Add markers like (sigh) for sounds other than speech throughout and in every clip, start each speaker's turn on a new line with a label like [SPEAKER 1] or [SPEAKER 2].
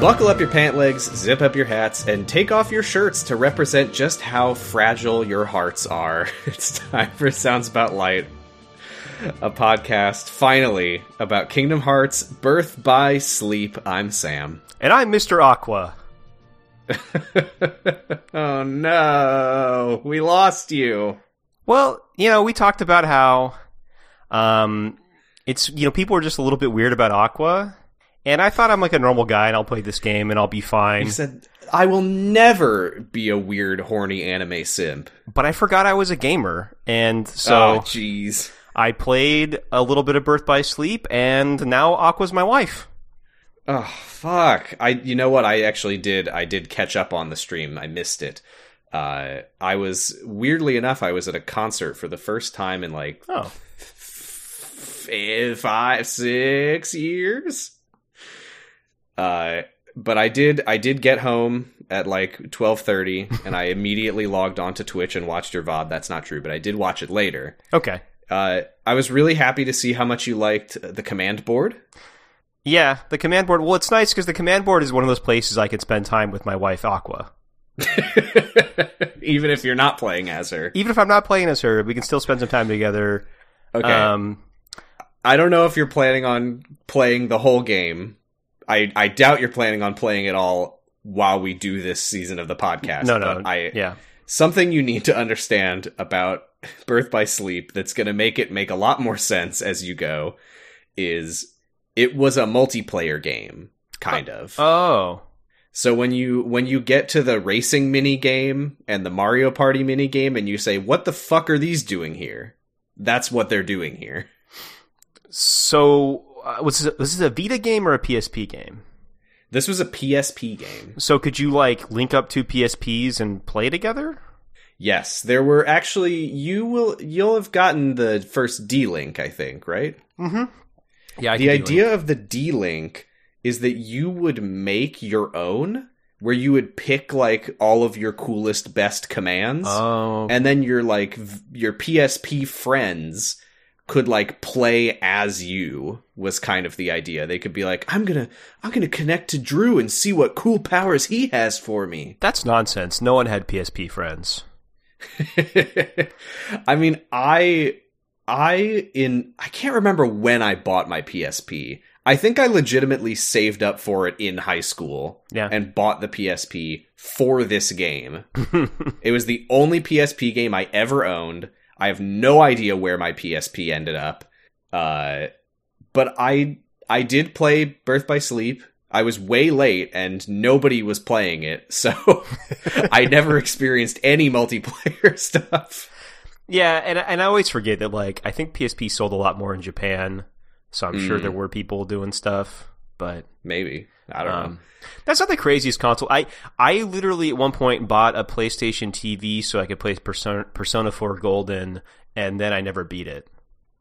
[SPEAKER 1] Buckle up your pant legs, zip up your hats, and take off your shirts to represent just how fragile your hearts are. (laughs) It's time for Sounds About Light, a podcast finally about Kingdom Hearts Birth by Sleep. I'm Sam. (laughs)
[SPEAKER 2] And I'm Mr. Aqua.
[SPEAKER 1] oh no, we lost you.
[SPEAKER 2] Well, you know, we talked about how um it's you know, people are just a little bit weird about Aqua. And I thought I'm like a normal guy and I'll play this game and I'll be
[SPEAKER 1] (laughs)
[SPEAKER 2] fine.
[SPEAKER 1] You said, I will never be a weird, horny anime simp.
[SPEAKER 2] But I forgot I was a gamer. And so
[SPEAKER 1] oh, jeez.
[SPEAKER 2] I played a little bit of Birth by Sleep and now Aqua's my wife.
[SPEAKER 1] Oh fuck! I you know what I actually did? I did catch up on the stream. I missed it. Uh, I was weirdly enough, I was at a concert for the first time in like
[SPEAKER 2] Oh.
[SPEAKER 1] f- five, six years. Uh, but I did I did get home at like twelve thirty, and I immediately logged onto Twitch and watched your VOD. That's not true, but I did watch it later.
[SPEAKER 2] Okay.
[SPEAKER 1] Uh, I was really happy to see how much you liked the command board.
[SPEAKER 2] Yeah, the command board. Well, it's nice because the command board is one of those places I could spend time with my wife, Aqua.
[SPEAKER 1] (laughs) Even if you're not playing as her.
[SPEAKER 2] Even if I'm not playing as her, we can still spend some time together.
[SPEAKER 1] Okay.
[SPEAKER 2] Um,
[SPEAKER 1] I don't know if you're planning on playing the whole game. I I doubt you're planning on playing it all while we do this season of the podcast.
[SPEAKER 2] no, no.
[SPEAKER 1] but I
[SPEAKER 2] yeah.
[SPEAKER 1] something you need to understand about (laughs) Birth by Sleep that's going to make it make a lot more sense as you go is it was a multiplayer game kind of.
[SPEAKER 2] Oh.
[SPEAKER 1] So when you when you get to the racing mini game and the Mario Party mini game and you say what the fuck are these doing here? That's what they're doing here.
[SPEAKER 2] So uh, was this, was this a Vita game or a PSP game?
[SPEAKER 1] This was a PSP game.
[SPEAKER 2] So could you like link up two PSPs and play together?
[SPEAKER 1] Yes, there were actually you will you'll have gotten the first D Link, I think, right?
[SPEAKER 2] Mm-hmm. Yeah. I
[SPEAKER 1] the
[SPEAKER 2] could do
[SPEAKER 1] idea of the D Link is that you would make your own where you would pick like all of your coolest best
[SPEAKER 2] it.
[SPEAKER 1] commands
[SPEAKER 2] Oh.
[SPEAKER 1] and then your like v- your PSP friends could like play as you was kind of the idea. They could be like, "I'm going to I'm going to connect to Drew and see what cool powers he has for me." (laughs)
[SPEAKER 2] That's nonsense. No one had PSP friends.
[SPEAKER 1] I mean, I I in I can't remember when I bought my PSP. I think I legitimately saved up for it in high school
[SPEAKER 2] Yeah.
[SPEAKER 1] and bought the PSP for this game. it was the only PSP game I ever owned. I have no idea where my PSP ended up. Uh but I I did play Birth by Sleep. I was way late and nobody was playing it, (laughs)
[SPEAKER 2] (laughs)
[SPEAKER 1] so I never experienced any multiplayer (laughs) stuff.
[SPEAKER 2] (laughs) yeah, and and I always forget that like I think PSP sold a lot more in Japan, so I'm sure
[SPEAKER 1] Mm.
[SPEAKER 2] there were people doing stuff, but
[SPEAKER 1] Maybe I don't know.
[SPEAKER 2] Um, That's not the craziest console. I I literally at one point bought a PlayStation TV so I could play Persona, Persona 4 Golden, and then I never beat it.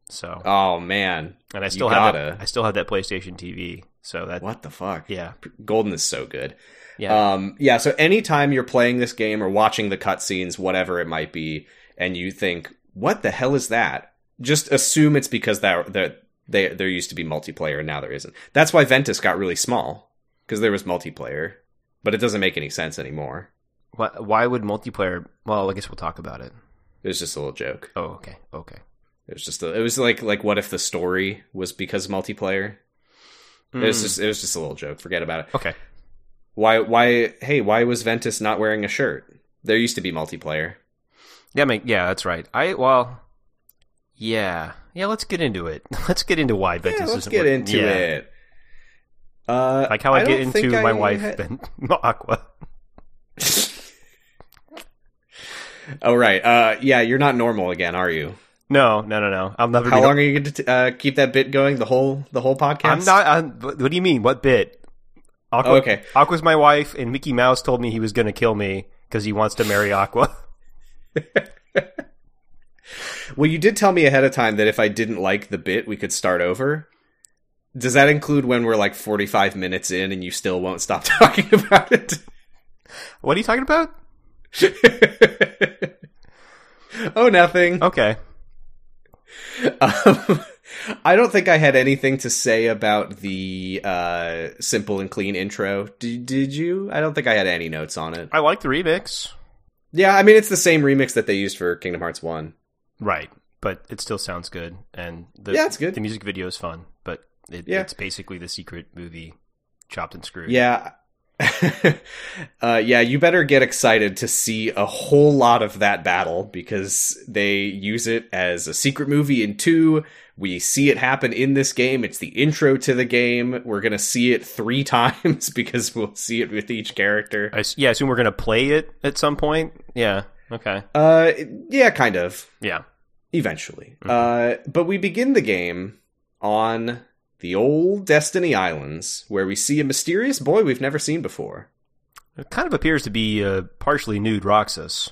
[SPEAKER 2] So
[SPEAKER 1] Oh man,
[SPEAKER 2] and I still
[SPEAKER 1] you
[SPEAKER 2] have
[SPEAKER 1] gotta.
[SPEAKER 2] that, I still have that PlayStation TV. So that
[SPEAKER 1] what the fuck?
[SPEAKER 2] yeah
[SPEAKER 1] Golden is so good.
[SPEAKER 2] yeah
[SPEAKER 1] Um, yeah. So anytime you're playing this game or watching the cutscenes, whatever it might be, and you think, "What the hell is that?" Just assume it's because that that they there used to be multiplayer and now there isn't. That's why Ventus got really small because there was multiplayer, but it doesn't make any sense anymore.
[SPEAKER 2] why, why would multiplayer? Well, I guess we'll talk about it.
[SPEAKER 1] It was just a little joke.
[SPEAKER 2] Oh okay okay.
[SPEAKER 1] It was just a, it was like like what if the story was because multiplayer? It was
[SPEAKER 2] Mm,
[SPEAKER 1] just it was just a little joke. Forget about it.
[SPEAKER 2] okay.
[SPEAKER 1] Why? Why? Hey, why was Ventus not wearing a shirt? There used to be multiplayer.
[SPEAKER 2] Yeah, I mean, yeah, that's right. I well, yeah, yeah. Let's get into it. (laughs) Let's get into why Ventus
[SPEAKER 1] yeah, let's
[SPEAKER 2] isn't
[SPEAKER 1] get
[SPEAKER 2] working.
[SPEAKER 1] into
[SPEAKER 2] Yeah.
[SPEAKER 1] it. Uh,
[SPEAKER 2] Like how I, get
[SPEAKER 1] don't think
[SPEAKER 2] into my
[SPEAKER 1] I
[SPEAKER 2] wife,
[SPEAKER 1] had- (laughs)
[SPEAKER 2] then (laughs) Aqua.
[SPEAKER 1] oh right. Uh, yeah, you're not normal again, are you?
[SPEAKER 2] No, no, no, no. I'll never.
[SPEAKER 1] How
[SPEAKER 2] be
[SPEAKER 1] long are you going to uh, keep that bit going? The whole the whole podcast.
[SPEAKER 2] I'm not. I'm, what what do you mean? What bit? Aqua,
[SPEAKER 1] Oh, okay.
[SPEAKER 2] Aqua's my wife, and Mickey Mouse told me he was going to kill me because he wants to marry Aqua. (laughs)
[SPEAKER 1] Well, you did tell me ahead of time that if I didn't like the bit, we could start over. Does that include when we're like 45 minutes in and you still won't stop (laughs) talking about it? (laughs)
[SPEAKER 2] what are you talking about?
[SPEAKER 1] oh, nothing.
[SPEAKER 2] Okay.
[SPEAKER 1] Um, (laughs) I don't think I had anything to say about the uh, simple and clean intro. Did, did you? I don't think I had any notes on it.
[SPEAKER 2] I like the remix.
[SPEAKER 1] Yeah, I mean it's the same remix that they used for Kingdom Hearts One.
[SPEAKER 2] Right, but it still sounds good, and the,
[SPEAKER 1] Yeah, it's good.
[SPEAKER 2] The music video is fun, but it,
[SPEAKER 1] Yeah.
[SPEAKER 2] it's basically the secret movie, chopped and screwed.
[SPEAKER 1] Yeah. (laughs) uh, yeah, you better get excited to see a whole lot of that battle because they use it as a secret movie in two. We see it happen in this game. It's the intro to the game. We're gonna see it three (laughs) times because we'll see it with each character.
[SPEAKER 2] I, s- yeah. I assume we're gonna play it at some point. Yeah. Okay.
[SPEAKER 1] Uh, yeah, kind of.
[SPEAKER 2] Yeah.
[SPEAKER 1] Eventually.
[SPEAKER 2] Mhm.
[SPEAKER 1] Uh, but we begin the game on the old Destiny Islands, where we see a mysterious boy we've never seen before.
[SPEAKER 2] It kind of appears to be uh, partially nude Roxas.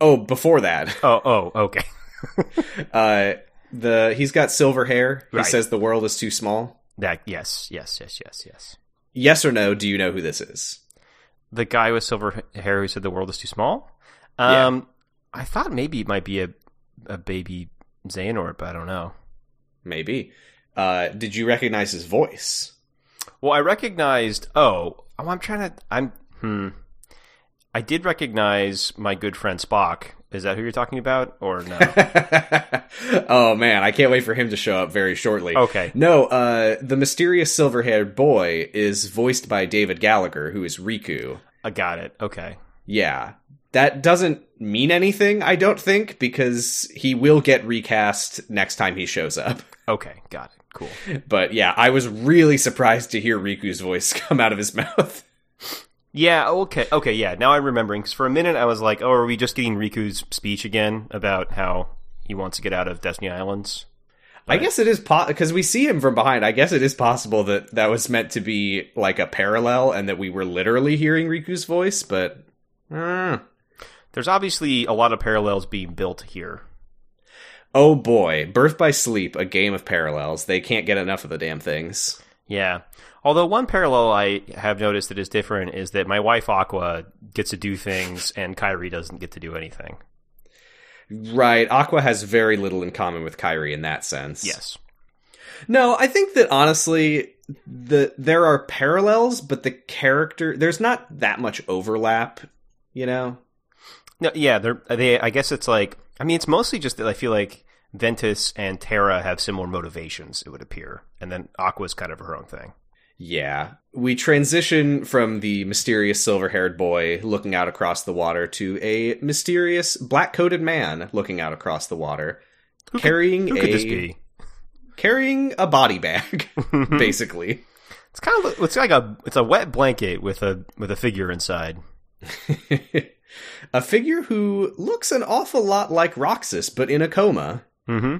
[SPEAKER 1] Oh, before that. (laughs)
[SPEAKER 2] Oh. Oh. Okay. (laughs)
[SPEAKER 1] Uh, the he's got silver hair. He
[SPEAKER 2] Right.
[SPEAKER 1] says the world is too small.
[SPEAKER 2] That. Yes. Yes. Yes. Yes. Yes.
[SPEAKER 1] Yes or no? Do you know who this is?
[SPEAKER 2] the guy with silver h- hair who said the world is too small.
[SPEAKER 1] Yeah.
[SPEAKER 2] Um, I thought maybe it might be a a baby Xehanort, but I don't know.
[SPEAKER 1] Maybe. Uh, did you recognize his voice? (laughs)
[SPEAKER 2] Well, I recognized. Oh, oh, I'm trying to. I'm. Hmm. I did recognize my good friend Spock. Is that who you're talking about, or (laughs) no?
[SPEAKER 1] oh man, I can't wait for him to show up very shortly.
[SPEAKER 2] okay.
[SPEAKER 1] No, uh, the mysterious silver-haired boy is voiced by David Gallagher, who is Riku.
[SPEAKER 2] I got it. Okay.
[SPEAKER 1] Yeah, that doesn't mean anything, I don't think, because he will get recast next time he shows up. (laughs)
[SPEAKER 2] Okay. Got it. Cool.
[SPEAKER 1] But yeah, I was really surprised to hear Riku's voice (laughs) come out of his mouth.
[SPEAKER 2] Yeah. Okay. Okay. Yeah. Now I'm remembering because for a minute I was like, "Oh, are we just getting Riku's speech again about how he wants to get out of Destiny Islands?"
[SPEAKER 1] I guess it is because we see him from behind. I guess it is possible that that was meant to be like a parallel and that we were literally hearing Riku's voice, but. Mm.
[SPEAKER 2] There's obviously a lot of parallels being built here.
[SPEAKER 1] Oh boy, Birth by Sleep, a game of parallels. They can't get enough of the damn things.
[SPEAKER 2] Yeah. Although one parallel I have noticed that is different is that my wife Aqua gets to do things and Kyrie doesn't get to do anything.
[SPEAKER 1] Right, Aqua has very little in common with Kyrie in that sense.
[SPEAKER 2] Yes.
[SPEAKER 1] No, I think that honestly, the there are parallels, but the character there's not that much overlap. You know,
[SPEAKER 2] No, yeah, they're they I guess it's like I mean it's mostly just that I feel like Ventus and Terra have similar motivations, it would appear. And then Aqua's kind of her own thing.
[SPEAKER 1] Yeah. We transition from the mysterious silver haired boy looking out across the water to a mysterious black coated man looking out across the water.
[SPEAKER 2] Who could-
[SPEAKER 1] carrying
[SPEAKER 2] Who
[SPEAKER 1] a
[SPEAKER 2] could this be? Mm-hmm.
[SPEAKER 1] carrying a body bag, (laughs)
[SPEAKER 2] it's
[SPEAKER 1] basically.
[SPEAKER 2] kind of it's like a it's a wet blanket with a with a figure inside.
[SPEAKER 1] (laughs) a figure who looks an awful lot like Roxas, but in a coma
[SPEAKER 2] Mm-hmm.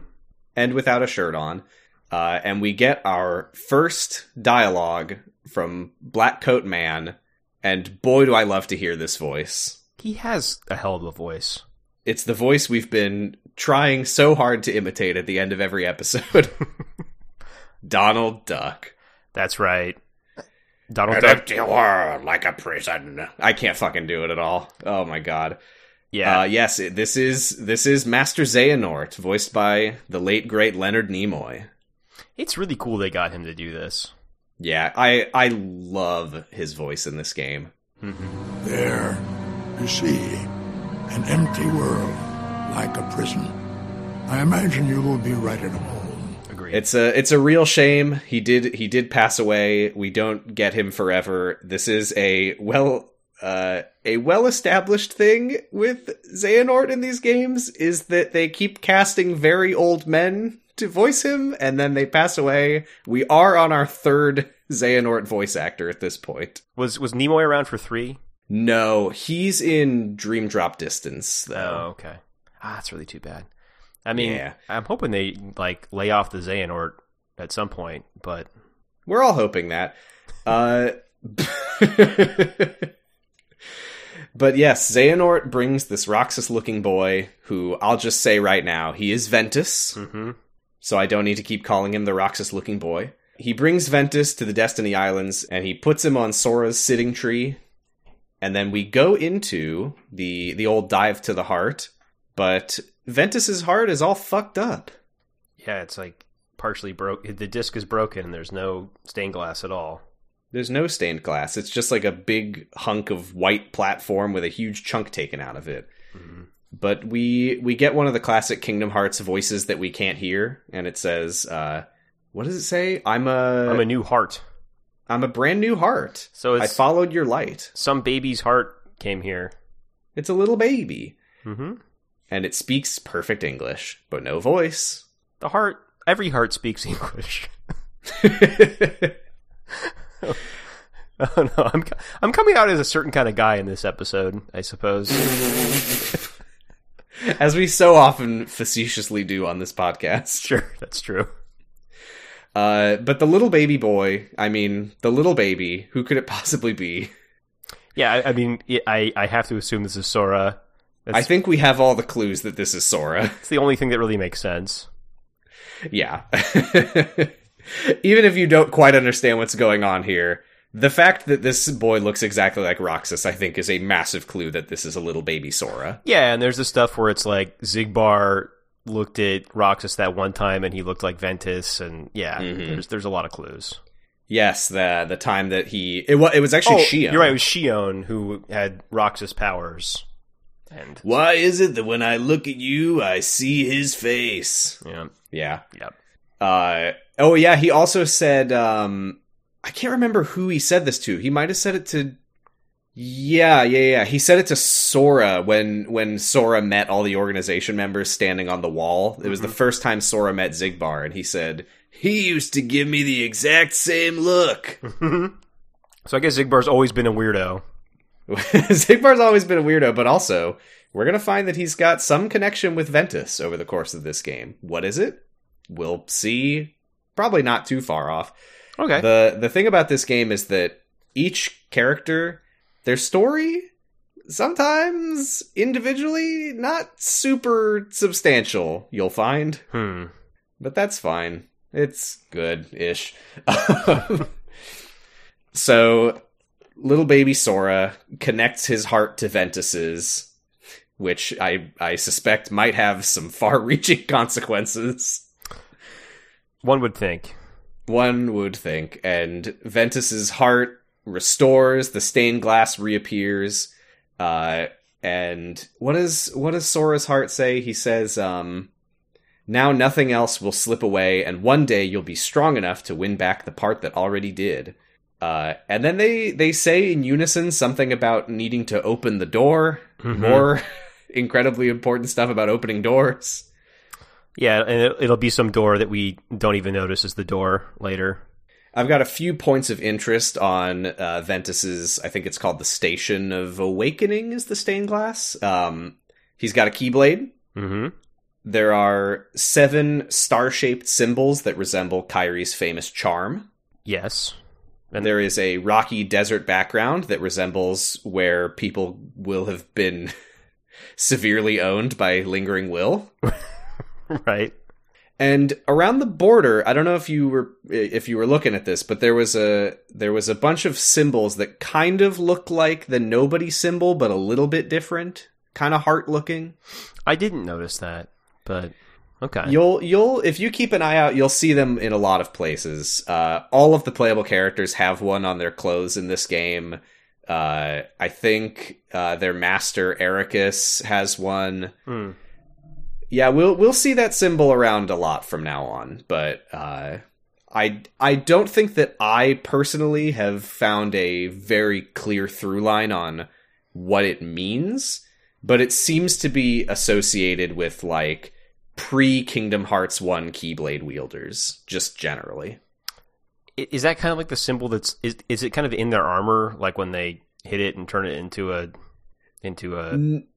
[SPEAKER 1] and without a shirt on. Uh, and we get our first dialogue from Black Coat Man, and boy, do I love to hear this voice.
[SPEAKER 2] He has a hell of a voice.
[SPEAKER 1] It's the voice we've been trying so hard to imitate at the end of every (laughs) episode. Donald Duck.
[SPEAKER 2] That's right. Donald
[SPEAKER 1] An
[SPEAKER 2] Duck.
[SPEAKER 1] empty world like a prison. I can't fucking do it at all. Oh my god.
[SPEAKER 2] Yeah.
[SPEAKER 1] Uh, yes, it- this is this is Master Xehanort, voiced by the late great Leonard Nimoy.
[SPEAKER 2] it's really cool they got him to do this.
[SPEAKER 1] Yeah, I I love his voice in this game.
[SPEAKER 3] There, you see, an empty world, like a prison. I imagine you will be right at home.
[SPEAKER 2] Agreed.
[SPEAKER 1] It's a it's a real shame. He did he did pass away. We don't get him forever. This is a well uh, a well established thing with Xehanort in these games is that they keep casting very old men to voice him, and then they pass away. We are on our third Xehanort voice actor at this point.
[SPEAKER 2] was was Nimoy around for three?
[SPEAKER 1] No, he's in Dream Drop Distance
[SPEAKER 2] Oh,
[SPEAKER 1] though.
[SPEAKER 2] okay. Ah, that's really too bad. I mean,
[SPEAKER 1] Yeah.
[SPEAKER 2] I'm hoping they like lay off the Xehanort at some point, but
[SPEAKER 1] We're all hoping that. Uh, (laughs) but yes, Xehanort brings this Roxas looking boy who I'll just say right now, he is Ventus,
[SPEAKER 2] Mhm.
[SPEAKER 1] so I don't need to keep calling him the Roxas looking boy. He brings Ventus to the Destiny Islands and he puts him on Sora's sitting tree. And then we go into the the old dive to the heart, but Ventus's heart is all fucked up.
[SPEAKER 2] yeah, it's like partially broke. The disc is broken, and there's no stained glass at all.
[SPEAKER 1] There's no stained glass. It's just like a big hunk of white platform with a huge chunk taken out of it.
[SPEAKER 2] Mhm.
[SPEAKER 1] But we we get one of the classic Kingdom Hearts voices that we can't hear, and it says, uh, "What does it say? I'm a
[SPEAKER 2] I'm a new heart.
[SPEAKER 1] I'm a brand new heart.
[SPEAKER 2] So
[SPEAKER 1] Uh, I
[SPEAKER 2] it's
[SPEAKER 1] followed your light.
[SPEAKER 2] some baby's heart came here.
[SPEAKER 1] It's a little baby, Mm-hmm.
[SPEAKER 2] hmm
[SPEAKER 1] and it speaks perfect English, but no voice." (laughs)
[SPEAKER 2] The heart. Every heart speaks (laughs) English. oh no, I'm co- I'm coming out as a certain kind of guy in this episode, I suppose.
[SPEAKER 1] As we so often facetiously do on this podcast.
[SPEAKER 2] sure, (laughs) that's true.
[SPEAKER 1] Uh, but the little baby boy, I mean, the little baby, who could it possibly be?
[SPEAKER 2] Yeah, I, I mean, yeah, I I have to assume this is Sora. That's,
[SPEAKER 1] I think we have all the clues that this is Sora. (laughs)
[SPEAKER 2] it's the only thing that really makes sense.
[SPEAKER 1] yeah. (laughs) Even if you don't quite understand what's going on here, the fact that this boy looks exactly like Roxas, I think, is a massive clue that this is a little baby Sora.
[SPEAKER 2] Yeah, and there's the stuff where it's like Zigbar looked at Roxas that one time, and he looked like Ventus, and yeah,
[SPEAKER 1] Mhm.
[SPEAKER 2] there's there's a lot of clues.
[SPEAKER 1] Yes, the the time that he it was it was actually Shion.
[SPEAKER 2] Oh, You're right. It was Shion who had Roxas powers, and
[SPEAKER 1] Why is it that when I look at you, I see his face?
[SPEAKER 2] yeah,
[SPEAKER 1] Yeah.
[SPEAKER 2] Yep.
[SPEAKER 1] Uh, oh, yeah. He also said, um, I can't remember who he said this to. He might have said it to. Yeah, yeah, yeah. He said it to Sora when when Sora met all the organization members standing on the wall. It was the first time Sora met Zigbar, and he said he used to give me the exact same look. (laughs)
[SPEAKER 2] so I guess Zigbar's always been a weirdo.
[SPEAKER 1] Zigbar's always been a weirdo, but also we're gonna find that he's got some connection with Ventus over the course of this game. What is it? We'll see. Probably not too far off.
[SPEAKER 2] Okay.
[SPEAKER 1] The the thing about this game is that each character, their story, sometimes individually not super substantial, you'll find.
[SPEAKER 2] hmm.
[SPEAKER 1] But that's fine. It's good ish. (laughs) so, little baby Sora connects his heart to Ventus's, which I, I suspect might have some far reaching (laughs) consequences.
[SPEAKER 2] One would think.
[SPEAKER 1] One would think. And Ventus's heart restores, the stained glass reappears. Uh, and what is what does Sora's heart say? He says, um, now nothing else will slip away, and one day you'll be strong enough to win back the part that already did. Uh, and then they they say in unison something about needing to open the door.
[SPEAKER 2] Mhm.
[SPEAKER 1] More (laughs) incredibly important stuff about opening doors.
[SPEAKER 2] Yeah, and it, it'll be some door that we don't even notice is the door later.
[SPEAKER 1] I've got a few points of interest on uh, Ventus's. I think it's called the Station of Awakening. Is the stained glass? Um, he's got a keyblade.
[SPEAKER 2] hmm
[SPEAKER 1] There are seven star-shaped symbols that resemble Kyrie's famous charm.
[SPEAKER 2] Yes. (laughs)
[SPEAKER 1] And there is a rocky desert background that resembles where people will have been (laughs) severely owned by lingering will.
[SPEAKER 2] right.
[SPEAKER 1] And around the border, I don't know if you were if you were looking at this, but there was a there was a bunch of symbols that kind of look like the nobody symbol, but a little bit different, kind of heart looking.
[SPEAKER 2] I didn't notice that, but okay.
[SPEAKER 1] You'll you'll if you keep an eye out, you'll see them in a lot of places. Uh, all of the playable characters have one on their clothes in this game. Uh, I think uh, their master Ericus has one.
[SPEAKER 2] Hmm.
[SPEAKER 1] Yeah, we'll we'll see that symbol around a lot from now on, but uh, I I don't think that I personally have found a very clear through line on what it means, but it seems to be associated with like pre Kingdom Hearts 1 Keyblade wielders, just generally.
[SPEAKER 2] I- Is that kind of like the symbol that's is is it kind of in their armor like when they hit it and turn it into a into a
[SPEAKER 1] N-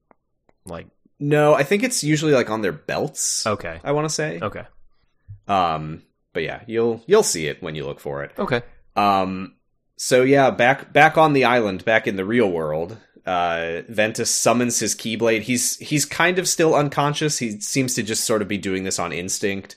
[SPEAKER 2] like
[SPEAKER 1] no, I think it's usually like on their belts.
[SPEAKER 2] okay.
[SPEAKER 1] I want to say.
[SPEAKER 2] Okay.
[SPEAKER 1] Um but yeah, you'll you'll see it when you look for it.
[SPEAKER 2] Okay.
[SPEAKER 1] Um. So yeah, back back on the island, back in the real world, uh, Ventus summons his Keyblade. He's he's kind of still unconscious. He seems to just sort of be doing this on instinct,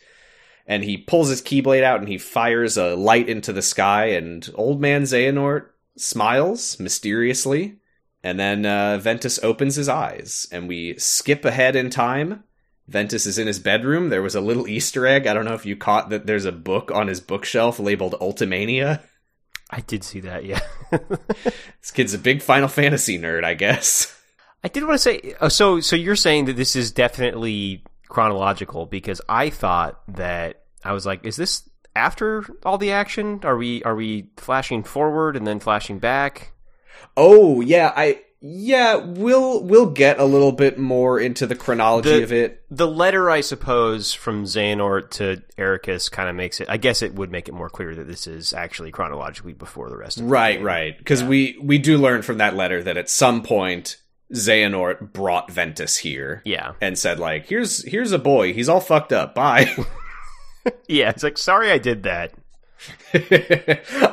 [SPEAKER 1] and he pulls his Keyblade out and he fires a light into the sky. And old man Xehanort smiles mysteriously, and then uh, Ventus opens his eyes, and we skip ahead in time Ventus is in his bedroom. There was a little Easter egg. I don't know if you caught that there's a book on his bookshelf labeled Ultimania. (laughs)
[SPEAKER 2] I did see that, yeah. (laughs)
[SPEAKER 1] This kid's a big Final Fantasy nerd, I guess. (laughs)
[SPEAKER 2] I did want to say oh, so so you're saying that this is definitely chronological because I thought that I was like is this after all the action? Are we are we flashing forward and then flashing back?
[SPEAKER 1] Oh, yeah, I yeah, we'll we'll get a little bit more into the chronology
[SPEAKER 2] The-
[SPEAKER 1] of it.
[SPEAKER 2] The letter I suppose from Xehanort to Ericus kind of makes it I guess it would make it more clear that this is actually chronologically before the rest of
[SPEAKER 1] Right, right. Because we we do learn from that letter that at some point Xehanort brought Ventus here
[SPEAKER 2] Yeah.
[SPEAKER 1] and said like, "Here's here's a boy. He's all fucked up. Bye." (laughs)
[SPEAKER 2] Yeah, it's like sorry I did that.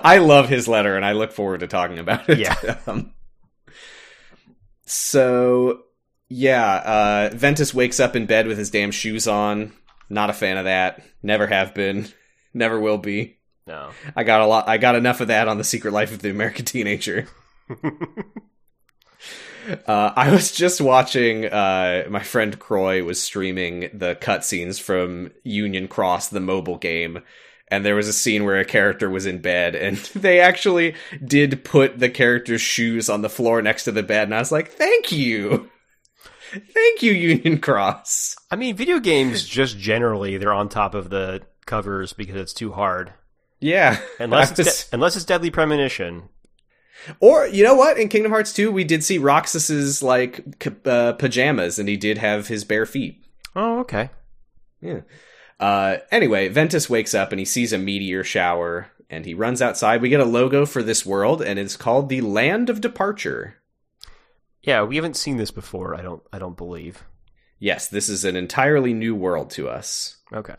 [SPEAKER 1] (laughs) I love his letter, and I look forward to talking about it.
[SPEAKER 2] Yeah.
[SPEAKER 1] (laughs) Um, so, yeah, uh, Ventus wakes up in bed with his damn shoes on. Not a fan of that. Never have been. (laughs) Never will be.
[SPEAKER 2] No.
[SPEAKER 1] I got a lot. I got enough of that on the Secret Life of the American
[SPEAKER 2] (laughs)
[SPEAKER 1] Teenager. uh, I was just watching. Uh, my friend Croy was streaming the cutscenes from Union Cross, the mobile game, and there was a scene where a character was in bed, and (laughs) they actually did put the character's shoes on the floor next to the bed, and I was like, "Thank you, thank you, Union Cross."
[SPEAKER 2] I mean, video games just generally they're on top of the covers because it's too hard.
[SPEAKER 1] Yeah, (laughs)
[SPEAKER 2] Unless
[SPEAKER 1] I
[SPEAKER 2] it's
[SPEAKER 1] was-
[SPEAKER 2] de- unless it's Deadly Premonition.
[SPEAKER 1] Or you know what? In Kingdom Hearts 2, we did see Roxas's like c- uh, pajamas, and he did have his bare feet.
[SPEAKER 2] Oh, okay.
[SPEAKER 1] Yeah. Uh, anyway, Ventus wakes up and he sees a meteor shower, and he runs outside. We get a logo for this world, and it's called the Land of Departure.
[SPEAKER 2] Yeah, we haven't seen this before. I don't. I don't believe.
[SPEAKER 1] Yes, this is an entirely new world to us.
[SPEAKER 2] Okay.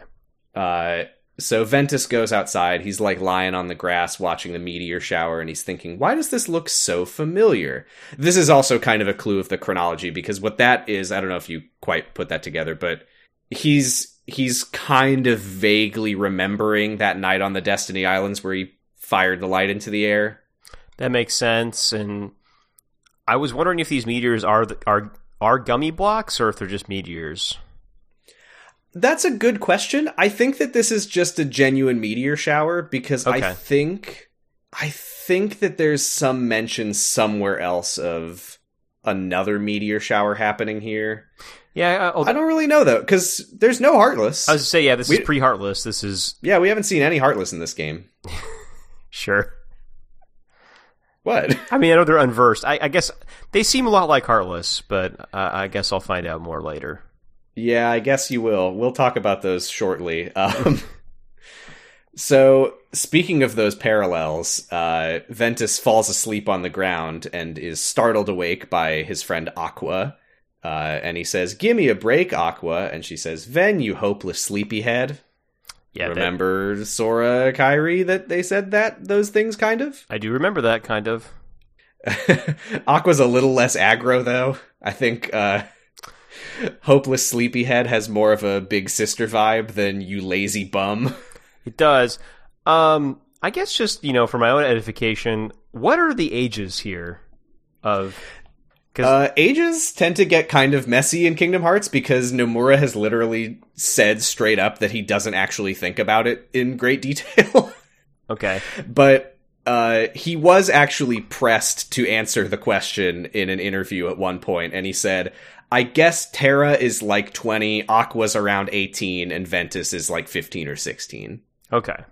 [SPEAKER 1] Uh, so Ventus goes outside. He's like lying on the grass watching the meteor shower, and he's thinking, why does this look so familiar? This is also kind of a clue of the chronology because what that is, I don't know if you quite put that together, but he's he's kind of vaguely remembering that night on the Destiny Islands where he fired the light into the air.
[SPEAKER 2] That makes sense. And I was wondering if these meteors are the, are are gummy blocks or if they're just meteors.
[SPEAKER 1] That's a good question. I think that this is just a genuine meteor shower because I
[SPEAKER 2] Okay.
[SPEAKER 1] think I think that there's some mention somewhere else of another meteor shower happening here.
[SPEAKER 2] Yeah. I, although-
[SPEAKER 1] I don't really know though cuz there's no heartless.
[SPEAKER 2] I was to say, yeah, this
[SPEAKER 1] We-
[SPEAKER 2] is pre-heartless. This is
[SPEAKER 1] yeah, we haven't seen any heartless in this game.
[SPEAKER 2] sure.
[SPEAKER 1] What? (laughs)
[SPEAKER 2] I mean, I know they're unversed. I, I guess they seem a lot like heartless, but uh, I guess I'll find out more later.
[SPEAKER 1] Yeah, I guess you will. We'll talk about those shortly. (laughs) Um, so, speaking of those parallels, uh, Ventus falls asleep on the ground and is startled awake by his friend Aqua. Uh, and he says, Give me a break, Aqua. And she says, Ven, you hopeless sleepyhead.
[SPEAKER 2] Yeah. that-
[SPEAKER 1] Remember Sora, Kyrie, that they said that, those things, kind of?
[SPEAKER 2] I do remember that kind of.
[SPEAKER 1] (laughs) Aqua's a little less aggro, though. I think uh, Hopeless Sleepyhead has more of a big sister vibe than you lazy bum.
[SPEAKER 2] It does. Um, I guess just you know for my own edification, what are the ages here? Of
[SPEAKER 1] Uh, ages tend to get kind of messy in Kingdom Hearts because Nomura has literally said straight up that he doesn't actually think about it in great detail. (laughs)
[SPEAKER 2] okay,
[SPEAKER 1] but uh, he was actually pressed to answer the question in an interview at one point, and he said, "I guess Terra is like twenty, Aqua's around eighteen, and Ventus is like fifteen or 16.
[SPEAKER 2] okay,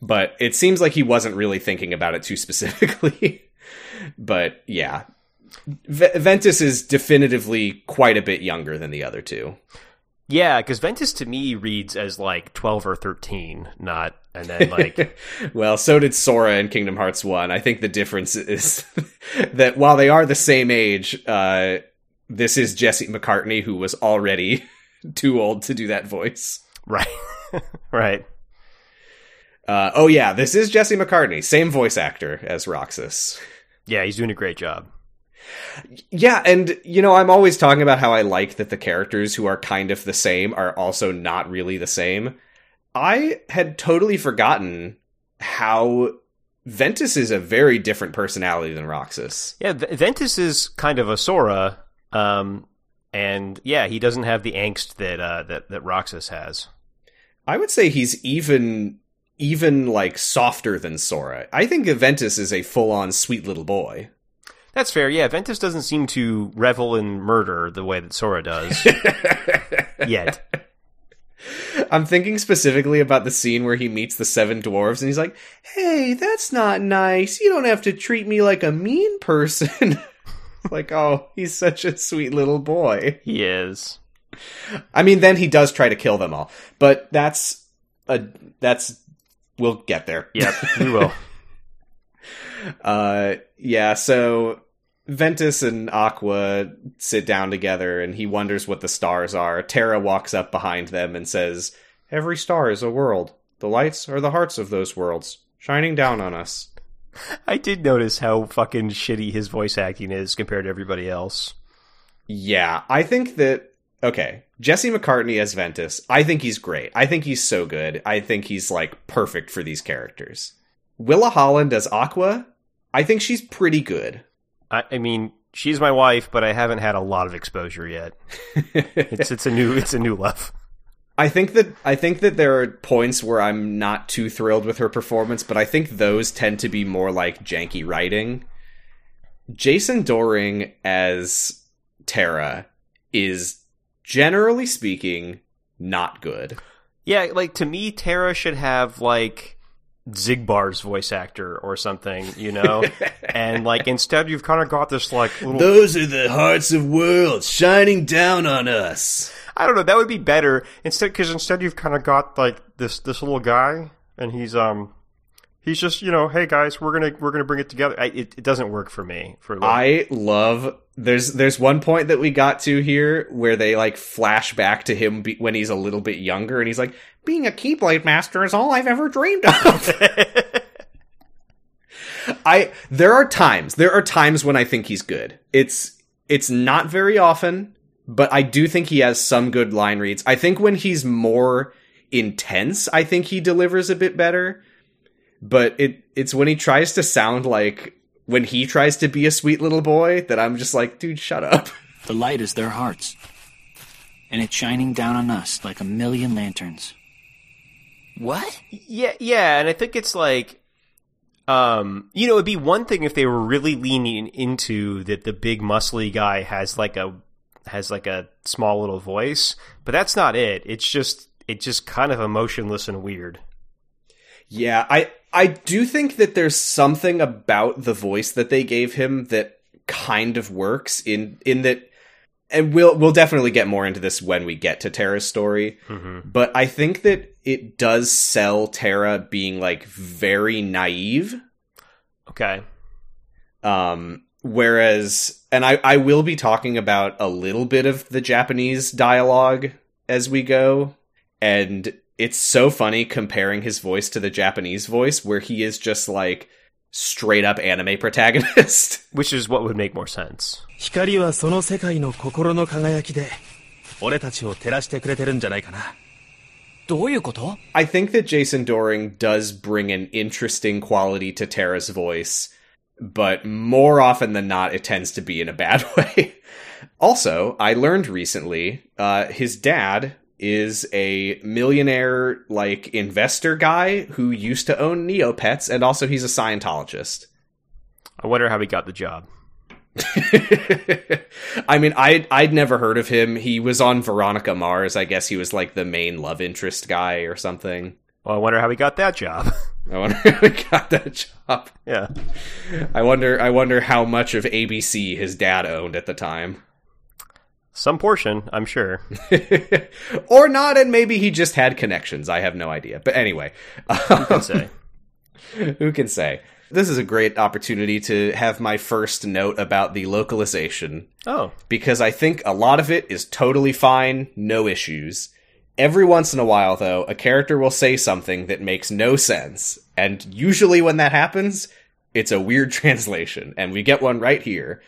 [SPEAKER 1] But it seems like he wasn't really thinking about it too (laughs) specifically. but yeah, v- Ventus is definitively quite a bit younger than the other two.
[SPEAKER 2] yeah, because Ventus to me reads as like twelve or thirteen, not and then like
[SPEAKER 1] (laughs) well, so did Sora in Kingdom Hearts 1. I think the difference is (laughs) that while they are the same age, uh, this is Jesse McCartney, who was already (laughs) too old to do that voice.
[SPEAKER 2] right, (laughs) right.
[SPEAKER 1] Uh, oh, yeah, this is Jesse McCartney, same voice actor as Roxas.
[SPEAKER 2] Yeah, he's doing a great job.
[SPEAKER 1] Yeah, and, you know, I'm always talking about how I like that the characters who are kind of the same are also not really the same. I had totally forgotten how Ventus is a very different personality than Roxas.
[SPEAKER 2] Yeah, v- Ventus is kind of a Sora, um, and yeah, he doesn't have the angst that uh, that that Roxas has.
[SPEAKER 1] I would say he's even even like softer than Sora. I think Aventus is a full on sweet little boy.
[SPEAKER 2] That's fair. Yeah, Ventus doesn't seem to revel in murder the way that Sora does yet.
[SPEAKER 1] I'm thinking specifically about the scene where he meets the seven dwarves and he's like, "Hey, that's not nice. You don't have to treat me like a mean person." (laughs) like, oh, he's such a sweet little boy.
[SPEAKER 2] He is.
[SPEAKER 1] I mean, then he does try to kill them all, but that's a that's we'll get there.
[SPEAKER 2] Yep, we will.
[SPEAKER 1] Uh, yeah, so Ventus and Aqua sit down together and he wonders what the stars are. Terra walks up behind them and says, Every star is a world. The lights are the hearts of those worlds, shining down on us.
[SPEAKER 2] (laughs) I did notice how fucking shitty his voice acting is compared to everybody else.
[SPEAKER 1] Yeah, I think that. Okay, Jesse McCartney as Ventus, I think he's great. I think he's so good. I think he's like perfect for these characters. Willa Holland as Aqua, I think she's pretty good.
[SPEAKER 2] I, I mean, she's my wife, but I haven't had a lot of exposure yet. It's it's a new it's a new love.
[SPEAKER 1] I think that I think that there are points where I'm not too thrilled with her performance, but I think those tend to be more like janky writing. Jason Doring as Tara is generally speaking not good.
[SPEAKER 2] Yeah, like to me, Tara should have like Zigbar's voice actor or something, you know. and like instead, you've kind of got this like little.
[SPEAKER 1] Those are the hearts of worlds shining down on us.
[SPEAKER 2] I don't know. That would be better instead because instead you've kind of got like this this little guy, and he's um he's just you know, hey guys, we're gonna we're gonna bring it together. I, it, it doesn't work for me. For like,
[SPEAKER 1] I love there's there's one point that we got to here where they like flash back to him be, when he's a little bit younger and he's like being a keyblade master is all I've ever dreamed of. I there are times there are times when I think he's good. It's it's not very often, but I do think he has some good line reads. I think when he's more intense, I think he delivers a bit better. But it it's when he tries to sound like when he tries to be a sweet little boy that I'm just like, dude, shut up. (laughs)
[SPEAKER 4] The light is their hearts, and it's shining down on us like a million lanterns. What?
[SPEAKER 2] yeah, yeah, and I think it's like. Um, you know, it'd be one thing if they were really leaning into that the big muscly guy has like a has like a small little voice, but that's not it. It's just it's just kind of emotionless and weird.
[SPEAKER 1] Yeah, I I do think that there's something about the voice that they gave him that kind of works in in that and we'll we'll definitely get more into this when we get to Tara's story, but I think that it does sell Tara being like very naive
[SPEAKER 2] Okay.
[SPEAKER 1] um whereas and I I will be talking about a little bit of the Japanese dialogue as we go and it's so funny comparing his voice to the Japanese voice where he is just like straight up anime (laughs) protagonist
[SPEAKER 2] Which is what would make more sense.
[SPEAKER 5] 光はその世界の心の輝きで俺たちを照らしてくれてるんじゃないかな
[SPEAKER 4] どういうこと
[SPEAKER 1] I think that Jason Doring does bring an interesting quality to Tara's voice, but more often than not, it tends to be in a bad (laughs) way. also, I learned recently uh, his dad is a millionaire, like, investor guy who used to own Neopets, and also he's a Scientologist. (laughs)
[SPEAKER 2] I wonder how he got the job.
[SPEAKER 1] I mean, I I'd never heard of him. He was on Veronica Mars. I guess he was like the main love interest guy or something.
[SPEAKER 2] Well, I wonder how he got that job. (laughs)
[SPEAKER 1] I wonder (laughs) how he got that job.
[SPEAKER 2] yeah.
[SPEAKER 1] I wonder I wonder how much of ABC his dad owned at the time.
[SPEAKER 2] Some portion, I'm sure.
[SPEAKER 1] or not, and maybe he just had connections. I have no idea. But anyway,
[SPEAKER 2] I'd say.
[SPEAKER 1] who can say? This is a great opportunity to have my first note about the localization
[SPEAKER 2] Oh.
[SPEAKER 1] because I think a lot of it is totally fine, no issues. Every once in a while, though, a character will say something that makes no sense, and usually when that happens, it's a weird (laughs) translation, and we get one right here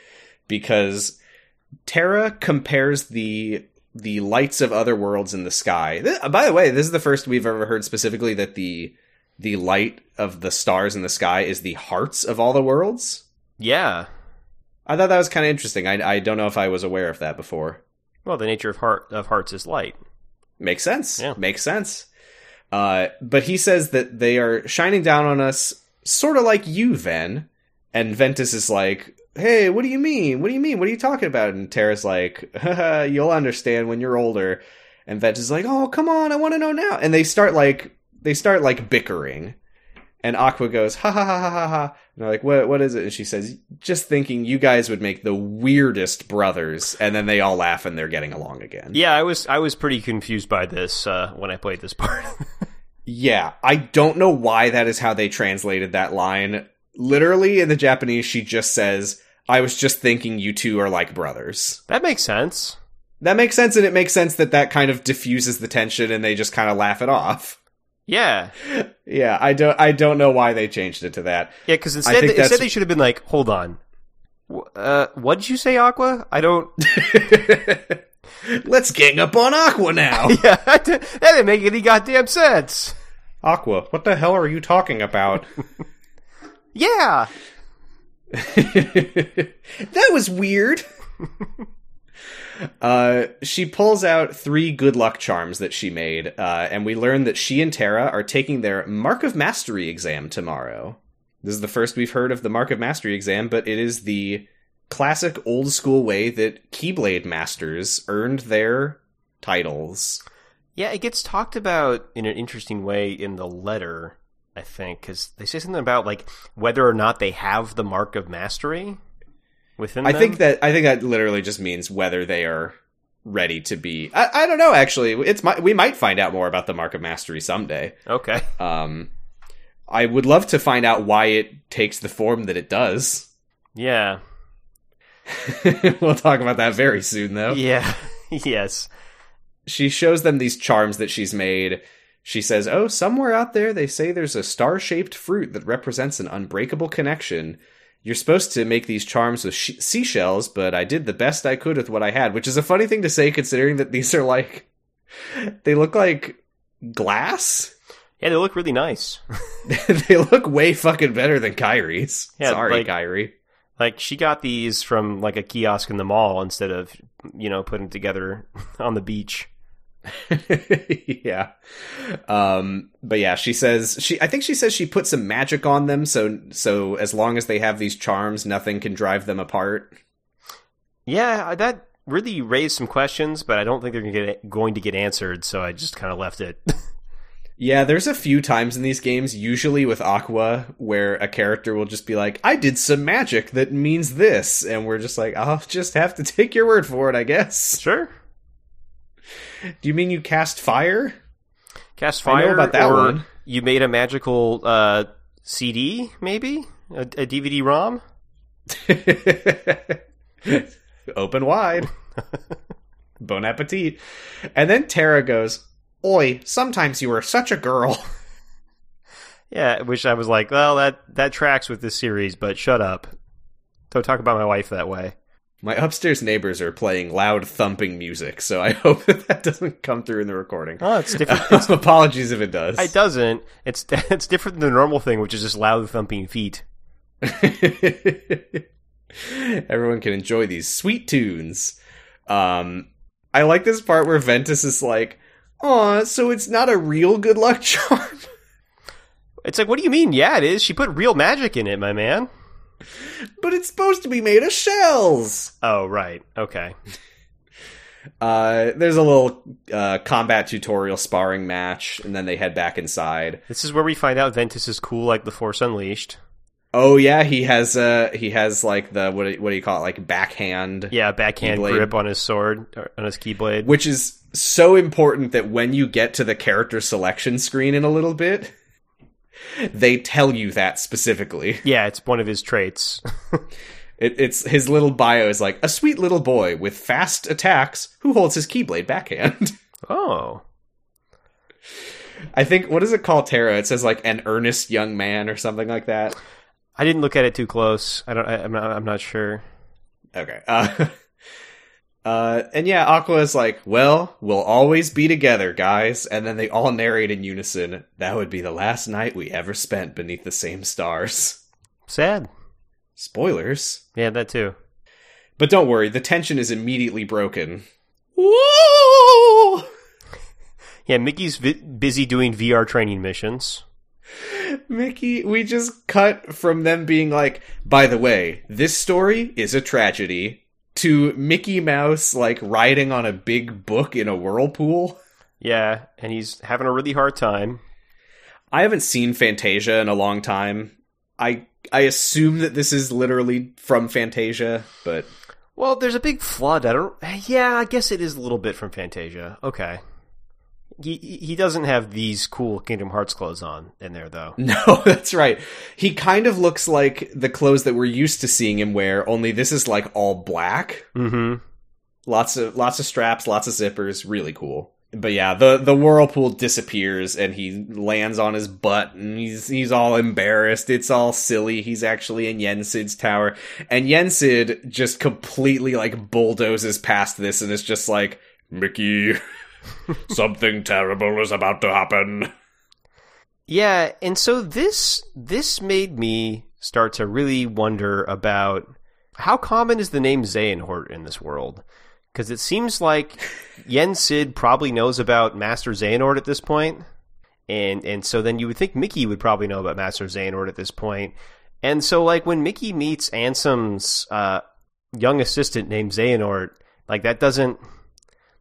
[SPEAKER 1] because Terra compares the the lights of other worlds in the sky. Th- by the way, this is the first we've ever heard specifically that the the light of the stars in the sky is the hearts of all the worlds.
[SPEAKER 2] Yeah.
[SPEAKER 1] I thought that was kind of interesting. I, I don't know if I was aware of that before.
[SPEAKER 2] Well, the nature of heart of hearts is light.
[SPEAKER 1] Makes sense.
[SPEAKER 2] Yeah.
[SPEAKER 1] Makes sense. Uh, but he says that they are shining down on us, sort of like you, Ven. And Ventus is like, "Hey, what do you mean? What do you mean? What are you talking about?" And Terra's like, (laughs) Haha, "You'll understand when you're older." And Ventus is like, "Oh, come on, I want to know now." And they start like they start like bickering. And Aqua goes, "Ha ha ha ha ha ha!" And they're like, "What? What is it?" And she says, "Just thinking, you guys would make the weirdest brothers." And then they all laugh, and they're getting along again.
[SPEAKER 2] Yeah, I was I was pretty confused by this uh, when I played this (laughs) part.
[SPEAKER 1] Yeah, I don't know why that is how they translated that line. Literally, in the Japanese, she just says, I was just thinking you two are like brothers.
[SPEAKER 2] that makes sense.
[SPEAKER 1] That makes sense, and it makes sense that that kind of diffuses the tension and they just kind of laugh it off.
[SPEAKER 2] Yeah,
[SPEAKER 1] Yeah, I don't, I don't know why they changed it to that.
[SPEAKER 2] yeah. Because instead,
[SPEAKER 1] think
[SPEAKER 2] they, instead
[SPEAKER 1] that's-
[SPEAKER 2] they should have been like, "Hold on, Wh- uh, what did you say, Aqua? I don't." (laughs)
[SPEAKER 1] Let's gang up on Aqua now.
[SPEAKER 2] yeah, that didn't make any goddamn sense.
[SPEAKER 1] (laughs) Aqua, what the hell are you talking about?
[SPEAKER 2] Yeah,
[SPEAKER 1] (laughs) that was weird. (laughs) uh, she pulls out three good luck charms that she made, uh, and we learn that she and Tara are taking their Mark of Mastery exam tomorrow. This is the first we've heard of the Mark of Mastery exam, but it is the classic old school way that Keyblade masters earned their titles.
[SPEAKER 2] yeah. It gets talked about in an interesting way in the letter, I think, because they say something about like whether or not they have the mark of mastery within.
[SPEAKER 1] I
[SPEAKER 2] them.
[SPEAKER 1] think that I think that literally just means whether they are ready to be. I, I don't know. Actually, it's my, we might find out more about the Mark of Mastery someday.
[SPEAKER 2] okay. (laughs)
[SPEAKER 1] Um, I would love to find out why it takes the form that it does. (laughs)
[SPEAKER 2] Yeah.
[SPEAKER 1] we'll talk about that very soon, though.
[SPEAKER 2] Yeah. (laughs) yes.
[SPEAKER 1] She shows them these charms that she's made. She says, Oh, somewhere out there they say there's a star shaped fruit that represents an unbreakable connection. You're supposed to make these charms with sh- seashells, but I did the best I could with what I had, which is a funny thing to say considering that these are like. (laughs) They look like glass? (laughs)
[SPEAKER 2] Yeah, they look really nice.
[SPEAKER 1] they look way fucking better than Kyrie's.
[SPEAKER 2] Yeah,
[SPEAKER 1] Sorry,
[SPEAKER 2] like-
[SPEAKER 1] Kyrie.
[SPEAKER 2] Like she got these from like a kiosk in the mall instead of you know putting them together (laughs) on the beach.
[SPEAKER 1] (laughs) yeah. Um but yeah, she says she I think she says she put some magic on them so so as long as they have these charms nothing can drive them apart.
[SPEAKER 2] Yeah, I- that really raised some questions, but I don't think they're gonna get, going to get answered. So I just kind of left it. (laughs)
[SPEAKER 1] Yeah, there's a few times in these games usually with Aqua where a character will just be like, "I did some magic that means this." And we're just like, "I'll just have to take your word for it, I guess."
[SPEAKER 2] sure.
[SPEAKER 1] Do you mean you cast fire?
[SPEAKER 2] Cast
[SPEAKER 1] I know
[SPEAKER 2] fire.
[SPEAKER 1] about that
[SPEAKER 2] or
[SPEAKER 1] one.
[SPEAKER 2] You made a magical uh, CD, maybe a, a DVD ROM.
[SPEAKER 1] (laughs) Open wide. bon appetit. And then Tara goes, Oi, sometimes you are such a girl. (laughs)
[SPEAKER 2] Yeah, which I was like, well, that that tracks with this series, but shut up. Don't talk about my wife that way.
[SPEAKER 1] My upstairs neighbors are playing loud thumping music, so I (laughs) hope that, that doesn't come through in the recording.
[SPEAKER 2] Oh, (laughs) it's
[SPEAKER 1] (laughs)
[SPEAKER 2] different.
[SPEAKER 1] Apologies if it does.
[SPEAKER 2] It doesn't. It's (laughs) it's different than the normal thing, which is just loud thumping feet.
[SPEAKER 1] (laughs) Everyone can enjoy these sweet tunes. Um, I like this part where Ventus is like, Aw, so it's not a real good luck charm.
[SPEAKER 2] It's like, what do you mean? Yeah, it is. She put real magic in it, my man.
[SPEAKER 1] but it's supposed to be made of shells.
[SPEAKER 2] Oh, right. Okay.
[SPEAKER 1] Uh, there's a little uh, combat tutorial sparring match, and then they head back inside.
[SPEAKER 2] This is where we find out Ventus is cool, like the Force Unleashed.
[SPEAKER 1] Oh yeah, he has uh he has like the what do, what do you call it like backhand,
[SPEAKER 2] Yeah, backhand
[SPEAKER 1] Keyblade.
[SPEAKER 2] grip on his sword, or on his keyblade.
[SPEAKER 1] which is so important that when you get to the character selection screen in a little bit, they tell you that specifically.
[SPEAKER 2] Yeah, it's one of his traits. (laughs)
[SPEAKER 1] It, it's his little bio is like a sweet little boy with fast attacks who holds his keyblade backhand. (laughs)
[SPEAKER 2] oh,
[SPEAKER 1] I think what does it call Tara? It says like an earnest young man or something like that.
[SPEAKER 2] I didn't look at it too close. I don't. I, I'm not. I'm not sure.
[SPEAKER 1] Okay. (laughs) Uh, uh, and yeah, Aqua is like, "Well, we'll always be together, guys." And then they all narrate in unison, "That would be the last night we ever spent beneath the same stars."
[SPEAKER 2] Sad.
[SPEAKER 1] Spoilers.
[SPEAKER 2] Yeah, that too.
[SPEAKER 1] But don't worry, the tension is immediately broken Whoa!
[SPEAKER 2] Yeah, Mickey's vi- busy doing VR training missions.
[SPEAKER 1] Mickey, we just cut from them being like, by the way, this story is a tragedy, to Mickey Mouse like riding on a big book in a whirlpool.
[SPEAKER 2] Yeah, and he's having a really hard time.
[SPEAKER 1] I haven't seen Fantasia in a long time. I I assume that this is literally from Fantasia, but (laughs)
[SPEAKER 2] Well, there's a big flood. I don't. Yeah, I guess it is a little bit from Fantasia. Okay. He he doesn't have these cool Kingdom Hearts clothes on in there though.
[SPEAKER 1] no, that's right. He kind of looks like the clothes that we're used to seeing him wear, only this is like all black.
[SPEAKER 2] Mm-hmm.
[SPEAKER 1] Lots of lots of straps, lots of zippers, really cool. But yeah, the the whirlpool disappears and he lands on his butt and he's he's all embarrassed. It's all silly. He's actually in Yensid's tower. And Yensid just completely like bulldozes past this and is just like, Mickey, (laughs) something terrible is about to happen.
[SPEAKER 2] Yeah, and so this this made me start to really wonder about how common is the name Xehanort in this world? Because it seems like
[SPEAKER 1] (laughs)
[SPEAKER 2] Yen Sid probably knows about Master Xehanort at this point, and and so then you would think Mickey would probably know about Master Xehanort at this point, and so like when Mickey meets Ansem's uh, young assistant named Xehanort, like that doesn't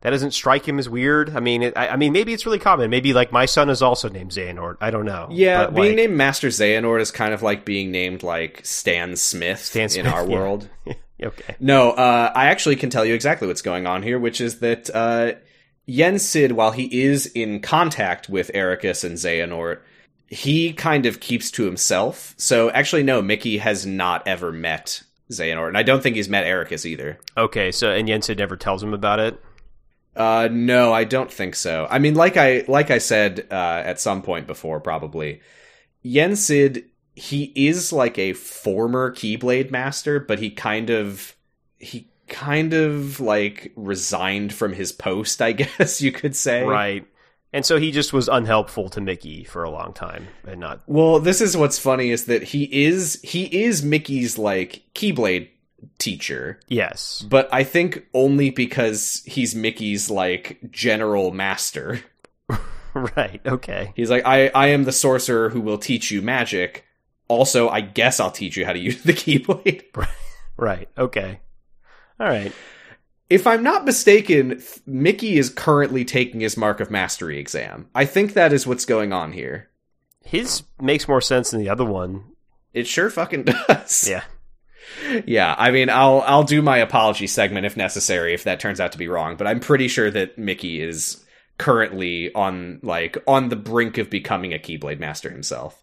[SPEAKER 2] that doesn't strike him as weird. I mean, it, I, I mean, maybe it's really common. Maybe like my son is also named Xehanort. I don't know.
[SPEAKER 1] Yeah,
[SPEAKER 2] But,
[SPEAKER 1] being
[SPEAKER 2] like,
[SPEAKER 1] named Master Xehanort is kind of like being named like Stan Smith,
[SPEAKER 2] Stan Smith,
[SPEAKER 1] in our
[SPEAKER 2] yeah.
[SPEAKER 1] world.
[SPEAKER 2] (laughs) okay.
[SPEAKER 1] No, uh, I actually can tell you exactly what's going on here, which is that uh, Yen Sid, while he is in contact with Ericus and Xehanort, he kind of keeps to himself. So actually, no, Mickey has not ever met Xehanort, and I don't think he's met Ericus either.
[SPEAKER 2] Okay, so and Yensid never tells him about it.
[SPEAKER 1] Uh, no, I don't think so. I mean, like I like I said uh, at some point before, probably Yensid. He is like a former Keyblade master, but he kind of he kind of like resigned from his post. I (laughs) guess you could say.
[SPEAKER 2] Right. And so he just was unhelpful to Mickey for a long time and not
[SPEAKER 1] Well, this is what's funny is that he is he is Mickey's like Keyblade teacher.
[SPEAKER 2] Yes. (laughs)
[SPEAKER 1] But I think only because he's Mickey's like general master. (laughs)
[SPEAKER 2] Right. Okay.
[SPEAKER 1] He's like, I, I am the sorcerer who will teach you magic. Also, I guess I'll teach you how to use the (laughs) Keyblade.
[SPEAKER 2] Right. Okay. All right.
[SPEAKER 1] If I'm not mistaken, th- Mickey is currently taking his Mark of Mastery exam. I think that is what's going on here.
[SPEAKER 2] His makes more sense than the other one.
[SPEAKER 1] It sure fucking (laughs) does.
[SPEAKER 2] Yeah.
[SPEAKER 1] Yeah, I mean, I'll I'll do my apology segment if necessary if that turns out to be wrong, but I'm pretty sure that Mickey is currently on like on the brink of becoming a Keyblade master himself.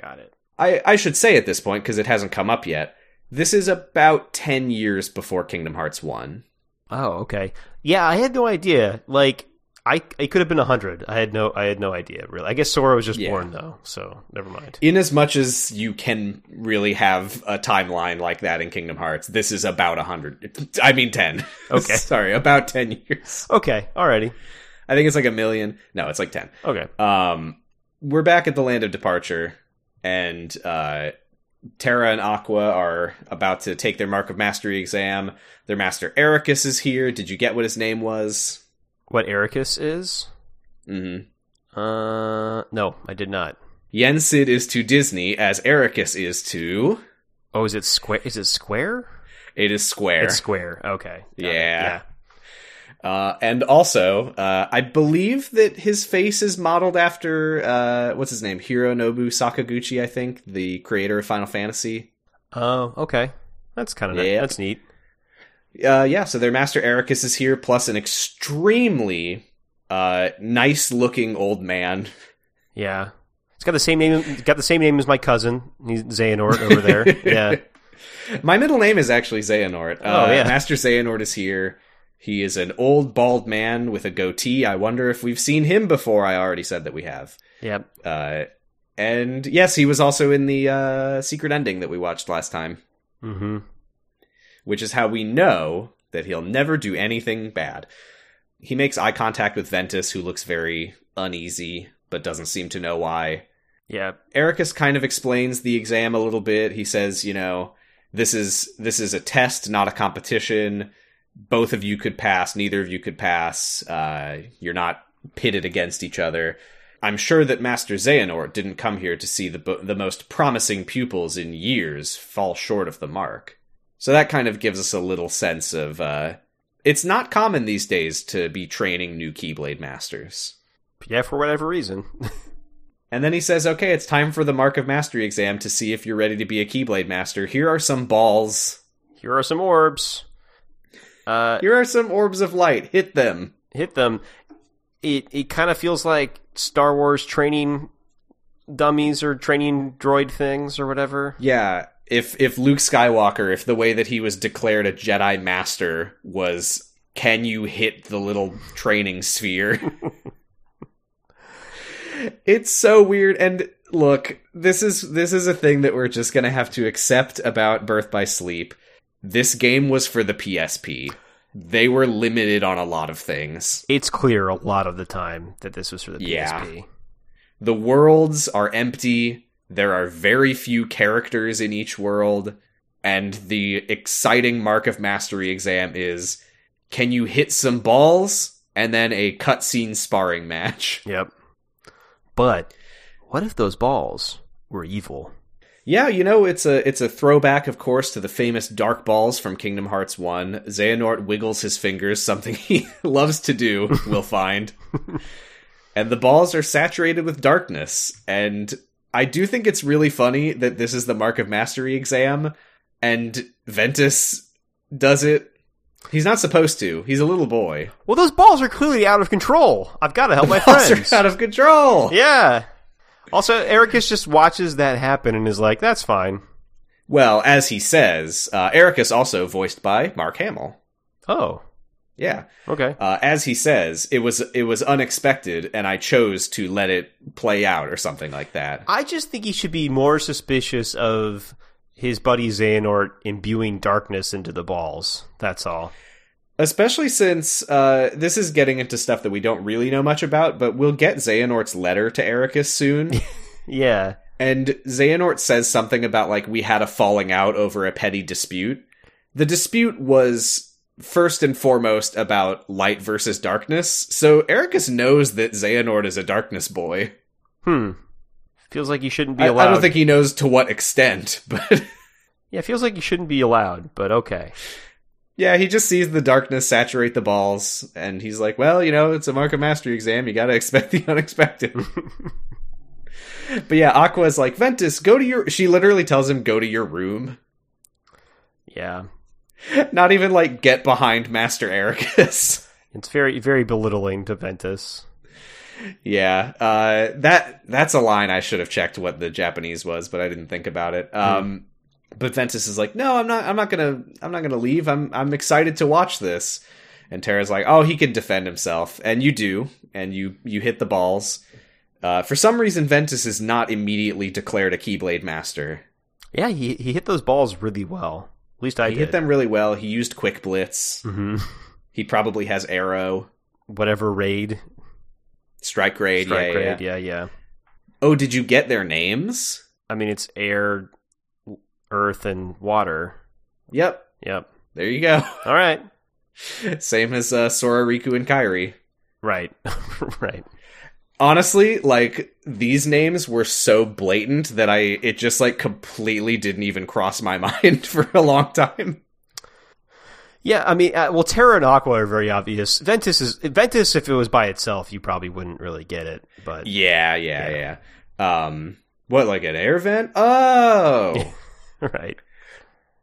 [SPEAKER 2] Got it.
[SPEAKER 1] I, I should say at this point, because it hasn't come up yet, this is about 10 years before Kingdom Hearts 1.
[SPEAKER 2] Oh, okay. Yeah, I had no idea. Like I it could have been 100. I had no I had no idea really. I guess Sora was just
[SPEAKER 1] Yeah.
[SPEAKER 2] born though, so never mind.
[SPEAKER 1] In as much as you can really have a timeline like that in Kingdom Hearts, this is about 100. I mean, (laughs) 10.
[SPEAKER 2] Okay.
[SPEAKER 1] Sorry, about 10 years.
[SPEAKER 2] Okay. Alrighty.
[SPEAKER 1] I think it's like a million. No, it's like 10.
[SPEAKER 2] Okay.
[SPEAKER 1] Um, we're back at the land of departure, and uh, Terra and Aqua are about to take their Mark of Mastery exam. Their master Ericus is here. Did you get what his name was?
[SPEAKER 2] What Ericus is?
[SPEAKER 1] hmm.
[SPEAKER 2] Uh no, I did not.
[SPEAKER 1] Yensid is to Disney as Ericus is to.
[SPEAKER 2] Oh, is it square? Is it square?
[SPEAKER 1] It is Square.
[SPEAKER 2] It's square. Okay. Got it.
[SPEAKER 1] Yeah. uh, and also, uh, I believe that his face is modeled after uh, what's his name, Hironobu Sakaguchi, I think, the creator of Final Fantasy.
[SPEAKER 2] Oh, okay. That's kind of
[SPEAKER 1] Yeah.
[SPEAKER 2] that's neat.
[SPEAKER 1] Uh, yeah, so their master Ericus is here, plus an extremely uh, nice-looking old man.
[SPEAKER 2] Yeah. It's got the same name. It's got the same name as my cousin. He's Xehanort over there. yeah.
[SPEAKER 1] My middle name is actually Xehanort.
[SPEAKER 2] Oh,
[SPEAKER 1] uh,
[SPEAKER 2] yeah.
[SPEAKER 1] Master Xehanort is here. He is an old bald man with a goatee. I wonder if we've seen him before. I already said that we have.
[SPEAKER 2] Yeah.
[SPEAKER 1] Uh, and yes, he was also in the uh, secret ending that we watched last time,
[SPEAKER 2] Mm-hmm.
[SPEAKER 1] which is how we know that he'll never do anything bad. He makes eye contact with Ventus, who looks very uneasy but doesn't seem to know why.
[SPEAKER 2] Yeah.
[SPEAKER 1] Ericus kind of explains the exam a little bit. He says, you know, this is this is a test, not a competition. both of you could pass, neither of you could pass. Uh, you're not pitted against each other. I'm sure that Master Xehanort didn't come here to see the bo- the most promising pupils in years fall short of the mark. So that kind of gives us a little sense of uh, it's not common these days to be training new Keyblade masters.
[SPEAKER 2] Yeah, for whatever reason. (laughs)
[SPEAKER 1] And then he says, "Okay, it's time for the Mark of Mastery exam to see if you're ready to be a Keyblade master. Here are some balls.
[SPEAKER 2] Here are some orbs. Uh,
[SPEAKER 1] Here are some orbs of light. Hit them."
[SPEAKER 2] hit them. It it kind of feels like Star Wars training dummies or training droid things or whatever.
[SPEAKER 1] Yeah, if if Luke Skywalker, if the way that he was declared a Jedi master was can you hit the little training sphere? it's so weird and look, this is this is a thing that we're just going to have to accept about Birth by Sleep. This game was for the PSP. They were limited on a lot of things.
[SPEAKER 2] It's clear a lot of the time that this was for the PSP.
[SPEAKER 1] Yeah. The worlds are empty. There are very few characters in each world. And the exciting Mark of Mastery exam is can you hit some balls? And then a cutscene sparring match.
[SPEAKER 2] Yep. But what if those balls were evil?
[SPEAKER 1] Yeah, you know, it's a it's a throwback, of course, to the famous dark balls from Kingdom Hearts 1. Xehanort wiggles his fingers, something (laughs) he loves to do, we'll
[SPEAKER 2] (laughs)
[SPEAKER 1] find. and the balls are saturated with darkness. And I do think it's really funny that this is the Mark of Mastery exam, and Ventus does it. He's not supposed to. He's a little boy.
[SPEAKER 2] Well, those balls are clearly out of control. I've got to help my
[SPEAKER 1] Balls
[SPEAKER 2] friends.
[SPEAKER 1] are (laughs) out of control.
[SPEAKER 2] yeah. Also, Ericus just watches that happen and is like, "That's fine."
[SPEAKER 1] Well, as he says, uh, Ericus also voiced by Mark Hamill.
[SPEAKER 2] Oh,
[SPEAKER 1] Yeah.
[SPEAKER 2] okay.
[SPEAKER 1] Uh, as he says, it was it was unexpected, and I chose to let it play out, or something like that.
[SPEAKER 2] I just think he should be more suspicious of his buddy Xehanort imbuing darkness into the balls. That's all.
[SPEAKER 1] Especially since uh, this is getting into stuff that we don't really know much about, but we'll get Xehanort's letter to Ericus
[SPEAKER 2] (laughs)
[SPEAKER 1] soon,
[SPEAKER 2] Yeah.
[SPEAKER 1] and Xehanort says something about like we had a falling out over a petty dispute. The dispute was first and foremost about light versus darkness, so Ericus knows that Xehanort is a darkness boy.
[SPEAKER 2] Hmm. Feels like you shouldn't be
[SPEAKER 1] I,
[SPEAKER 2] allowed.
[SPEAKER 1] I don't think he knows to what extent, (laughs) but.
[SPEAKER 2] yeah, feels like you shouldn't be allowed, but okay.
[SPEAKER 1] Yeah, he just sees the darkness saturate the balls, and he's like, "Well, you know, it's a mark of mastery exam. You gotta expect (laughs) the unexpected." but yeah, Aqua's like, "Ventus, go to your." She literally tells him, "Go to your room." (laughs)
[SPEAKER 2] Yeah.
[SPEAKER 1] Not even like get behind Master Ericus.
[SPEAKER 2] It's very very belittling to Ventus.
[SPEAKER 1] yeah, uh, that that's a line I should have checked what the Japanese was, but I didn't think about
[SPEAKER 2] Hmm.
[SPEAKER 1] it. Um, But Ventus is like, "No, I'm not. I'm not gonna. I'm not gonna leave. I'm. I'm excited to watch this." And Tara's like, "Oh, he can defend himself," and you do, and you you hit the balls. Uh, for some reason, Ventus is not immediately declared a Keyblade master.
[SPEAKER 2] Yeah, he he hit those balls really well. At least I
[SPEAKER 1] He
[SPEAKER 2] did.
[SPEAKER 1] hit them really well. He used Quick Blitz.
[SPEAKER 2] Mhm.
[SPEAKER 1] He probably has Arrow,
[SPEAKER 2] Whatever raid,
[SPEAKER 1] Strike Grade.
[SPEAKER 2] strike
[SPEAKER 1] yeah,
[SPEAKER 2] raid,
[SPEAKER 1] yeah.
[SPEAKER 2] yeah, yeah.
[SPEAKER 1] Oh, did you get their names?
[SPEAKER 2] I mean, it's air, earth, and water.
[SPEAKER 1] Yep.
[SPEAKER 2] Yep.
[SPEAKER 1] There you go.
[SPEAKER 2] All right.
[SPEAKER 1] Same as uh, Sora, Riku, and Kairi.
[SPEAKER 2] Right. (laughs) right.
[SPEAKER 1] honestly like these names were so blatant that i it just like completely didn't even cross my (laughs) mind for a long time
[SPEAKER 2] Yeah, I mean, uh, well, Terra and Aqua are very obvious. Ventus is Ventus. If it was by itself, you probably wouldn't really get it. But
[SPEAKER 1] yeah yeah yeah, um what like an air vent oh
[SPEAKER 2] (laughs) right,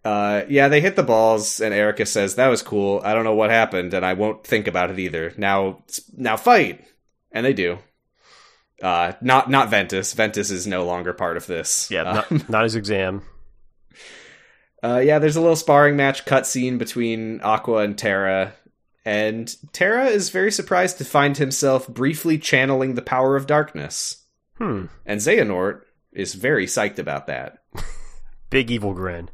[SPEAKER 1] uh yeah they hit the balls and erica says that was cool i don't know what happened and i won't think about it either now now fight and they do uh not not ventus ventus is no longer part of this
[SPEAKER 2] yeah,
[SPEAKER 1] Uh, (laughs)
[SPEAKER 2] not, not his exam.
[SPEAKER 1] Uh, yeah, there's a little sparring match cutscene between Aqua and Terra, and Terra is very surprised to find himself briefly channeling the power of darkness,
[SPEAKER 2] Hmm.
[SPEAKER 1] and Xehanort is very psyched about that. (laughs)
[SPEAKER 2] Big evil grin.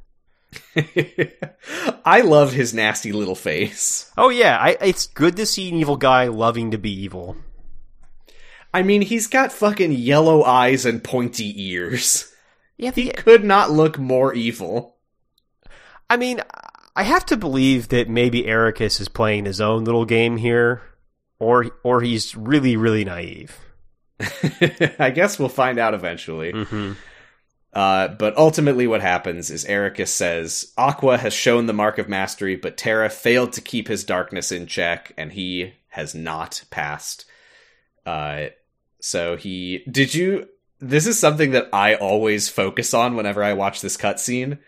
[SPEAKER 1] I love his nasty little face.
[SPEAKER 2] Oh yeah, I, it's good to see an evil guy loving to be evil.
[SPEAKER 1] I mean, he's got fucking yellow eyes and pointy ears.
[SPEAKER 2] Yeah,
[SPEAKER 1] He could not look more evil.
[SPEAKER 2] I mean, I have to believe that maybe Ericus is playing his own little game here, or or he's really really naive.
[SPEAKER 1] (laughs) I guess we'll find out eventually.
[SPEAKER 2] Mm-hmm.
[SPEAKER 1] Uh, but ultimately, what happens is Ericus says Aqua has shown the mark of mastery, but Terra failed to keep his darkness in check, and he has not passed. Uh, so he did you. This is something that I always focus on whenever I watch this cutscene.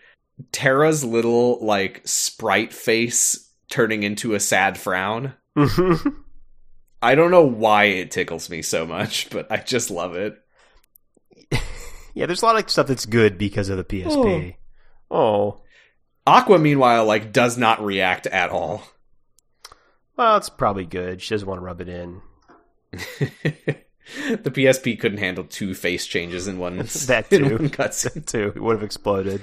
[SPEAKER 1] Terra's little like sprite face turning into a sad frown.
[SPEAKER 2] Mm-hmm. (laughs)
[SPEAKER 1] I don't know why it tickles me so much, but I just love it.
[SPEAKER 2] yeah, there's a lot of stuff that's good because of the PSP. Oh,
[SPEAKER 1] Aqua, meanwhile, like does not react at all.
[SPEAKER 2] well, it's probably good. She doesn't want to rub it in.
[SPEAKER 1] (laughs) the PSP couldn't handle two face changes in one
[SPEAKER 2] (laughs) That
[SPEAKER 1] (laughs) in
[SPEAKER 2] too.
[SPEAKER 1] one cutscene.
[SPEAKER 2] Too, it would have exploded.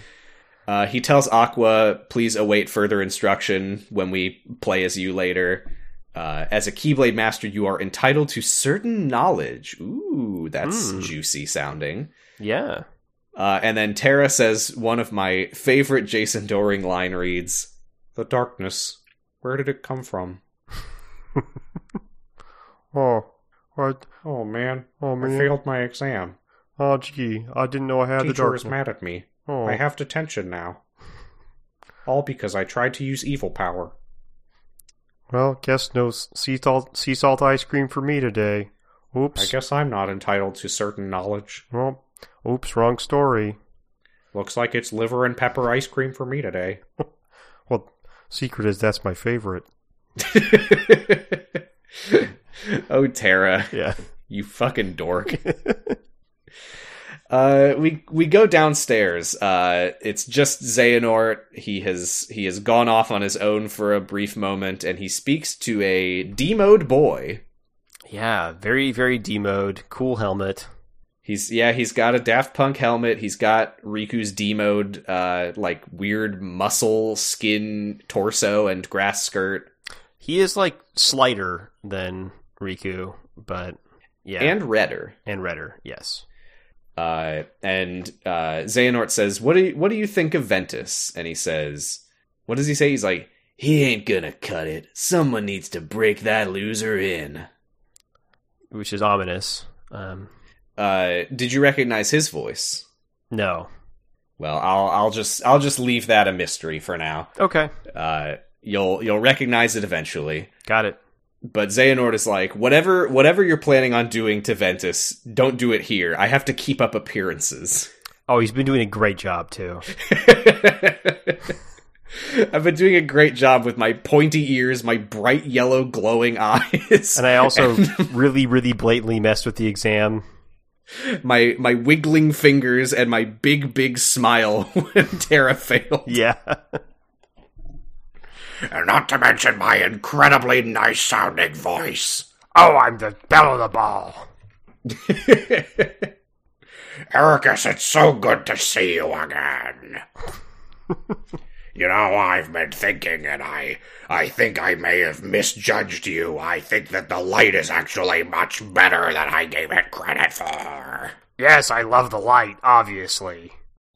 [SPEAKER 1] Uh, he tells Aqua, "Please await further instruction when we play as you later. Uh, as a Keyblade Master, you are entitled to certain knowledge. Ooh, that's
[SPEAKER 2] Mm.
[SPEAKER 1] juicy sounding."
[SPEAKER 2] Yeah.
[SPEAKER 1] Uh, and then Tara says one of my favorite Jason Doring line reads, "The darkness. Where did it come from?
[SPEAKER 2] Oh, I,
[SPEAKER 1] Oh man,
[SPEAKER 2] oh
[SPEAKER 1] I failed my exam.
[SPEAKER 2] Oh gee, I didn't know I had
[SPEAKER 1] Teacher is mad at me.
[SPEAKER 2] Oh.
[SPEAKER 1] I have detention now. All because I tried to use evil power."
[SPEAKER 2] Well, guess no sea salt, sea salt ice cream for me today.
[SPEAKER 1] I
[SPEAKER 2] Oops.
[SPEAKER 1] guess I'm not entitled to certain knowledge.
[SPEAKER 2] Well, oops, wrong story.
[SPEAKER 1] Looks like it's liver and pepper ice cream for me today.
[SPEAKER 2] Well, secret is that's my favorite.
[SPEAKER 1] (laughs) oh, Tara,
[SPEAKER 2] Yeah.
[SPEAKER 1] (laughs) you fucking (laughs) dork. uh, we we go downstairs. Uh, it's just Xehanort. He has he has gone off on his own for a brief moment, and he speaks to a demoed boy.
[SPEAKER 2] Yeah, very, very demode. Cool helmet.
[SPEAKER 1] He's yeah, he's got a Daft Punk helmet. He's got Riku's demoed uh, like weird muscle skin torso and grass skirt.
[SPEAKER 2] He is like slighter than Riku, but yeah.
[SPEAKER 1] and redder.
[SPEAKER 2] and redder, yes.
[SPEAKER 1] Uh, and uh, Xehanort says, "What do you, what do you think of Ventus?" And he says, "What does he say?" He's like, "He ain't gonna cut it. Someone needs to break that loser in."
[SPEAKER 2] Which is ominous. Um
[SPEAKER 1] Uh, did you recognize his voice?
[SPEAKER 2] no.
[SPEAKER 1] Well, I'll I'll just I'll just leave that a mystery for now.
[SPEAKER 2] Okay.
[SPEAKER 1] Uh, you'll you'll recognize it eventually.
[SPEAKER 2] Got it.
[SPEAKER 1] But Xehanort is like, whatever whatever you're planning on doing to Ventus, don't do it here. I have to keep up appearances. (laughs)
[SPEAKER 2] Oh, he's been doing a great job too.
[SPEAKER 1] I've been doing a great job with my pointy ears, my bright yellow glowing (laughs) eyes,
[SPEAKER 2] And I (laughs) also really, really blatantly messed with the exam.
[SPEAKER 1] my my wiggling fingers, and my big big smile (laughs) when Terra failed.
[SPEAKER 2] Yeah.
[SPEAKER 3] And not to mention my incredibly nice sounding voice.
[SPEAKER 2] Oh, I'm the bell of the ball.
[SPEAKER 3] Ericus, it's so good to see you again. (laughs) you know, I've been thinking, and I, I think I may have misjudged you. I think that the light is actually much better than I gave it credit for.
[SPEAKER 6] Yes, I love the light, obviously.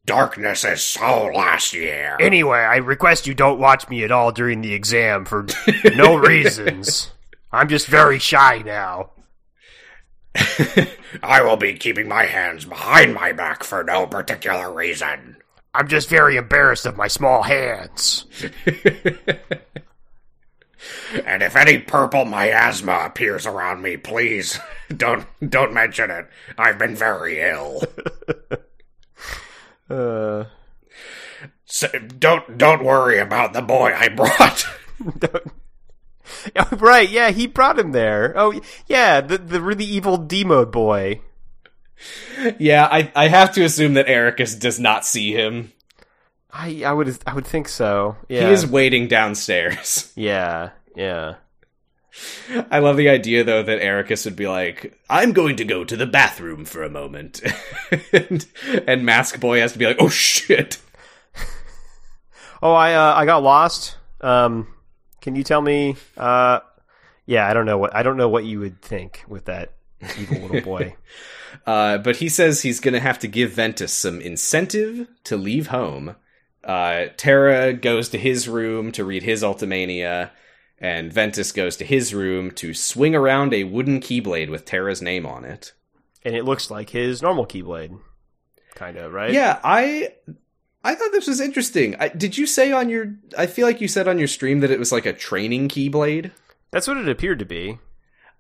[SPEAKER 3] Darkness is so last year.
[SPEAKER 6] Anyway, I request you don't watch me at all during the exam for
[SPEAKER 2] (laughs)
[SPEAKER 6] no reasons. I'm just very shy now.
[SPEAKER 3] I will be keeping my hands behind my back for no particular reason.
[SPEAKER 6] I'm just very embarrassed of my small hands.
[SPEAKER 3] And if any purple miasma appears around me, please (laughs) don't don't mention it. I've been very ill. (laughs)
[SPEAKER 2] Uh (laughs)
[SPEAKER 3] So, don't don't worry about the boy I (laughs) brought.
[SPEAKER 2] Oh, right, yeah, he brought him there. Oh, yeah, the the really evil demo boy.
[SPEAKER 1] (laughs) Yeah, I I have to assume that Ericus does not see him.
[SPEAKER 2] I I would I would think so. Yeah,
[SPEAKER 1] He is waiting downstairs. (laughs)
[SPEAKER 2] Yeah, yeah.
[SPEAKER 1] I love the idea though that Ericus would be like, "I'm going to go to the bathroom for a moment," (laughs) and, and Mask Boy has to be like, "Oh shit."
[SPEAKER 2] Oh, I uh, I got lost. Um, can you tell me? Uh, yeah, I don't know what I don't know what you would think with that
[SPEAKER 1] (laughs)
[SPEAKER 2] evil little boy.
[SPEAKER 1] Uh, but he says he's going to have to give Ventus some incentive to leave home. Uh, Terra goes to his room to read his Ultimania, and Ventus goes to his room to swing around a wooden keyblade with Terra's name on it.
[SPEAKER 2] and it looks like his normal Keyblade, kind of right.
[SPEAKER 1] Yeah, I I thought this was interesting. I, did you say on your? I feel like you said on your stream that it was like a training keyblade.
[SPEAKER 2] that's what it appeared to be.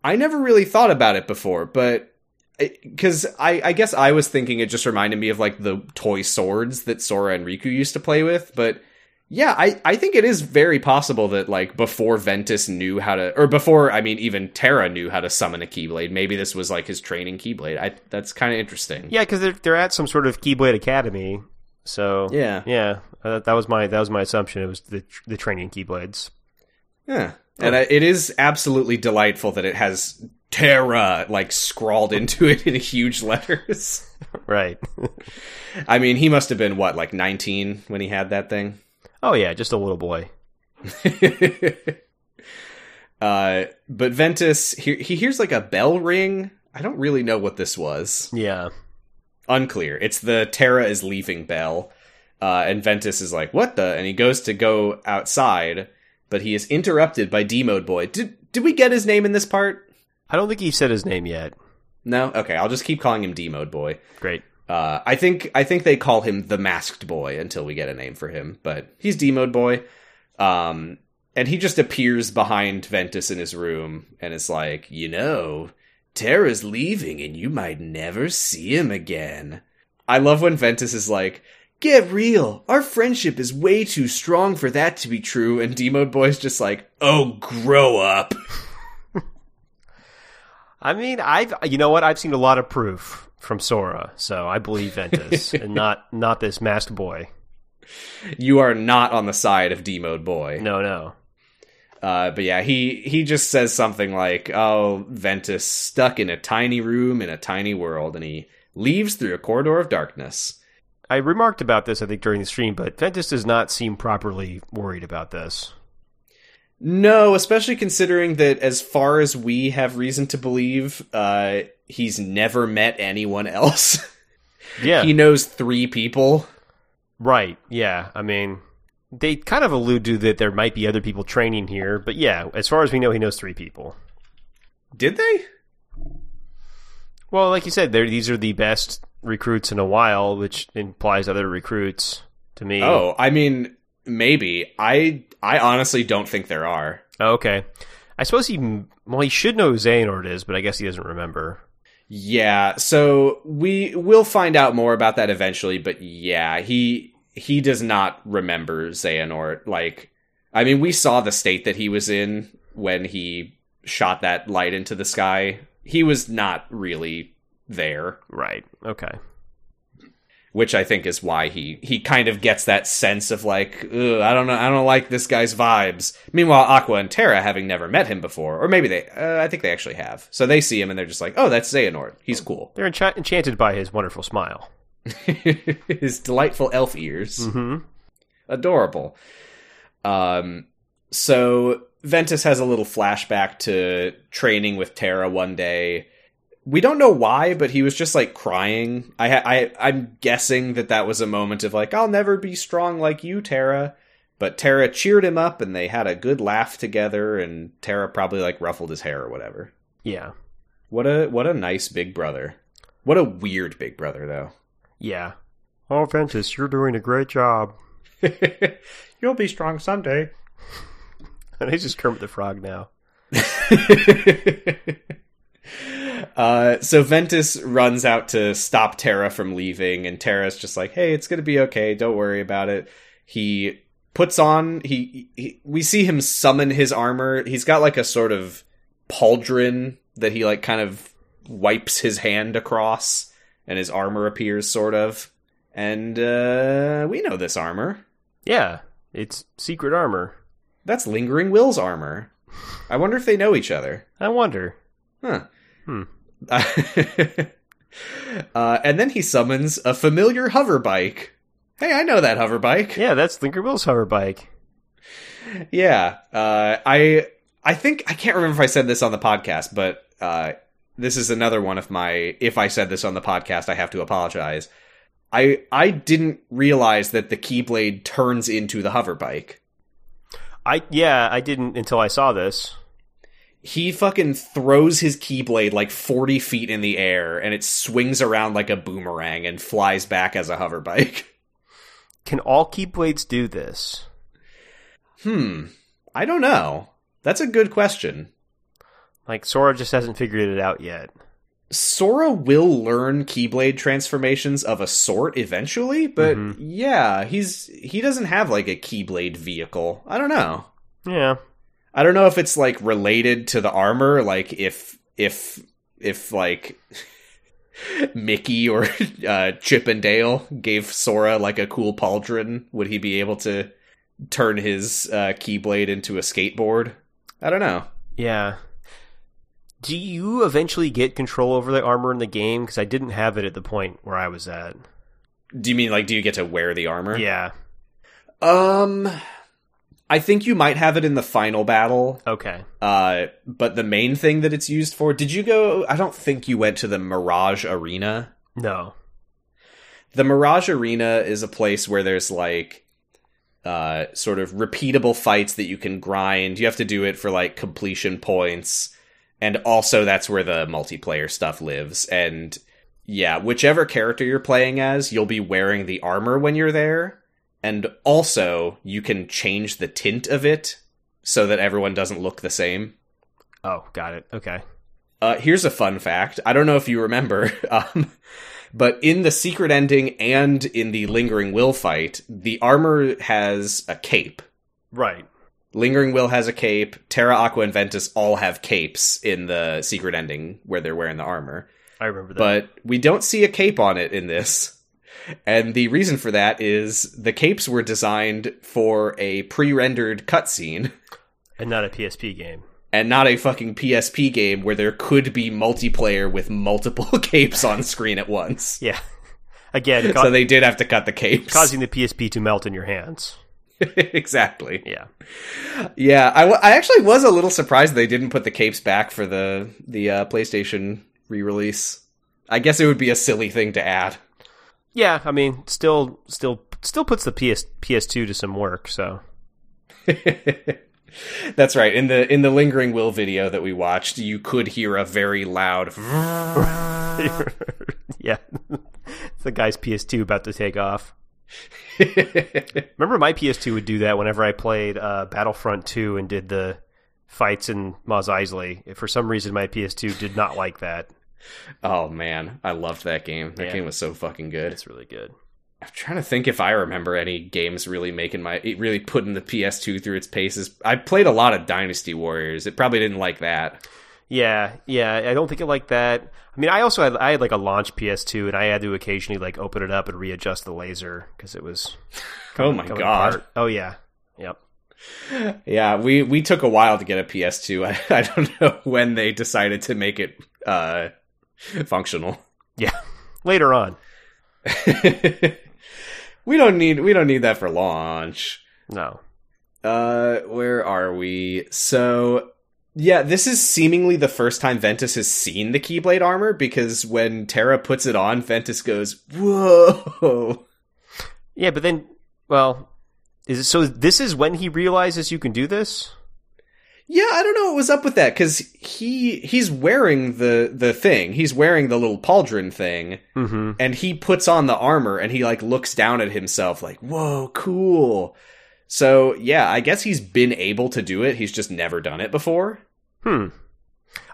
[SPEAKER 1] I never really thought about it before, but because I, I guess I was thinking it just reminded me of like the toy swords that Sora and Riku used to play with. But yeah, I, I think it is very possible that like before Ventus knew how to, or before I mean even Terra knew how to summon a Keyblade, maybe this was like his training Keyblade. I that's kind of interesting.
[SPEAKER 2] Yeah, because they're they're at some sort of Keyblade Academy. So
[SPEAKER 1] Yeah.
[SPEAKER 2] yeah, uh, that was my that was my assumption. It was the the training Keyblades.
[SPEAKER 1] Yeah. And I, it is absolutely delightful that it has Terra like scrawled (laughs) into it in huge letters.
[SPEAKER 2] Right. (laughs)
[SPEAKER 1] I mean, he must have been what, like 19 when he had that thing? (laughs)
[SPEAKER 2] oh yeah, just a little boy.
[SPEAKER 1] uh, but Ventus, he, he hears like a bell ring. I don't really know what this was.
[SPEAKER 2] Yeah.
[SPEAKER 1] Unclear. It's the Terra is leaving bell. Uh, and Ventus is like, what the? And he goes to go outside, but he is interrupted by D Mode Boy. Did, did we get his name in this part?
[SPEAKER 2] I don't think he said his name yet.
[SPEAKER 1] No? Okay, I'll just keep calling him D Mode Boy.
[SPEAKER 2] Great.
[SPEAKER 1] Uh, I think I think they call him the Masked Boy until we get a name for him, but he's Demode Boy, um, and he just appears behind Ventus in his room and is like, you know, Terra's leaving, and you might never see him again. I love when Ventus is like, get real, our friendship is way too strong for that to be true, and Demode Boy's just like, oh, grow up.
[SPEAKER 2] I mean, I've you know what? I've seen a lot of proof from Sora, so I believe
[SPEAKER 1] (laughs)
[SPEAKER 2] Ventus and not not this masked boy.
[SPEAKER 1] You are not on the side of Demode Boy.
[SPEAKER 2] No, no.
[SPEAKER 1] Uh, but yeah, he he just says something like, "Oh, Ventus stuck in a tiny room in a tiny world," and he leaves through a corridor of darkness.
[SPEAKER 2] I remarked about this I think during the stream, but Ventus does not seem properly worried about this.
[SPEAKER 1] No, especially considering that, as far as we have reason to believe, uh, he's never met anyone else. (laughs)
[SPEAKER 2] Yeah.
[SPEAKER 1] he knows three people.
[SPEAKER 2] Right. Yeah. I mean, they kind of allude to that there might be other people training here, but yeah, as far as we know, he knows three people.
[SPEAKER 1] Did they?
[SPEAKER 2] Well, like you said, they're- these are the best recruits in a while, which implies other recruits to me.
[SPEAKER 1] Oh, I mean, maybe. I I honestly don't think there are.
[SPEAKER 2] Oh, okay. I suppose he, well, he should know who Xehanort is, but I guess he doesn't remember.
[SPEAKER 1] Yeah, so we will find out more about that eventually, but yeah, he he does not remember Xehanort. Like I mean, we saw the state that he was in when he shot that light into the sky. He was not really there,
[SPEAKER 2] Right. Okay.
[SPEAKER 1] which I think is why he he kind of gets that sense of like, Ugh, I don't know, I don't like this guy's vibes. Meanwhile, Aqua and Terra having never met him before, or maybe they uh, I think they actually have. So they see him and they're just like, "Oh, that's Xehanort. He's cool."
[SPEAKER 2] They're encha- enchanted by his wonderful smile.
[SPEAKER 1] (laughs) his delightful elf ears.
[SPEAKER 2] Mm-hmm.
[SPEAKER 1] Adorable. Um, so Ventus has a little flashback to training with Terra one day. We don't know why, but he was just like crying. I, ha- I, I'm guessing that that was a moment of like, I'll never be strong like you, Terra. But Terra cheered him up, and they had a good laugh together. And Terra probably like ruffled his hair or whatever.
[SPEAKER 2] Yeah.
[SPEAKER 1] What a what a nice big brother. What a weird big brother though.
[SPEAKER 2] (laughs) Yeah.
[SPEAKER 6] Oh, Ventus, you're doing a great job.
[SPEAKER 1] You'll be strong someday.
[SPEAKER 2] And he's just Kermit the Frog now.
[SPEAKER 1] (laughs) uh, so Ventus runs out to stop Terra from leaving, and Terra's just like, "Hey, it's gonna be okay. Don't worry about it." He puts on he, he we see him summon his armor. He's got like a sort of pauldron that he like kind of wipes his hand across, and his armor appears sort of. And uh, we know this armor.
[SPEAKER 2] Yeah. It's secret armor.
[SPEAKER 1] That's Lingering Will's armor. I wonder if they know each other. (laughs)
[SPEAKER 2] I wonder.
[SPEAKER 1] Huh.
[SPEAKER 2] Hmm.
[SPEAKER 1] uh, and then he summons a familiar hover bike. Hey, I know that hover bike.
[SPEAKER 2] Yeah, that's Linker Will's hover bike.
[SPEAKER 1] Yeah. Uh, I I think I can't remember if I said this on the podcast, but uh, this is another one of my if I said this on the podcast, I have to apologize. I I didn't realize that the Keyblade turns into the hover bike.
[SPEAKER 2] I yeah, I didn't until I saw this.
[SPEAKER 1] He fucking throws his Keyblade like 40 feet in the air and it swings around like a boomerang and flies back as a hover bike.
[SPEAKER 2] Can all Keyblades do this?
[SPEAKER 1] (laughs) Hmm. I don't know. That's a good question.
[SPEAKER 2] Like Sora just hasn't figured it out yet.
[SPEAKER 1] Sora will learn Keyblade transformations of a sort eventually, but
[SPEAKER 2] Mhm.
[SPEAKER 1] yeah, he's he doesn't have like a Keyblade vehicle. I don't know.
[SPEAKER 2] Yeah.
[SPEAKER 1] I don't know if it's like related to the armor, like if if if like (laughs) Mickey or (laughs) uh, Chip and Dale gave Sora like a cool pauldron, would he be able to turn his uh, Keyblade into a skateboard? I don't know.
[SPEAKER 2] Yeah. Do you eventually get control over the armor in the game? Because I didn't have it at the point where I was at.
[SPEAKER 1] Do you mean like do you get to wear the armor?
[SPEAKER 2] Yeah.
[SPEAKER 1] Um, I think you might have it in the final battle.
[SPEAKER 2] Okay.
[SPEAKER 1] Uh, but the main thing that it's used for. Did you go? I don't think you went to the Mirage Arena.
[SPEAKER 2] No.
[SPEAKER 1] The Mirage Arena is a place where there's like. Uh, sort of repeatable fights that you can grind. You have to do it for like completion points, and also that's where the multiplayer stuff lives. And yeah, whichever character you're playing as, you'll be wearing the armor when you're there. And also, you can change the tint of it so that everyone doesn't look the same.
[SPEAKER 2] Oh, got it. Okay.
[SPEAKER 1] Uh, here's a fun fact. I don't know if you remember, (laughs) um, but in the secret ending and in the Lingering Will fight, the armor has a cape.
[SPEAKER 2] Right.
[SPEAKER 1] Lingering Will has a cape. Terra, Aqua, and Ventus all have capes in the secret ending where they're wearing the armor.
[SPEAKER 2] I remember that.
[SPEAKER 1] But we don't see a cape on it in this. And the reason for that is the capes were designed for a pre rendered cutscene (laughs)
[SPEAKER 2] and not a PSP game.
[SPEAKER 1] and not a fucking PSP game where there could be multiplayer with multiple (laughs) capes on screen at once.
[SPEAKER 2] Yeah. (laughs) Again, ca-
[SPEAKER 1] So they did have to cut the capes.
[SPEAKER 2] causing the PSP to melt in your hands.
[SPEAKER 1] (laughs) exactly.
[SPEAKER 2] Yeah.
[SPEAKER 1] Yeah, I, w- I actually was a little surprised they didn't put the capes back for the the uh, PlayStation re-release. I guess it would be a silly thing to add. (laughs)
[SPEAKER 2] Yeah. I mean, still, still, still puts the PS PS2 to some
[SPEAKER 1] (laughs)
[SPEAKER 2] work. So (laughs)
[SPEAKER 1] That's right. In the in the lingering will video that we watched, you could hear a very loud (laughs)
[SPEAKER 2] yeah, (laughs) it's the guy's PS2 about to take off. Remember, my PS2 would do that whenever I played uh, Battlefront 2 and did the fights in Mos Eisley. For some reason, my PS2 did not like that.
[SPEAKER 1] Oh man, I loved that game. That
[SPEAKER 2] Yeah.
[SPEAKER 1] game was so fucking good.
[SPEAKER 2] It's really good.
[SPEAKER 1] I'm trying to think if I remember any games really making my it really putting the PS2 through its paces. I played a lot of Dynasty Warriors. It probably didn't like that.
[SPEAKER 2] Yeah, yeah. I don't think it like that. I mean, I also had I had like a launch PS2, and I had to occasionally like open it up and readjust the laser because it was
[SPEAKER 1] Oh my
[SPEAKER 2] coming
[SPEAKER 1] god.
[SPEAKER 2] apart. Oh yeah, yep.
[SPEAKER 1] (laughs) Yeah, we we took a while to get a PS2. (laughs) I, I don't know when they decided to make it uh functional. (laughs)
[SPEAKER 2] Later on,
[SPEAKER 1] we don't need we don't need that for launch.
[SPEAKER 2] no.
[SPEAKER 1] Uh, where are we? So, yeah, this is seemingly the first time Ventus has seen the Keyblade armor because when Terra puts it on, Ventus goes, "Whoa!"
[SPEAKER 2] Yeah, but then, well, is it, so? This is when he realizes you can do this.
[SPEAKER 1] Yeah, I don't know what was up with that because he he's wearing the the thing, he's wearing the little pauldron thing,
[SPEAKER 2] Mm-hmm.
[SPEAKER 1] and he puts on the armor and he like looks down at himself like, "Whoa, cool." So yeah, I guess he's been able to do it. He's just never done it before.
[SPEAKER 2] Hmm.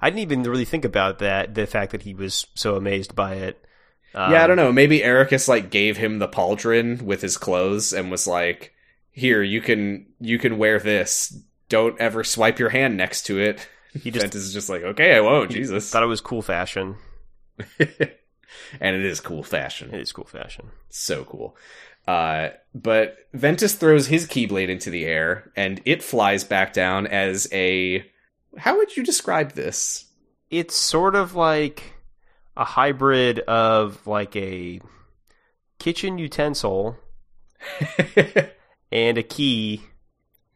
[SPEAKER 2] I didn't even really think about that. The fact that he was so amazed by it. Um,
[SPEAKER 1] yeah, I don't know. Maybe Ericus like gave him the pauldron with his clothes and was like, "Here, you can you can wear this. Don't ever swipe your hand next to it."
[SPEAKER 2] He just
[SPEAKER 1] Ventus is just like, "Okay, I won't." Jesus,
[SPEAKER 2] thought it was cool fashion.
[SPEAKER 1] (laughs) and it is cool fashion.
[SPEAKER 2] It is cool fashion.
[SPEAKER 1] so cool. Uh, but Ventus throws his Keyblade into the air, and it flies back down as a. How would you describe this? (laughs)
[SPEAKER 2] it's sort of like a hybrid of like a kitchen utensil and a key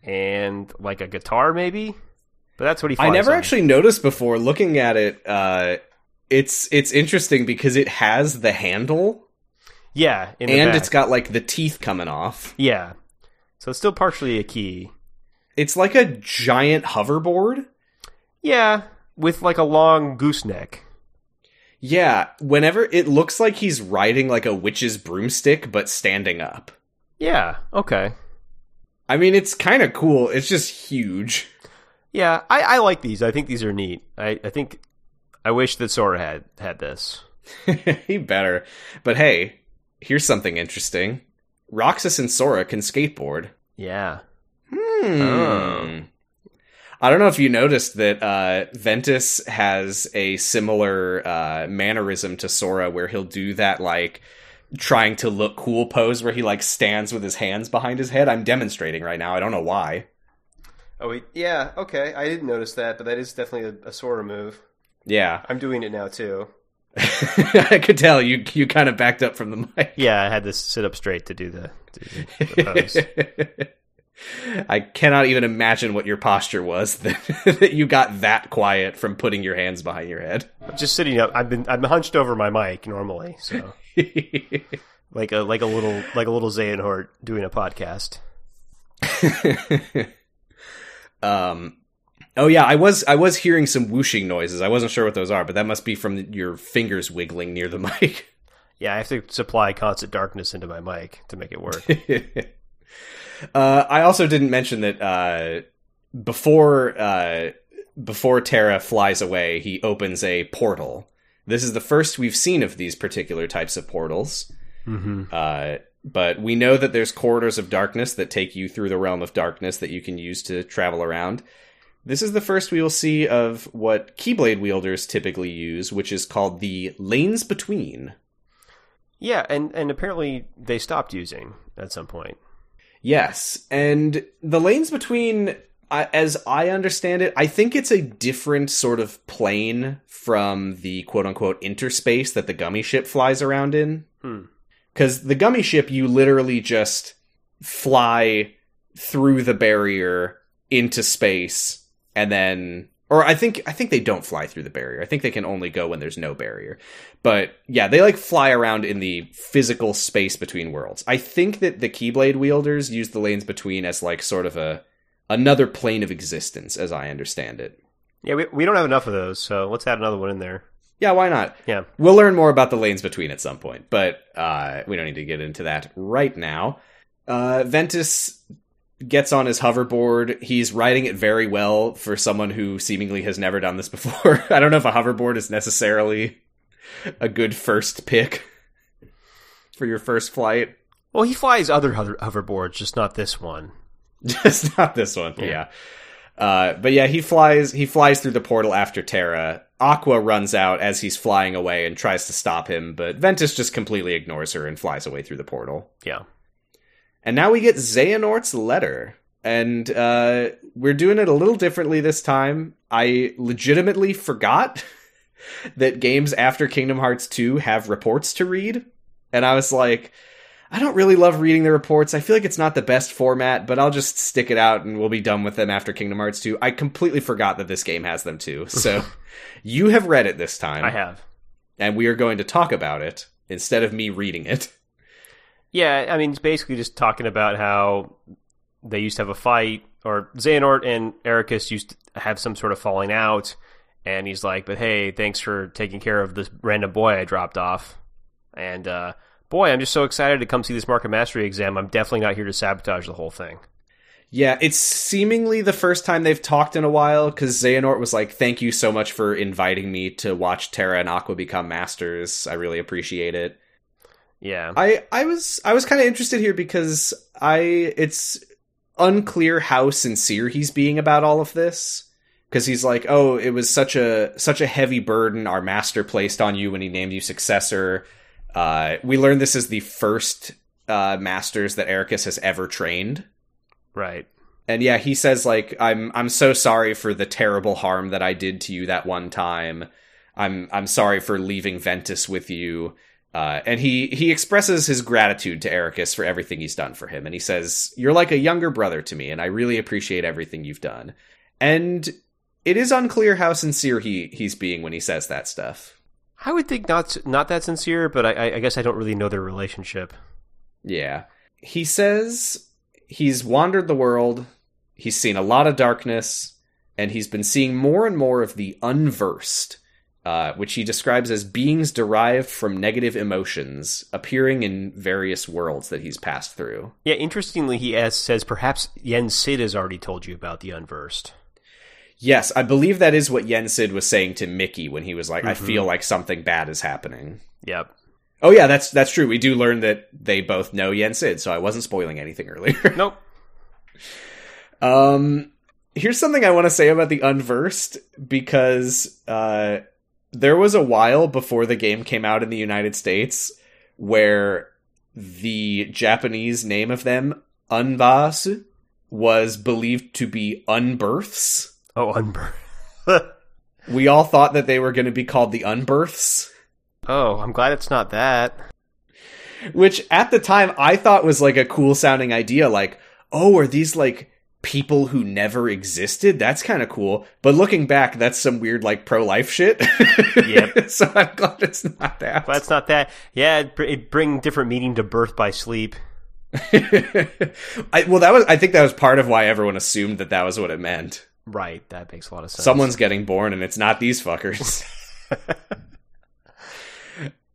[SPEAKER 2] and like a guitar maybe but that's what he
[SPEAKER 1] I
[SPEAKER 2] flies
[SPEAKER 1] never
[SPEAKER 2] on.
[SPEAKER 1] actually noticed before. Looking at it, uh, it's it's interesting because it has the handle
[SPEAKER 2] Yeah, in the
[SPEAKER 1] and
[SPEAKER 2] back.
[SPEAKER 1] it's got like the teeth coming off.
[SPEAKER 2] yeah. So it's still partially a key.
[SPEAKER 1] It's like a giant hoverboard.
[SPEAKER 2] Yeah, with like a long gooseneck.
[SPEAKER 1] Yeah, whenever it looks like he's riding like a witch's broomstick but standing up.
[SPEAKER 2] Yeah. Okay.
[SPEAKER 1] I mean, it's kind of cool. It's just huge. (laughs)
[SPEAKER 2] Yeah, I, I like these. I think these are neat. I, I think I wish that Sora had had this.
[SPEAKER 1] he better. But hey, here's something interesting. Roxas and Sora can skateboard.
[SPEAKER 2] Yeah.
[SPEAKER 1] Hmm. I don't know if you noticed that uh, Ventus has a similar uh, mannerism to Sora, where he'll do that like trying to look cool pose, where he like stands with his hands behind his head. I'm demonstrating right now. I don't know why.
[SPEAKER 2] Oh, wait, yeah. Okay, I didn't notice that, but that is definitely a, a Sora move.
[SPEAKER 1] Yeah, (laughs)
[SPEAKER 2] I'm doing it now too.
[SPEAKER 1] I could tell you you kind of backed up from the mic.
[SPEAKER 2] Yeah, I had to sit up straight to do the, to do the (laughs) pose.
[SPEAKER 1] (laughs) I cannot even imagine what your posture was (laughs) that, that you got that quiet from putting your hands behind your head.
[SPEAKER 2] I'm just sitting up. I've been I'm hunched over my mic normally, so
[SPEAKER 1] (laughs)
[SPEAKER 2] like a like a little like a little Xehanort doing a podcast.
[SPEAKER 1] (laughs) um oh yeah i was i was hearing some whooshing noises i wasn't sure what those are but that must be from your fingers wiggling near the (laughs) mic
[SPEAKER 2] Yeah, I have to supply constant darkness into my mic to make it (laughs) work.
[SPEAKER 1] uh i also didn't mention that uh before uh before terra flies away he opens a portal this is the first we've seen of these particular types of portals
[SPEAKER 2] mm-hmm.
[SPEAKER 1] uh but we know that there's corridors of darkness that take you through the realm of darkness that you can use to travel around. This is the first we will see of what Keyblade wielders typically use, which is called the Lanes Between.
[SPEAKER 2] Yeah, and and apparently they stopped using at some point.
[SPEAKER 1] Yes, and the Lanes Between, I- as I understand it, I think it's a different sort of plane from the quote unquote interspace that the gummy ship flies around in.
[SPEAKER 2] Hmm.
[SPEAKER 1] Because the gummy ship, you literally just fly through the barrier into space, and then, or I think I think they don't fly through the barrier. I think they can only go when there's no barrier. But yeah, they like fly around in the physical space between worlds. I think that the Keyblade wielders use the lanes between as like sort of a another plane of existence, as I understand it.
[SPEAKER 2] Yeah, we we don't have enough of those, so let's add another one in there.
[SPEAKER 1] Yeah, why not?
[SPEAKER 2] Yeah.
[SPEAKER 1] We'll learn more about the lanes between at some point, but uh, we don't need to get into that right now. Uh, Ventus gets on his hoverboard. He's riding it very well for someone who seemingly has never done this (laughs) before. I don't know if a hoverboard is necessarily a good first pick (laughs) for your first flight.
[SPEAKER 2] Well, he flies other hover- hoverboards, just not this one.
[SPEAKER 1] (laughs) Just not this one. Yeah. Uh, but yeah, he flies. He flies through the portal after Terra. Aqua runs out as he's flying away and tries to stop him, but Ventus just completely ignores her and flies away through the portal.
[SPEAKER 2] Yeah.
[SPEAKER 1] And now we get Xehanort's letter, and uh, we're doing it a little differently this time. I legitimately forgot (laughs) that games after Kingdom Hearts two have reports to read, and I was like, I don't really love reading the reports. I feel like it's not the best format, but I'll just stick it out and we'll be done with them after Kingdom Hearts 2. I completely forgot that this game has them
[SPEAKER 2] (laughs)
[SPEAKER 1] too. So you have read it this time.
[SPEAKER 2] I have.
[SPEAKER 1] And we are going to talk about it instead of me reading it.
[SPEAKER 2] Yeah, I mean, it's basically just talking about how they used to have a fight, or Xehanort and Ericus used to have some sort of falling out, and he's like, but hey, thanks for taking care of this random boy I dropped off. And, uh, boy, I'm just so excited to come see this Market Mastery exam. I'm definitely not here to sabotage the whole thing.
[SPEAKER 1] Yeah, it's seemingly the first time they've talked in a while because Xehanort was like, Thank you so much for inviting me to watch Terra and Aqua become masters. I really appreciate it.
[SPEAKER 2] Yeah.
[SPEAKER 1] I I was I was kind of interested here because I it's unclear how sincere he's being about all of this because he's like, "Oh, it was such a such a heavy burden our master placed on you when he named you successor." Uh, we learned this is the first uh, masters that Ericus has ever trained.
[SPEAKER 2] right.
[SPEAKER 1] And yeah, he says like I'm I'm so sorry for the terrible harm that I did to you that one time. I'm I'm sorry for leaving Ventus with you. Uh, and he he expresses his gratitude to Ericus for everything he's done for him. And he says, "You're like a younger brother to me, and I really appreciate everything you've done." And it is unclear how sincere he he's being when he says that stuff.
[SPEAKER 2] I would think not not that sincere, but I, I- I guess I don't really know their relationship.
[SPEAKER 1] Yeah. He says he's wandered the world, he's seen a lot of darkness, and he's been seeing more and more of the unversed, uh, which he describes as beings derived from negative emotions appearing in various worlds that he's passed through.
[SPEAKER 2] Yeah, interestingly, he asks, says perhaps Yen Sid has already told you about the unversed.
[SPEAKER 1] Yes, I believe that is what Yen Sid was saying to Mickey when he was like, I feel like something bad is happening.
[SPEAKER 2] Yep.
[SPEAKER 1] Oh yeah, that's that's true. We do learn that they both know Yen Sid, so I wasn't spoiling anything earlier.
[SPEAKER 2] Nope.
[SPEAKER 1] Um, here's something I want to say about the Unversed because uh, there was a while before the game came out in the United States where the Japanese name of them, Unvasu, was believed to be Unbirths.
[SPEAKER 2] Oh, (laughs) unbur.
[SPEAKER 1] We all thought that they were going to be called the Unbirths,
[SPEAKER 2] oh, I'm glad it's not that.
[SPEAKER 1] which at the time I thought was like a cool sounding idea. Like, oh, are these like people who never existed? That's kind of cool. But looking back, that's some weird like pro life shit. (laughs)
[SPEAKER 2] Yep.
[SPEAKER 1] so I'm glad it's not that.
[SPEAKER 2] Glad it's not that. Yeah, it, br- it bring different meaning to birth by sleep.
[SPEAKER 1] (laughs) I, well, that was. I think that was part of why everyone assumed that that was what it meant.
[SPEAKER 2] Right. That makes a lot of sense.
[SPEAKER 1] Someone's getting born, and it's not these fuckers.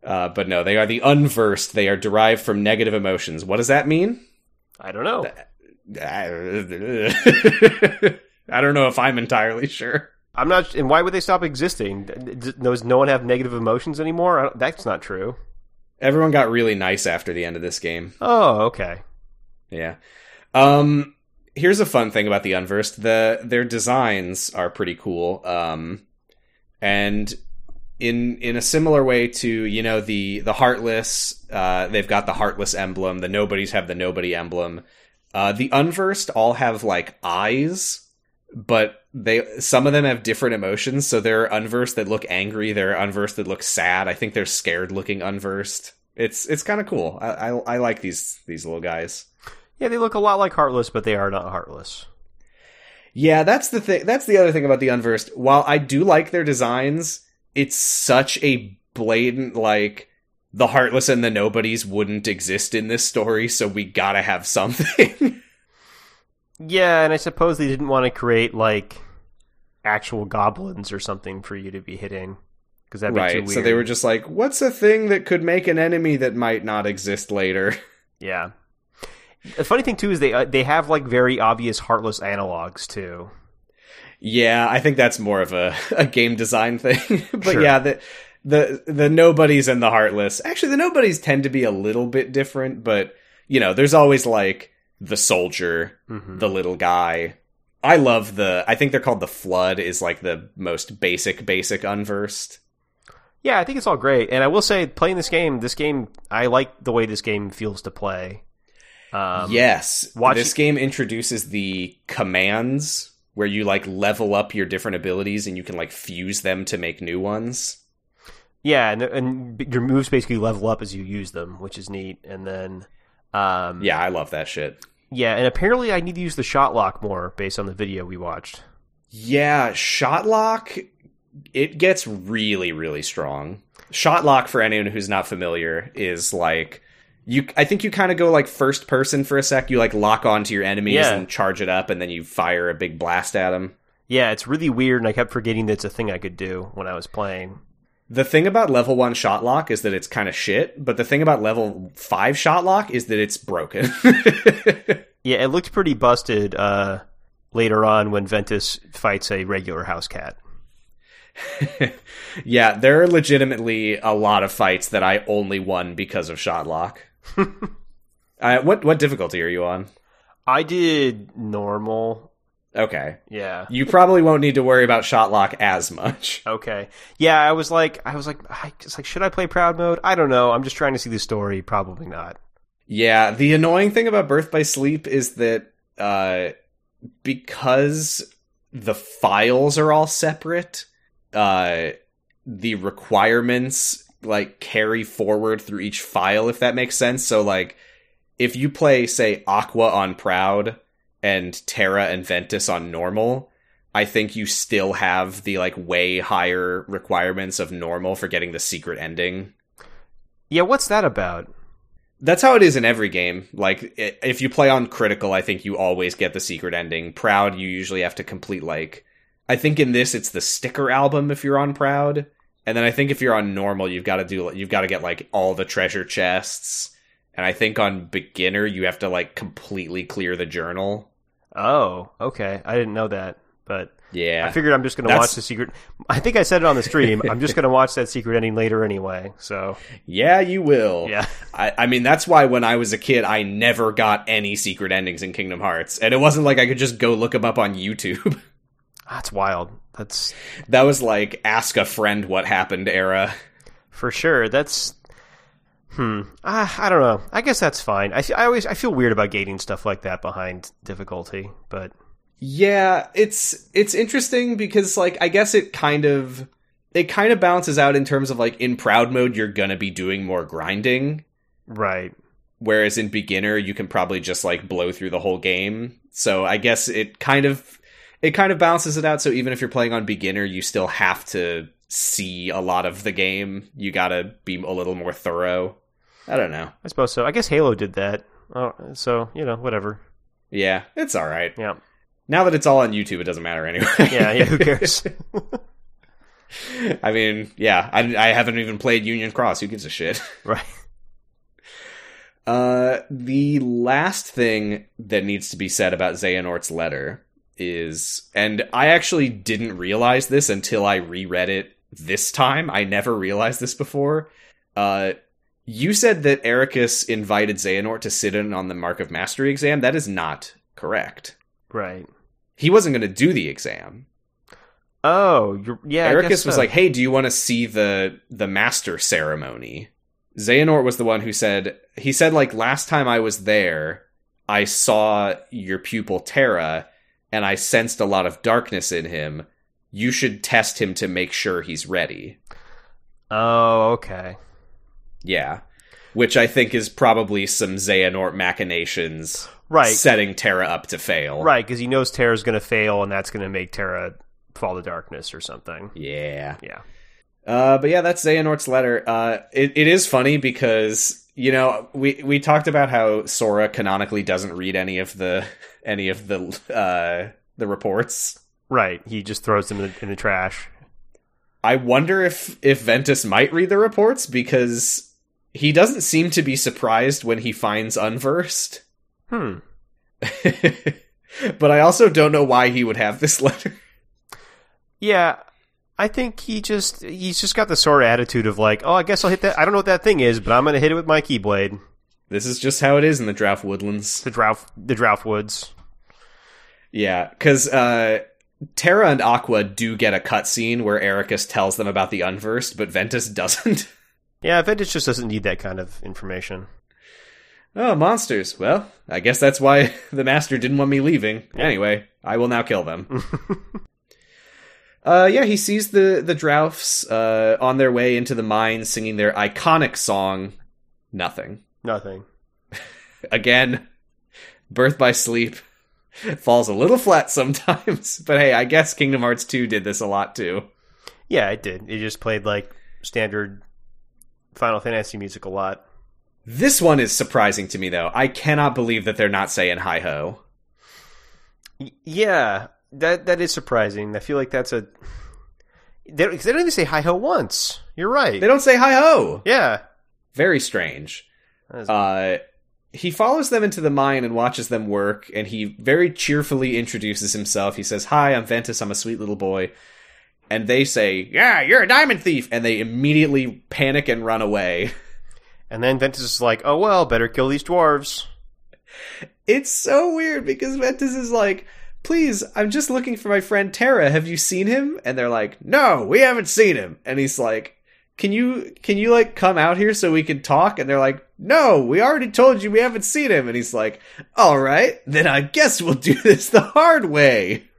[SPEAKER 1] Uh, but no, they are the unversed. They are derived from negative emotions. What does that mean?
[SPEAKER 2] I don't know.
[SPEAKER 1] I don't know if I'm entirely sure.
[SPEAKER 2] I'm not. And why would they stop existing? D- d- Does no one have negative emotions anymore? I don't, that's not true.
[SPEAKER 1] Everyone got really nice after the end of this game.
[SPEAKER 2] Oh, okay.
[SPEAKER 1] Yeah. Um here's a fun thing about the Unversed. The their designs are pretty cool. Um and in in a similar way to, you know, the the Heartless, uh they've got the Heartless emblem, the Nobodies have the Nobody emblem. Uh the Unversed all have like eyes, but they some of them have different emotions, so there are unversed that look angry, there are unversed that look sad. I think they're scared looking unversed. It's it's kind of cool. I, I I like these these little guys.
[SPEAKER 2] Yeah, they look a lot like Heartless, but they are not Heartless.
[SPEAKER 1] Yeah, that's the thing. That's the other thing about the Unversed. While I do like their designs, it's such a blatant like the heartless and the nobodies wouldn't exist in this story, so we gotta have something. (laughs)
[SPEAKER 2] Yeah, and I suppose they didn't want to create like actual goblins or something for you to be hitting because that'd be too
[SPEAKER 1] right.
[SPEAKER 2] weird.
[SPEAKER 1] So they were just like, what's a thing that could make an enemy that might not exist later?
[SPEAKER 2] yeah. The funny thing too is they uh, they have like very obvious heartless analogs too.
[SPEAKER 1] Yeah, I think that's more of a, (laughs) a game design thing. (laughs) but
[SPEAKER 2] Sure.
[SPEAKER 1] yeah, the the the nobodies and the heartless. Actually, the nobodies tend to be a little bit different, but you know, there's always like the soldier,
[SPEAKER 2] Mhm.
[SPEAKER 1] the little guy. I love the I think they're called the flood is like the most basic basic unversed.
[SPEAKER 2] Yeah, I think it's all great, and I will say playing this game, this game I like the way this game feels to play. Um,
[SPEAKER 1] yes.
[SPEAKER 2] watch-
[SPEAKER 1] this game introduces the commands where you like level up your different abilities and you can like fuse them to make new ones.
[SPEAKER 2] yeah, and, and b- your moves basically level up as you use them, which is neat. And then, um,
[SPEAKER 1] Yeah, I love that shit.
[SPEAKER 2] yeah, and apparently I need to use the shot lock more based on the video we watched.
[SPEAKER 1] Yeah, Shotlock it gets really really strong. Shotlock for anyone who's not familiar is like you I think you kind of go like first person for a sec. You like lock onto your enemies
[SPEAKER 2] Yeah.
[SPEAKER 1] and charge it up and then you fire a big blast at them.
[SPEAKER 2] Yeah, it's really weird, and I kept forgetting that it's a thing I could do when I was playing.
[SPEAKER 1] The thing about level 1 Shotlock is that it's kind of shit, but the thing about level 5 Shotlock is that it's broken. (laughs)
[SPEAKER 2] Yeah, it looked pretty busted uh, later on when Ventus fights a regular house cat.
[SPEAKER 1] yeah, there are legitimately a lot of fights that I only won because of Shotlock. uh, what what difficulty are you on?
[SPEAKER 2] I did normal.
[SPEAKER 1] Okay.
[SPEAKER 2] Yeah.
[SPEAKER 1] You probably won't need to worry about Shotlock as much.
[SPEAKER 2] Okay. Yeah, I was like, I was like, I it's like, should I play proud mode? I don't know. I'm just trying to see the story. Probably not.
[SPEAKER 1] Yeah, the annoying thing about Birth by Sleep is that uh because the files are all separate, uh the requirements like carry forward through each file if that makes sense. So like if you play say Aqua on Proud and Terra and Ventus on normal, I think you still have the like way higher requirements of normal for getting the secret ending.
[SPEAKER 2] Yeah, what's that about?
[SPEAKER 1] That's how it is in every game. Like i- if you play on critical, I think you always get the secret ending. Proud, you usually have to complete like I think in this it's the sticker album if you're on proud, and then I think if you're on normal, you've got to do you've got to get like all the treasure chests. And I think on beginner, you have to like completely clear the journal.
[SPEAKER 2] Oh, okay. I didn't know that, but
[SPEAKER 1] Yeah.
[SPEAKER 2] I figured I'm just going to
[SPEAKER 1] That's-
[SPEAKER 2] watch the secret. (laughs) I think I said it on the stream. I'm just going to watch that secret ending later anyway. So
[SPEAKER 1] Yeah, you will.
[SPEAKER 2] Yeah.
[SPEAKER 1] I, I mean, that's why when I was a kid, I never got any secret endings in Kingdom Hearts. And it wasn't like I could just go look them up on YouTube. (laughs)
[SPEAKER 2] that's wild. That's
[SPEAKER 1] that was like ask a friend what happened era.
[SPEAKER 2] for sure. That's hmm. I, I don't know. I guess that's fine. I, fe- I always I feel weird about gating stuff like that behind difficulty, but
[SPEAKER 1] Yeah, it's it's interesting because like I guess it kind of it kind of balances out in terms of like in proud mode you're going to be doing more grinding,
[SPEAKER 2] right.
[SPEAKER 1] whereas in beginner you can probably just like blow through the whole game so i guess it kind of it kind of balances it out so even if you're playing on beginner you still have to see a lot of the game you gotta be a little more thorough i don't know
[SPEAKER 2] I suppose so. I guess Halo did that. Oh, so you know, whatever.
[SPEAKER 1] yeah it's all right
[SPEAKER 2] Yeah,
[SPEAKER 1] now that it's all on youtube it doesn't matter anyway
[SPEAKER 2] yeah, yeah.
[SPEAKER 1] (laughs)
[SPEAKER 2] Who cares? (laughs)
[SPEAKER 1] i mean yeah I, I haven't even played union cross who gives a shit
[SPEAKER 2] right.
[SPEAKER 1] (laughs) Uh, the last thing that needs to be said about Xehanort's letter is, and I actually didn't realize this until I reread it this time. I never realized this before. Uh, you said that Ericus invited Xehanort to sit in on the Mark of Mastery exam. That is not correct.
[SPEAKER 2] Right.
[SPEAKER 1] He wasn't going to do the exam.
[SPEAKER 2] Oh, you're, yeah. I guess
[SPEAKER 1] Ericus was
[SPEAKER 2] so.
[SPEAKER 1] like, "Hey, do you want to see the the master ceremony?" Xehanort was the one who said he said like last time I was there, I saw your pupil Terra and I sensed a lot of darkness in him. You should test him to make sure he's ready.
[SPEAKER 2] Oh, okay.
[SPEAKER 1] Yeah. Which I think is probably some Xehanort machinations
[SPEAKER 2] Right.
[SPEAKER 1] setting Terra up to fail.
[SPEAKER 2] Right, because he knows Terra's going to fail, and that's going to make Terra fall to darkness or something.
[SPEAKER 1] Yeah.
[SPEAKER 2] Yeah.
[SPEAKER 1] Uh, but yeah, that's Xehanort's letter. Uh, it, it is funny because you know we we talked about how Sora canonically doesn't read any of the (laughs) any of the uh, the reports.
[SPEAKER 2] Right. He just throws them in the, in the trash.
[SPEAKER 1] I wonder if if Ventus might read the reports because he doesn't seem to be surprised when he finds unversed. (laughs)
[SPEAKER 2] Hmm.
[SPEAKER 1] but I also don't know why he would have this (laughs) letter.
[SPEAKER 2] Yeah. I think he just he's just got the sort of attitude of like, oh, I guess I'll hit that. I don't know what that thing is, but I'm going to hit it with my keyblade.
[SPEAKER 1] This is just how it is in the Drought Woodlands.
[SPEAKER 2] The Drouth, the Drouth Woods.
[SPEAKER 1] Yeah, because uh, Terra and Aqua do get a cutscene where Ericus tells them about the Unversed, but Ventus (laughs) doesn't.
[SPEAKER 2] Yeah, Ventus just doesn't need that kind of information.
[SPEAKER 1] oh, monsters. Well, I guess that's why (laughs) the Master didn't want me leaving. Anyway, I will now kill them. Uh, yeah, he sees the the Droughs uh, on their way into the mine, singing their iconic song. Nothing
[SPEAKER 2] Nothing.
[SPEAKER 1] again. (laughs) Birth by sleep (laughs) falls a little flat sometimes, (laughs) but hey, I guess Kingdom Hearts two did this a lot too.
[SPEAKER 2] Yeah, it did. It just played like standard Final Fantasy music a lot.
[SPEAKER 1] This one is surprising to me, though. I cannot believe that they're not saying hi ho.
[SPEAKER 2] Y- Yeah, that that is surprising. I feel like that's a they don't, 'cause they don't even say hi ho once. You're right.
[SPEAKER 1] They don't say hi ho.
[SPEAKER 2] yeah,
[SPEAKER 1] Very strange.
[SPEAKER 2] That is-
[SPEAKER 1] Uh, he follows them into the mine and watches them work, and he very cheerfully introduces himself. He says, Hi, I'm Ventus. I'm a sweet little boy. And they say, Yeah, you're a diamond thief. And they immediately panic and run away.
[SPEAKER 2] and then Ventus is like, "Oh well, better kill these dwarves."
[SPEAKER 1] It's so weird because Ventus is like, Please, I'm just looking for my friend Terra. Have you seen him? And they're like, No, we haven't seen him. And he's like, Can you can you like come out here so we can talk? And they're like, No, we already told you we haven't seen him. And he's like, All right, then I guess we'll do this the hard way. (laughs)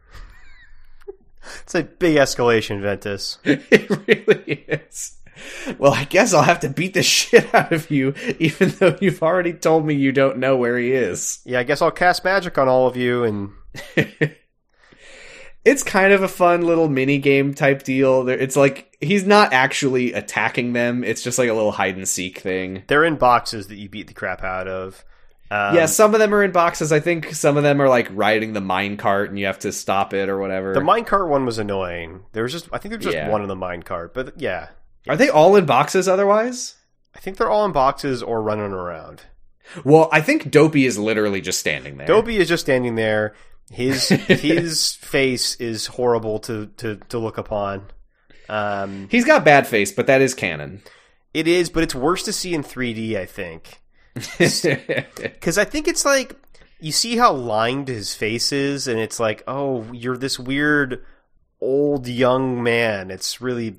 [SPEAKER 2] It's a big escalation, Ventus.
[SPEAKER 1] It really is. Well, I guess I'll have to beat the (laughs) shit out of you, even though you've already told me you don't know where he is.
[SPEAKER 2] yeah, I guess I'll cast magic on all of you, and
[SPEAKER 1] it's kind of a fun little mini game type deal. There- It's like he's not actually attacking them. It's just like a little hide and seek thing.
[SPEAKER 2] They're in boxes that you beat the crap out of. Um,
[SPEAKER 1] yeah, some of them are in boxes. I think some of them are like riding the minecart and you have to stop it or whatever.
[SPEAKER 2] The minecart one was annoying. There was just I think there's just
[SPEAKER 1] Yeah.
[SPEAKER 2] one in the minecart, but yeah,
[SPEAKER 1] are they all in boxes otherwise?
[SPEAKER 2] I think they're all in boxes or running around.
[SPEAKER 1] Well, I think Dopey is literally just standing there.
[SPEAKER 2] Dobie is just standing there. His his face is horrible to to, to look upon. Um,
[SPEAKER 1] He's got bad face, but that is canon.
[SPEAKER 2] it is, but it's worse to see in 3D. I think because I think it's like you see how lined his face is, and it's like, oh, you're this weird old young man. It's really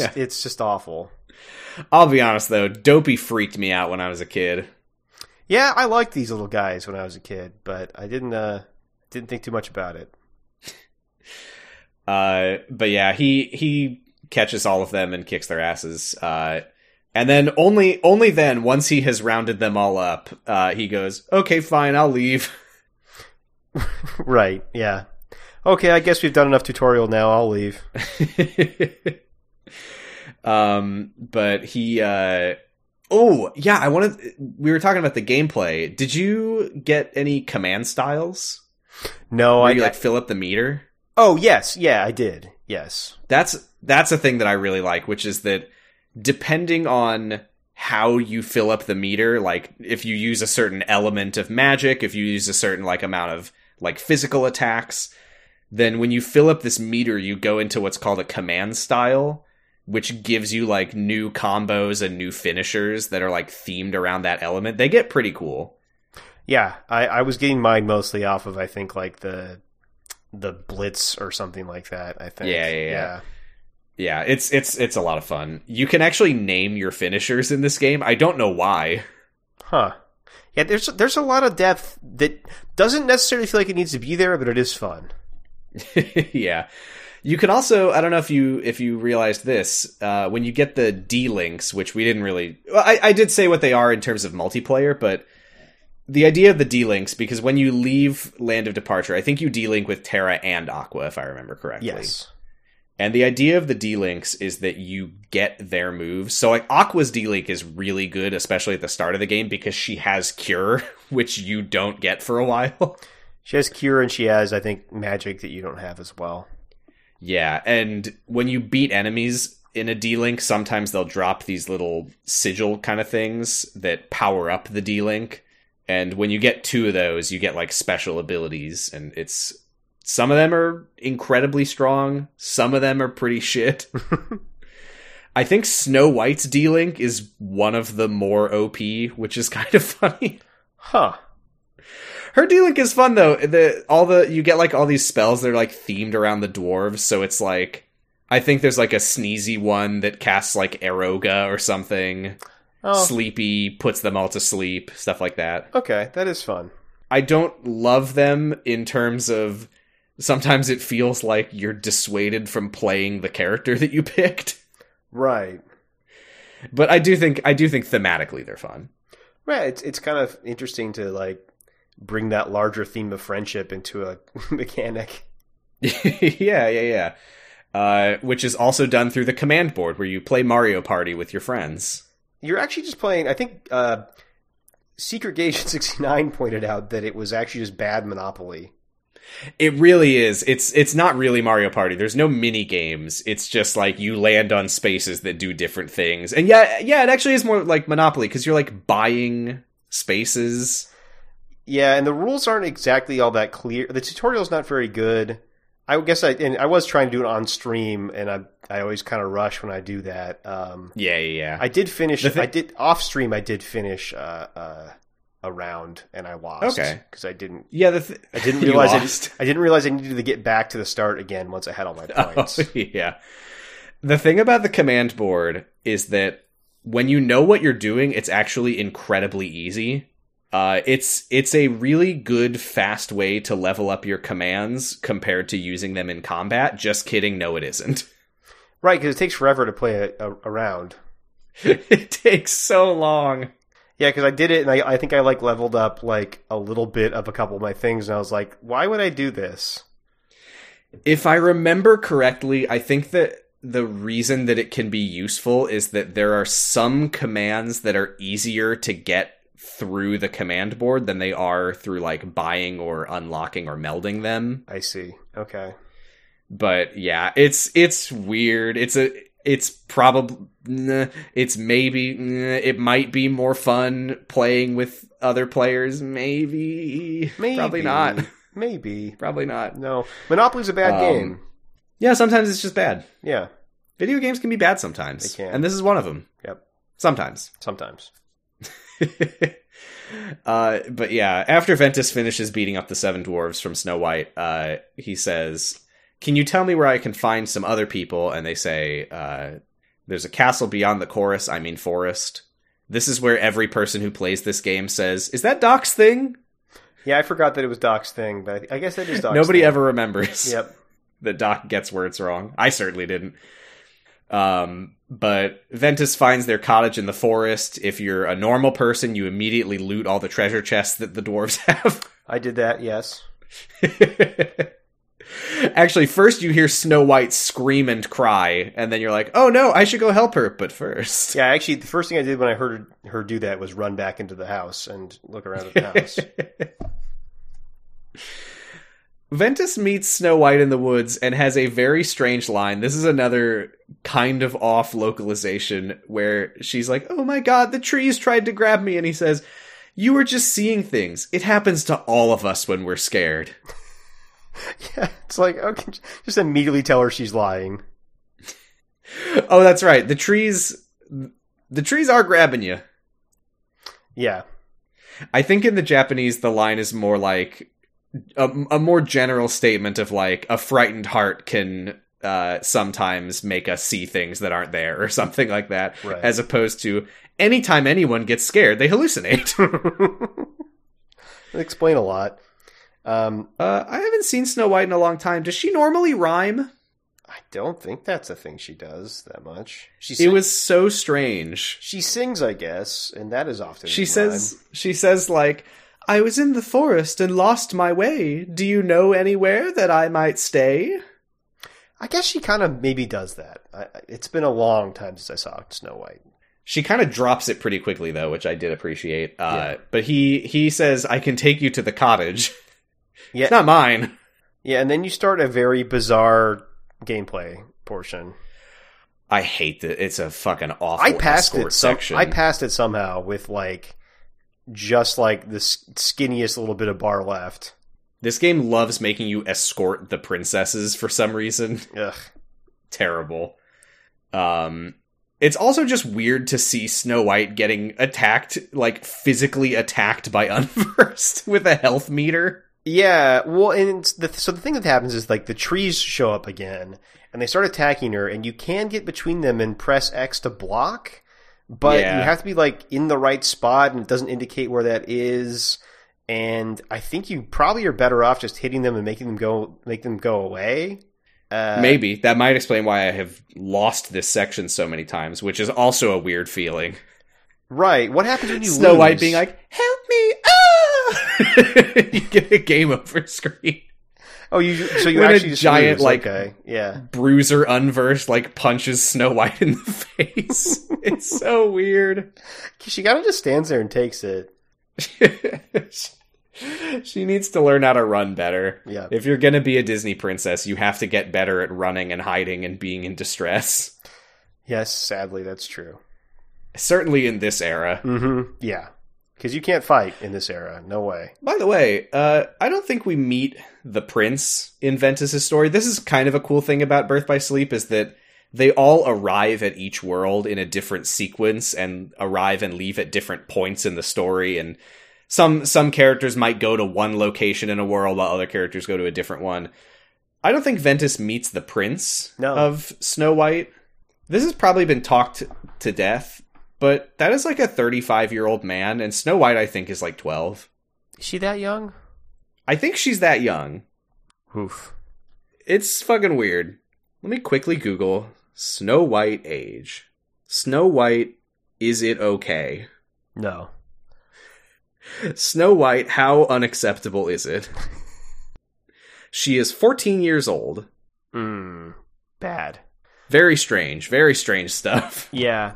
[SPEAKER 1] (laughs) Yeah.
[SPEAKER 2] it's just awful.
[SPEAKER 1] (laughs) I'll be honest though, Dopey freaked me out when I was a kid.
[SPEAKER 2] Yeah, I liked these little guys when I was a kid, but I didn't uh, didn't think too much about it. (laughs)
[SPEAKER 1] Uh, but yeah, he he catches all of them and kicks their asses. Uh, and then only only then, once he has rounded them all up, uh, he goes, "Okay, fine, I'll leave." (laughs)
[SPEAKER 2] Right? Yeah. Okay, I guess we've done enough tutorial now.
[SPEAKER 1] (laughs)
[SPEAKER 2] I'll leave.
[SPEAKER 1] um, but he. Uh, oh yeah, I wanted. We were talking about the gameplay. Did you get any command styles?
[SPEAKER 2] No,
[SPEAKER 1] Where
[SPEAKER 2] Oh, I
[SPEAKER 1] you like fill up the meter?
[SPEAKER 2] Oh yes, yeah, I did. Yes.
[SPEAKER 1] that's that's a thing that I really like, which is that depending on how you fill up the meter, like if you use a certain element of magic, if you use a certain like amount of like physical attacks, then when you fill up this meter, you go into what's called a command style, which gives you like new combos and new finishers that are like themed around that element. They get pretty cool.
[SPEAKER 2] Yeah, I, I was getting mine mostly off of I think like the the blitz or something like that. I think.
[SPEAKER 1] Yeah, yeah, yeah. Yeah, it's it's it's a lot of fun. You can actually name your finishers in this game. I don't know why.
[SPEAKER 2] Huh. Yeah, there's there's a lot of depth that doesn't necessarily feel like it needs to be there, but it is fun.
[SPEAKER 1] (laughs) yeah. You can also I don't know if you if you realized this uh, when you get the D links, which we didn't really. Well, I, I did say what they are in terms of multiplayer, but the idea of the D links because when you leave Land of Departure, I think you D link with Terra and Aqua, if I remember correctly.
[SPEAKER 2] Yes.
[SPEAKER 1] And the idea of the D links is that you get their moves. So like Aqua's D link is really good, especially at the start of the game because she has Cure, (laughs) which you don't get for a while.
[SPEAKER 2] She has cure and she has I think magic that you don't have as well.
[SPEAKER 1] Yeah, and when you beat enemies in a D Link, sometimes they'll drop these little sigil kind of things that power up the D Link. And when you get two of those, you get like special abilities, and it's some of them are incredibly strong, some of them are pretty shit. I think Snow White's D Link is one of the more OP, which is (laughs) kind of funny.
[SPEAKER 2] Huh.
[SPEAKER 1] Her D Link is fun though. The all the you get like all these spells that are like themed around the dwarves, so it's like I think there's like a sneezy one that casts like Eroga or something.
[SPEAKER 2] Oh.
[SPEAKER 1] Sleepy puts them all to sleep, stuff like that.
[SPEAKER 2] Okay, that is fun.
[SPEAKER 1] I don't love them in terms of sometimes it feels like you're dissuaded from playing the character (laughs) that you picked.
[SPEAKER 2] Right.
[SPEAKER 1] But I do think I do think thematically they're fun. (laughs)
[SPEAKER 2] Right. It's it's kind of interesting to like bring that larger theme of friendship into a (laughs) mechanic.
[SPEAKER 1] yeah, yeah, yeah. Uh, which is also done through the command board where you play Mario Party with your friends.
[SPEAKER 2] You're actually just playing. I think uh, Secret (laughs) Gation 69 pointed out that it was actually just bad Monopoly.
[SPEAKER 1] It really is. It's it's not really Mario Party. There's no mini games. It's just like you land on spaces that do different things. And yeah, yeah, it actually is more like Monopoly because you're like buying spaces.
[SPEAKER 2] Yeah, and the rules aren't exactly all that clear. The tutorial's not very good. I guess I and I was trying to do it on stream, and I I always kind of rush when I do that. Um,
[SPEAKER 1] Yeah, yeah, yeah.
[SPEAKER 2] I did finish.
[SPEAKER 1] The thi-
[SPEAKER 2] I did off stream. I did finish uh, uh, a round, and I lost.
[SPEAKER 1] Okay.
[SPEAKER 2] because I didn't.
[SPEAKER 1] yeah, the th-
[SPEAKER 2] I
[SPEAKER 1] (laughs)
[SPEAKER 2] didn't
[SPEAKER 1] you
[SPEAKER 2] realize.
[SPEAKER 1] lost.
[SPEAKER 2] I, I didn't realize I needed to get back to the start again once I had
[SPEAKER 1] (laughs)
[SPEAKER 2] all my points.
[SPEAKER 1] Oh, yeah. The thing about the command board is that when you know what you're doing, it's actually incredibly easy. Uh, it's it's a really good fast way to level up your commands compared to using them in combat. Just kidding, no, it isn't. (laughs)
[SPEAKER 2] Right, because it takes forever to play a, a, a round.
[SPEAKER 1] it takes so long.
[SPEAKER 2] Yeah, because I did it, and I, I think I like leveled up like a little bit of a couple of my things, and I was like, why would I do this?
[SPEAKER 1] If I remember correctly, I think that the reason that it can be useful is that there are some commands that are easier to get through the command board than they are through like buying or unlocking or melding them.
[SPEAKER 2] I see. Okay.
[SPEAKER 1] But yeah, it's it's weird. It's a it's probably nah, it's maybe nah, it might be more fun playing with other players maybe,
[SPEAKER 2] Maybe.
[SPEAKER 1] probably not
[SPEAKER 2] Maybe.
[SPEAKER 1] probably not
[SPEAKER 2] No. Monopoly's a bad
[SPEAKER 1] Um,
[SPEAKER 2] game.
[SPEAKER 1] yeah sometimes it's just bad
[SPEAKER 2] Yeah.
[SPEAKER 1] video games can be bad sometimes
[SPEAKER 2] They can.
[SPEAKER 1] and this is one of them
[SPEAKER 2] Yep.
[SPEAKER 1] sometimes (laughs)
[SPEAKER 2] Sometimes.
[SPEAKER 1] uh, but yeah, after Ventus finishes beating up the seven dwarves from Snow White, uh, he says, "Can you tell me where I can find some other people?" And they say, uh, "There's a castle beyond the chorus. I mean, forest. This is where every person who plays this game says, "Is that Doc's thing?"
[SPEAKER 2] Yeah, I forgot that it was Doc's thing, but I, I guess that is Doc's
[SPEAKER 1] Nobody
[SPEAKER 2] thing.
[SPEAKER 1] ever remembers.
[SPEAKER 2] Yep.
[SPEAKER 1] that Doc gets words wrong. I certainly didn't. Um, but Ventus finds their cottage in the forest. If you're a normal person, you immediately loot all the treasure chests that the dwarves (laughs) have.
[SPEAKER 2] I did that, yes.
[SPEAKER 1] Actually, first you hear Snow White scream and cry, and then you're like, oh no, I should go help her. But first.
[SPEAKER 2] Yeah, actually, the first thing I did when I heard her do that was run back into the house and look around at the
[SPEAKER 1] (laughs)
[SPEAKER 2] house.
[SPEAKER 1] Ventus meets Snow White in the woods and has a very strange line. This is another kind of off localization where she's like, Oh my god, the trees tried to grab me. And he says, You were just seeing things. It happens to all of us when we're scared. (laughs)
[SPEAKER 2] yeah, it's like, okay, just immediately tell her she's lying.
[SPEAKER 1] oh, that's right. The trees. The trees are grabbing you.
[SPEAKER 2] Yeah. (laughs)
[SPEAKER 1] I think in the Japanese, the line is more like a, a more general statement of like a frightened heart can uh, sometimes make us see things that aren't there or (laughs) something like that,
[SPEAKER 2] Right.
[SPEAKER 1] as opposed to anytime anyone gets scared, they hallucinate. (laughs)
[SPEAKER 2] Explain a lot. Um,
[SPEAKER 1] uh, I haven't seen Snow White in a long time. Does she normally rhyme?
[SPEAKER 2] I don't think that's a thing she does that much. She
[SPEAKER 1] It
[SPEAKER 2] sing-
[SPEAKER 1] was so strange.
[SPEAKER 2] she sings, I guess, and that is often
[SPEAKER 1] She
[SPEAKER 2] a
[SPEAKER 1] says she says like I was in the forest and lost my way. Do you know anywhere that I might stay?
[SPEAKER 2] rhyme. I guess she kind of maybe does that. I, I- it's been a long time since I saw Snow White.
[SPEAKER 1] She kind of drops it pretty quickly though, which I did appreciate. Uh, But he he says, "I can take you to the cottage. (laughs)
[SPEAKER 2] Yeah,
[SPEAKER 1] it's not mine."
[SPEAKER 2] yeah, and then you start a very bizarre gameplay portion.
[SPEAKER 1] I hate that. It's a fucking awful.
[SPEAKER 2] I passed
[SPEAKER 1] escort
[SPEAKER 2] it. Some,
[SPEAKER 1] section.
[SPEAKER 2] I passed it somehow with like just like the s- skinniest little bit of bar left.
[SPEAKER 1] this game loves making you escort the princesses for some reason. (laughs)
[SPEAKER 2] Ugh.
[SPEAKER 1] Terrible. Um, it's also just weird to see Snow White getting attacked, like physically attacked by (laughs) Unversed with a health meter.
[SPEAKER 2] Yeah, well, and it's the, so the thing that happens is like the trees show up again, and they start attacking her, and you can get between them and press X to block, but
[SPEAKER 1] Yeah.
[SPEAKER 2] you have to be like in the right spot, and it doesn't indicate where that is. And I think you probably are better off just hitting them and making them go, make them go away. Uh,
[SPEAKER 1] Maybe that might explain why I have lost this section so many times, which is also a weird feeling.
[SPEAKER 2] right. What happens when you
[SPEAKER 1] (laughs) Snow
[SPEAKER 2] lose?
[SPEAKER 1] White being like, "Help me!" Ah! (laughs) you get a game over screen.
[SPEAKER 2] oh, you so you
[SPEAKER 1] when a
[SPEAKER 2] actually just
[SPEAKER 1] giant,
[SPEAKER 2] lose.
[SPEAKER 1] like-
[SPEAKER 2] okay. yeah,
[SPEAKER 1] Bruiser unversed like punches Snow White in the (laughs) face. it's so weird. (laughs)
[SPEAKER 2] she kind of just stands there and takes it.
[SPEAKER 1] she needs to learn how to run better.
[SPEAKER 2] Yeah.
[SPEAKER 1] If you're gonna be a Disney princess, you have to get better at running and hiding and being in distress.
[SPEAKER 2] Yes, sadly, that's true.
[SPEAKER 1] Certainly in this era.
[SPEAKER 2] Mm-hmm. Yeah, because you can't fight in this era. No way.
[SPEAKER 1] By the way, uh, I don't think we meet the prince in Ventus's story. This is kind of a cool thing about Birth by Sleep is that they all arrive at each world in a different sequence and arrive and leave at different points in the story. And some some characters might go to one location in a world while other characters go to a different one. I don't think Ventus meets the prince
[SPEAKER 2] No.
[SPEAKER 1] of Snow White. This has probably been talked to death, but that is like a 35 year old man, and Snow White I think is like 12.
[SPEAKER 2] Is she that young?
[SPEAKER 1] I think she's that young.
[SPEAKER 2] Oof.
[SPEAKER 1] It's fucking weird. Let me quickly Google Snow White age. Snow White, is it okay?
[SPEAKER 2] No.
[SPEAKER 1] Snow White, how unacceptable is it? She is 14 years old.
[SPEAKER 2] Mm, bad.
[SPEAKER 1] Very strange, very strange stuff. (laughs)
[SPEAKER 2] Yeah.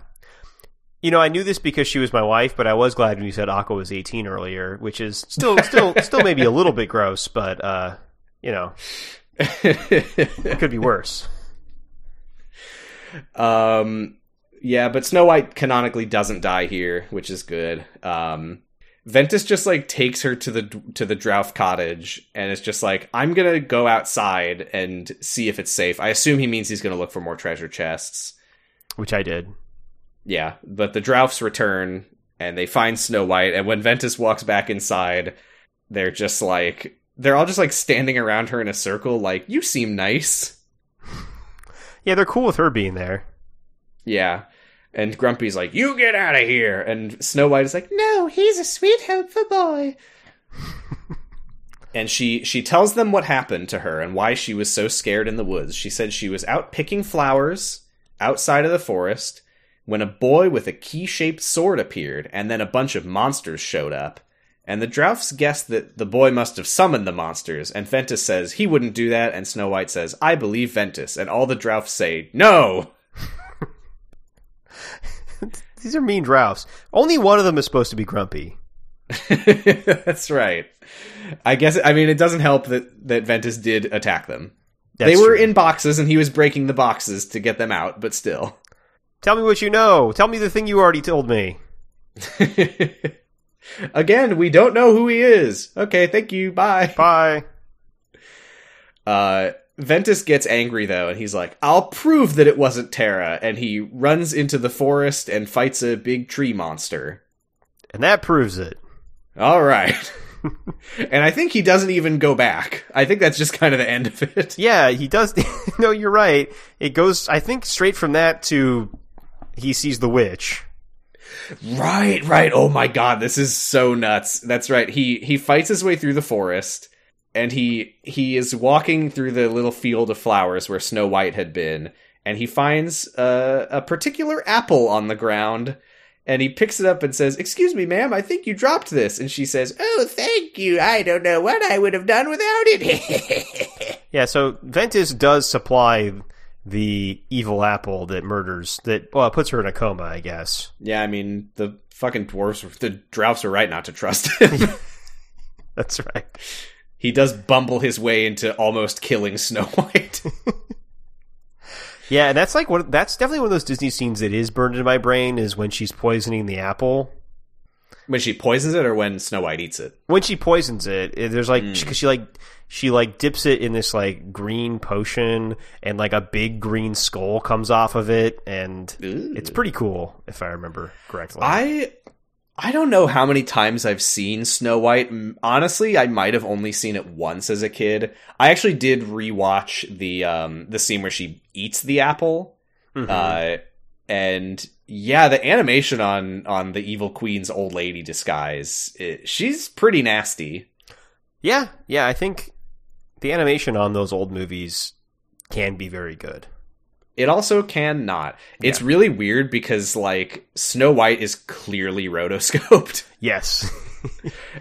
[SPEAKER 2] You know, I knew this because she was my wife, but I was glad when you said Aqua was 18 earlier, which is (laughs) still, still, still maybe a little bit gross, but, uh, you know, it could be worse.
[SPEAKER 1] um yeah, but Snow White canonically doesn't die here, which is good. Um Ventus just like takes her to the to the Drouth cottage and it's just like I'm going to go outside and see if it's safe. I assume he means he's going to look for more treasure chests.
[SPEAKER 2] Which I did.
[SPEAKER 1] Yeah, but the Droughts return and they find Snow White and when Ventus walks back inside, they're just like they're all just like standing around her in a circle like you seem nice.
[SPEAKER 2] Yeah, they're cool with her being there.
[SPEAKER 1] Yeah. And Grumpy's like, "You get out of here." And Snow White is like, "No, he's a sweet, helpful boy." and she she tells them what happened to her and why she was so scared in the woods. She said she was out picking flowers outside of the forest when a boy with a key-shaped sword appeared, and then a bunch of monsters showed up. And the Droughts guessed that the boy must have summoned the monsters, and Ventus says he wouldn't do that, and Snow White says, I believe Ventus, and all the Droughts say, No!
[SPEAKER 2] These are mean Droughts. Only one of them is supposed to be grumpy.
[SPEAKER 1] (laughs) That's right. I guess I mean it doesn't help that that Ventus did attack them. they were in boxes and he was breaking the boxes to get them out, but still. (laughs)
[SPEAKER 2] Tell me what you know. Tell me the thing you already told me.
[SPEAKER 1] Again, we don't know who he is. Okay, thank you. Bye.
[SPEAKER 2] Bye.
[SPEAKER 1] Uh Ventus gets angry though, and he's like, "I'll prove that it wasn't Terra." And he runs into the forest and fights a big tree monster.
[SPEAKER 2] And that proves it.
[SPEAKER 1] All right. (laughs) and I think he doesn't even go back. I think that's just kind of the end of it.
[SPEAKER 2] Yeah, he does. (laughs) no, you're right. It goes, I think, straight from that to he sees the witch.
[SPEAKER 1] Right, right. Oh my god, this is so nuts. That's right. He he fights his way through the forest and he he is walking through the little field of flowers where Snow White had been and he finds uh, a, a particular apple on the ground and he picks it up and says, "Excuse me, ma'am, I think you dropped this." And she says, "Oh, thank you. I don't know what I would have done without it." (laughs)
[SPEAKER 2] Yeah, so Ventus does supply the evil apple that murders, that, well, puts her in a coma, I guess. (laughs)
[SPEAKER 1] yeah, I mean, the fucking dwarves, the droughts are right not to trust him. (laughs)
[SPEAKER 2] That's right.
[SPEAKER 1] he does bumble his way into almost killing Snow White.
[SPEAKER 2] Yeah, and that's like one. That's definitely one of those Disney scenes that is burned into my brain is when she's poisoning the apple.
[SPEAKER 1] when she poisons it or when Snow White eats it.
[SPEAKER 2] When she poisons it, it- there's like
[SPEAKER 1] Hmm.
[SPEAKER 2] because she like she like dips it in this like green potion, and like a big green skull comes off of it, and it's pretty cool if I remember correctly.
[SPEAKER 1] I I don't know how many times I've seen Snow White. M- Honestly, I might have only seen it once as a kid. I actually did rewatch the um the scene where she eats the apple.
[SPEAKER 2] Mhm.
[SPEAKER 1] Uh and yeah, the animation on on the evil queen's old lady disguise, it, she's pretty nasty.
[SPEAKER 2] yeah, yeah, I think the animation on those old movies can be very good.
[SPEAKER 1] It also can not. It's really weird because like Snow White is clearly rotoscoped. (laughs)
[SPEAKER 2] Yes,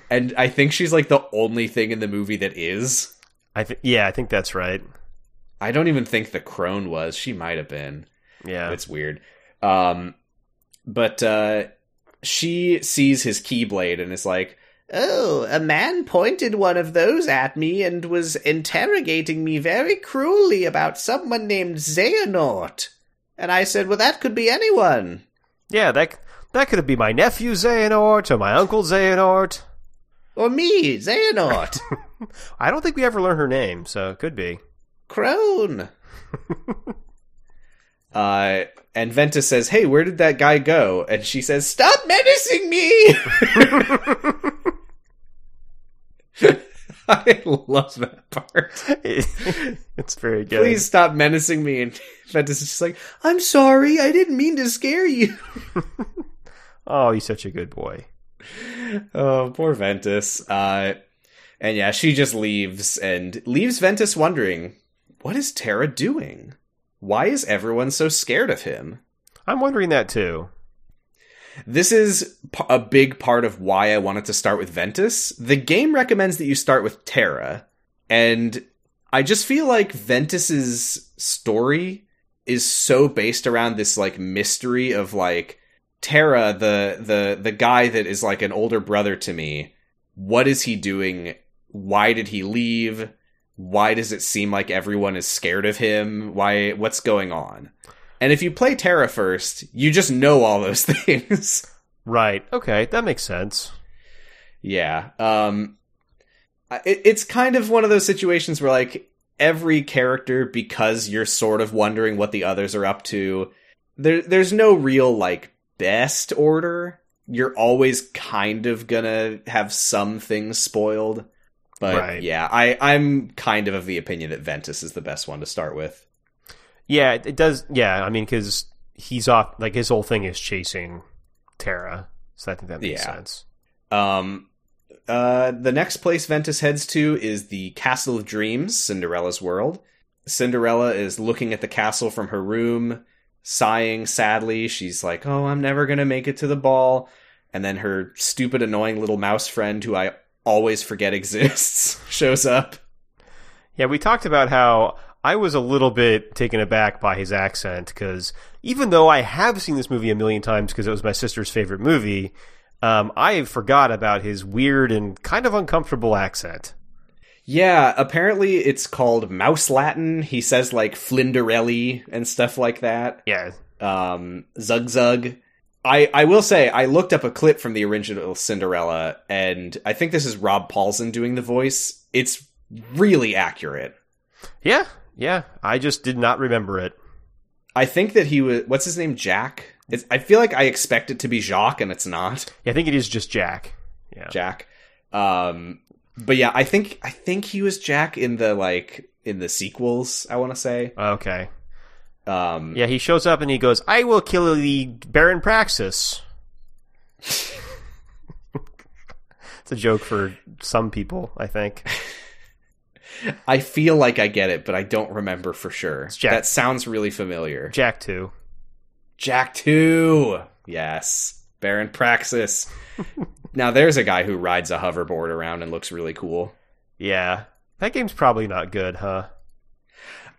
[SPEAKER 1] and I think she's like the only thing in the movie that is.
[SPEAKER 2] I think yeah, I think that's right.
[SPEAKER 1] I don't even think the crone was. She might have been.
[SPEAKER 2] Yeah,
[SPEAKER 1] It's weird. Um, but uh, she sees his keyblade and is like, "Oh, a man pointed one of those at me and was interrogating me very cruelly about someone named Xehanort." And I said, "Well, that could be anyone."
[SPEAKER 2] yeah, that that could be my nephew Xehanort or my uncle Xehanort.
[SPEAKER 1] Or me, Xehanort.
[SPEAKER 2] I don't think we ever learn her name, so it
[SPEAKER 1] (laughs)
[SPEAKER 2] could be. (laughs)
[SPEAKER 1] Crone. uh, and Ventus says, "Hey, where did that guy go?" And she says, "Stop menacing me." (laughs) I love that part.
[SPEAKER 2] it's very good.
[SPEAKER 1] Please stop menacing me. And Ventus is just like, "I'm sorry, I didn't mean to scare you."
[SPEAKER 2] Oh, he's such a good boy.
[SPEAKER 1] Oh, poor Ventus. Uh, and yeah, she just leaves and leaves Ventus wondering, "What is Terra doing? Why is everyone so scared of him?"
[SPEAKER 2] I'm wondering that too.
[SPEAKER 1] This is p- a big part of why I wanted to start with Ventus. The game recommends that you start with Terra, and I just feel like Ventus's story is so based around this like mystery of like Terra, the the the guy that is like an older brother to me. What is he doing? Why did he leave? Why does it seem like everyone is scared of him? Why what's going on? And if you play Terra first, you just know all those (laughs) things.
[SPEAKER 2] Right. Okay, that makes sense.
[SPEAKER 1] Yeah. Um it, it's kind of one of those situations where like every character because you're sort of wondering what the others are up to. There there's no real like best order. You're always kind of going to have some things spoiled. But
[SPEAKER 2] Right.
[SPEAKER 1] yeah, I I'm kind of of the opinion that Ventus is the best one to start with.
[SPEAKER 2] Yeah, it it does. Yeah, I mean, because he's off. Like his whole thing is chasing Terra, so I think that makes
[SPEAKER 1] Yeah.
[SPEAKER 2] sense.
[SPEAKER 1] Um uh the next place Ventus heads to is the Castle of Dreams, Cinderella's world. Cinderella is looking at the castle from her room, sighing sadly. She's like, "Oh, I'm never going to make it to the ball." And then her stupid annoying little mouse friend who I always forget (laughs) exists shows up.
[SPEAKER 2] Yeah, we talked about how I was a little bit taken aback by his accent because even though I have seen this movie a million times because it was my sister's favorite movie, um, I forgot about his weird and kind of uncomfortable accent.
[SPEAKER 1] Yeah, apparently it's called Mouse Latin. He says like Flinderelli and stuff like that.
[SPEAKER 2] Yeah,
[SPEAKER 1] um, Zug Zug. I, I will say, I looked up a clip from the original Cinderella, and I think this is Rob Paulson doing the voice. It's really accurate.
[SPEAKER 2] yeah, yeah. I just did not remember it.
[SPEAKER 1] I think that he was, what's his name, Jack? It's, I feel like I expect it to be Jacques, and it's not
[SPEAKER 2] Yeah, I think it is just Jack. Yeah.
[SPEAKER 1] Jack. Um, but yeah, I think I think he was Jack in the like in the sequels. I want to say.
[SPEAKER 2] Okay.
[SPEAKER 1] Um,
[SPEAKER 2] Yeah, he shows up and he goes, "I will kill the Baron Praxis." it's a joke for some people, I think.
[SPEAKER 1] I feel like I get it, but I don't remember for sure.
[SPEAKER 2] Jack.
[SPEAKER 1] That sounds really familiar.
[SPEAKER 2] Jack too.
[SPEAKER 1] Jack 2. Yes. Baron Praxis. now there's a guy who rides a hoverboard around and looks really cool.
[SPEAKER 2] Yeah. That game's probably not good, huh?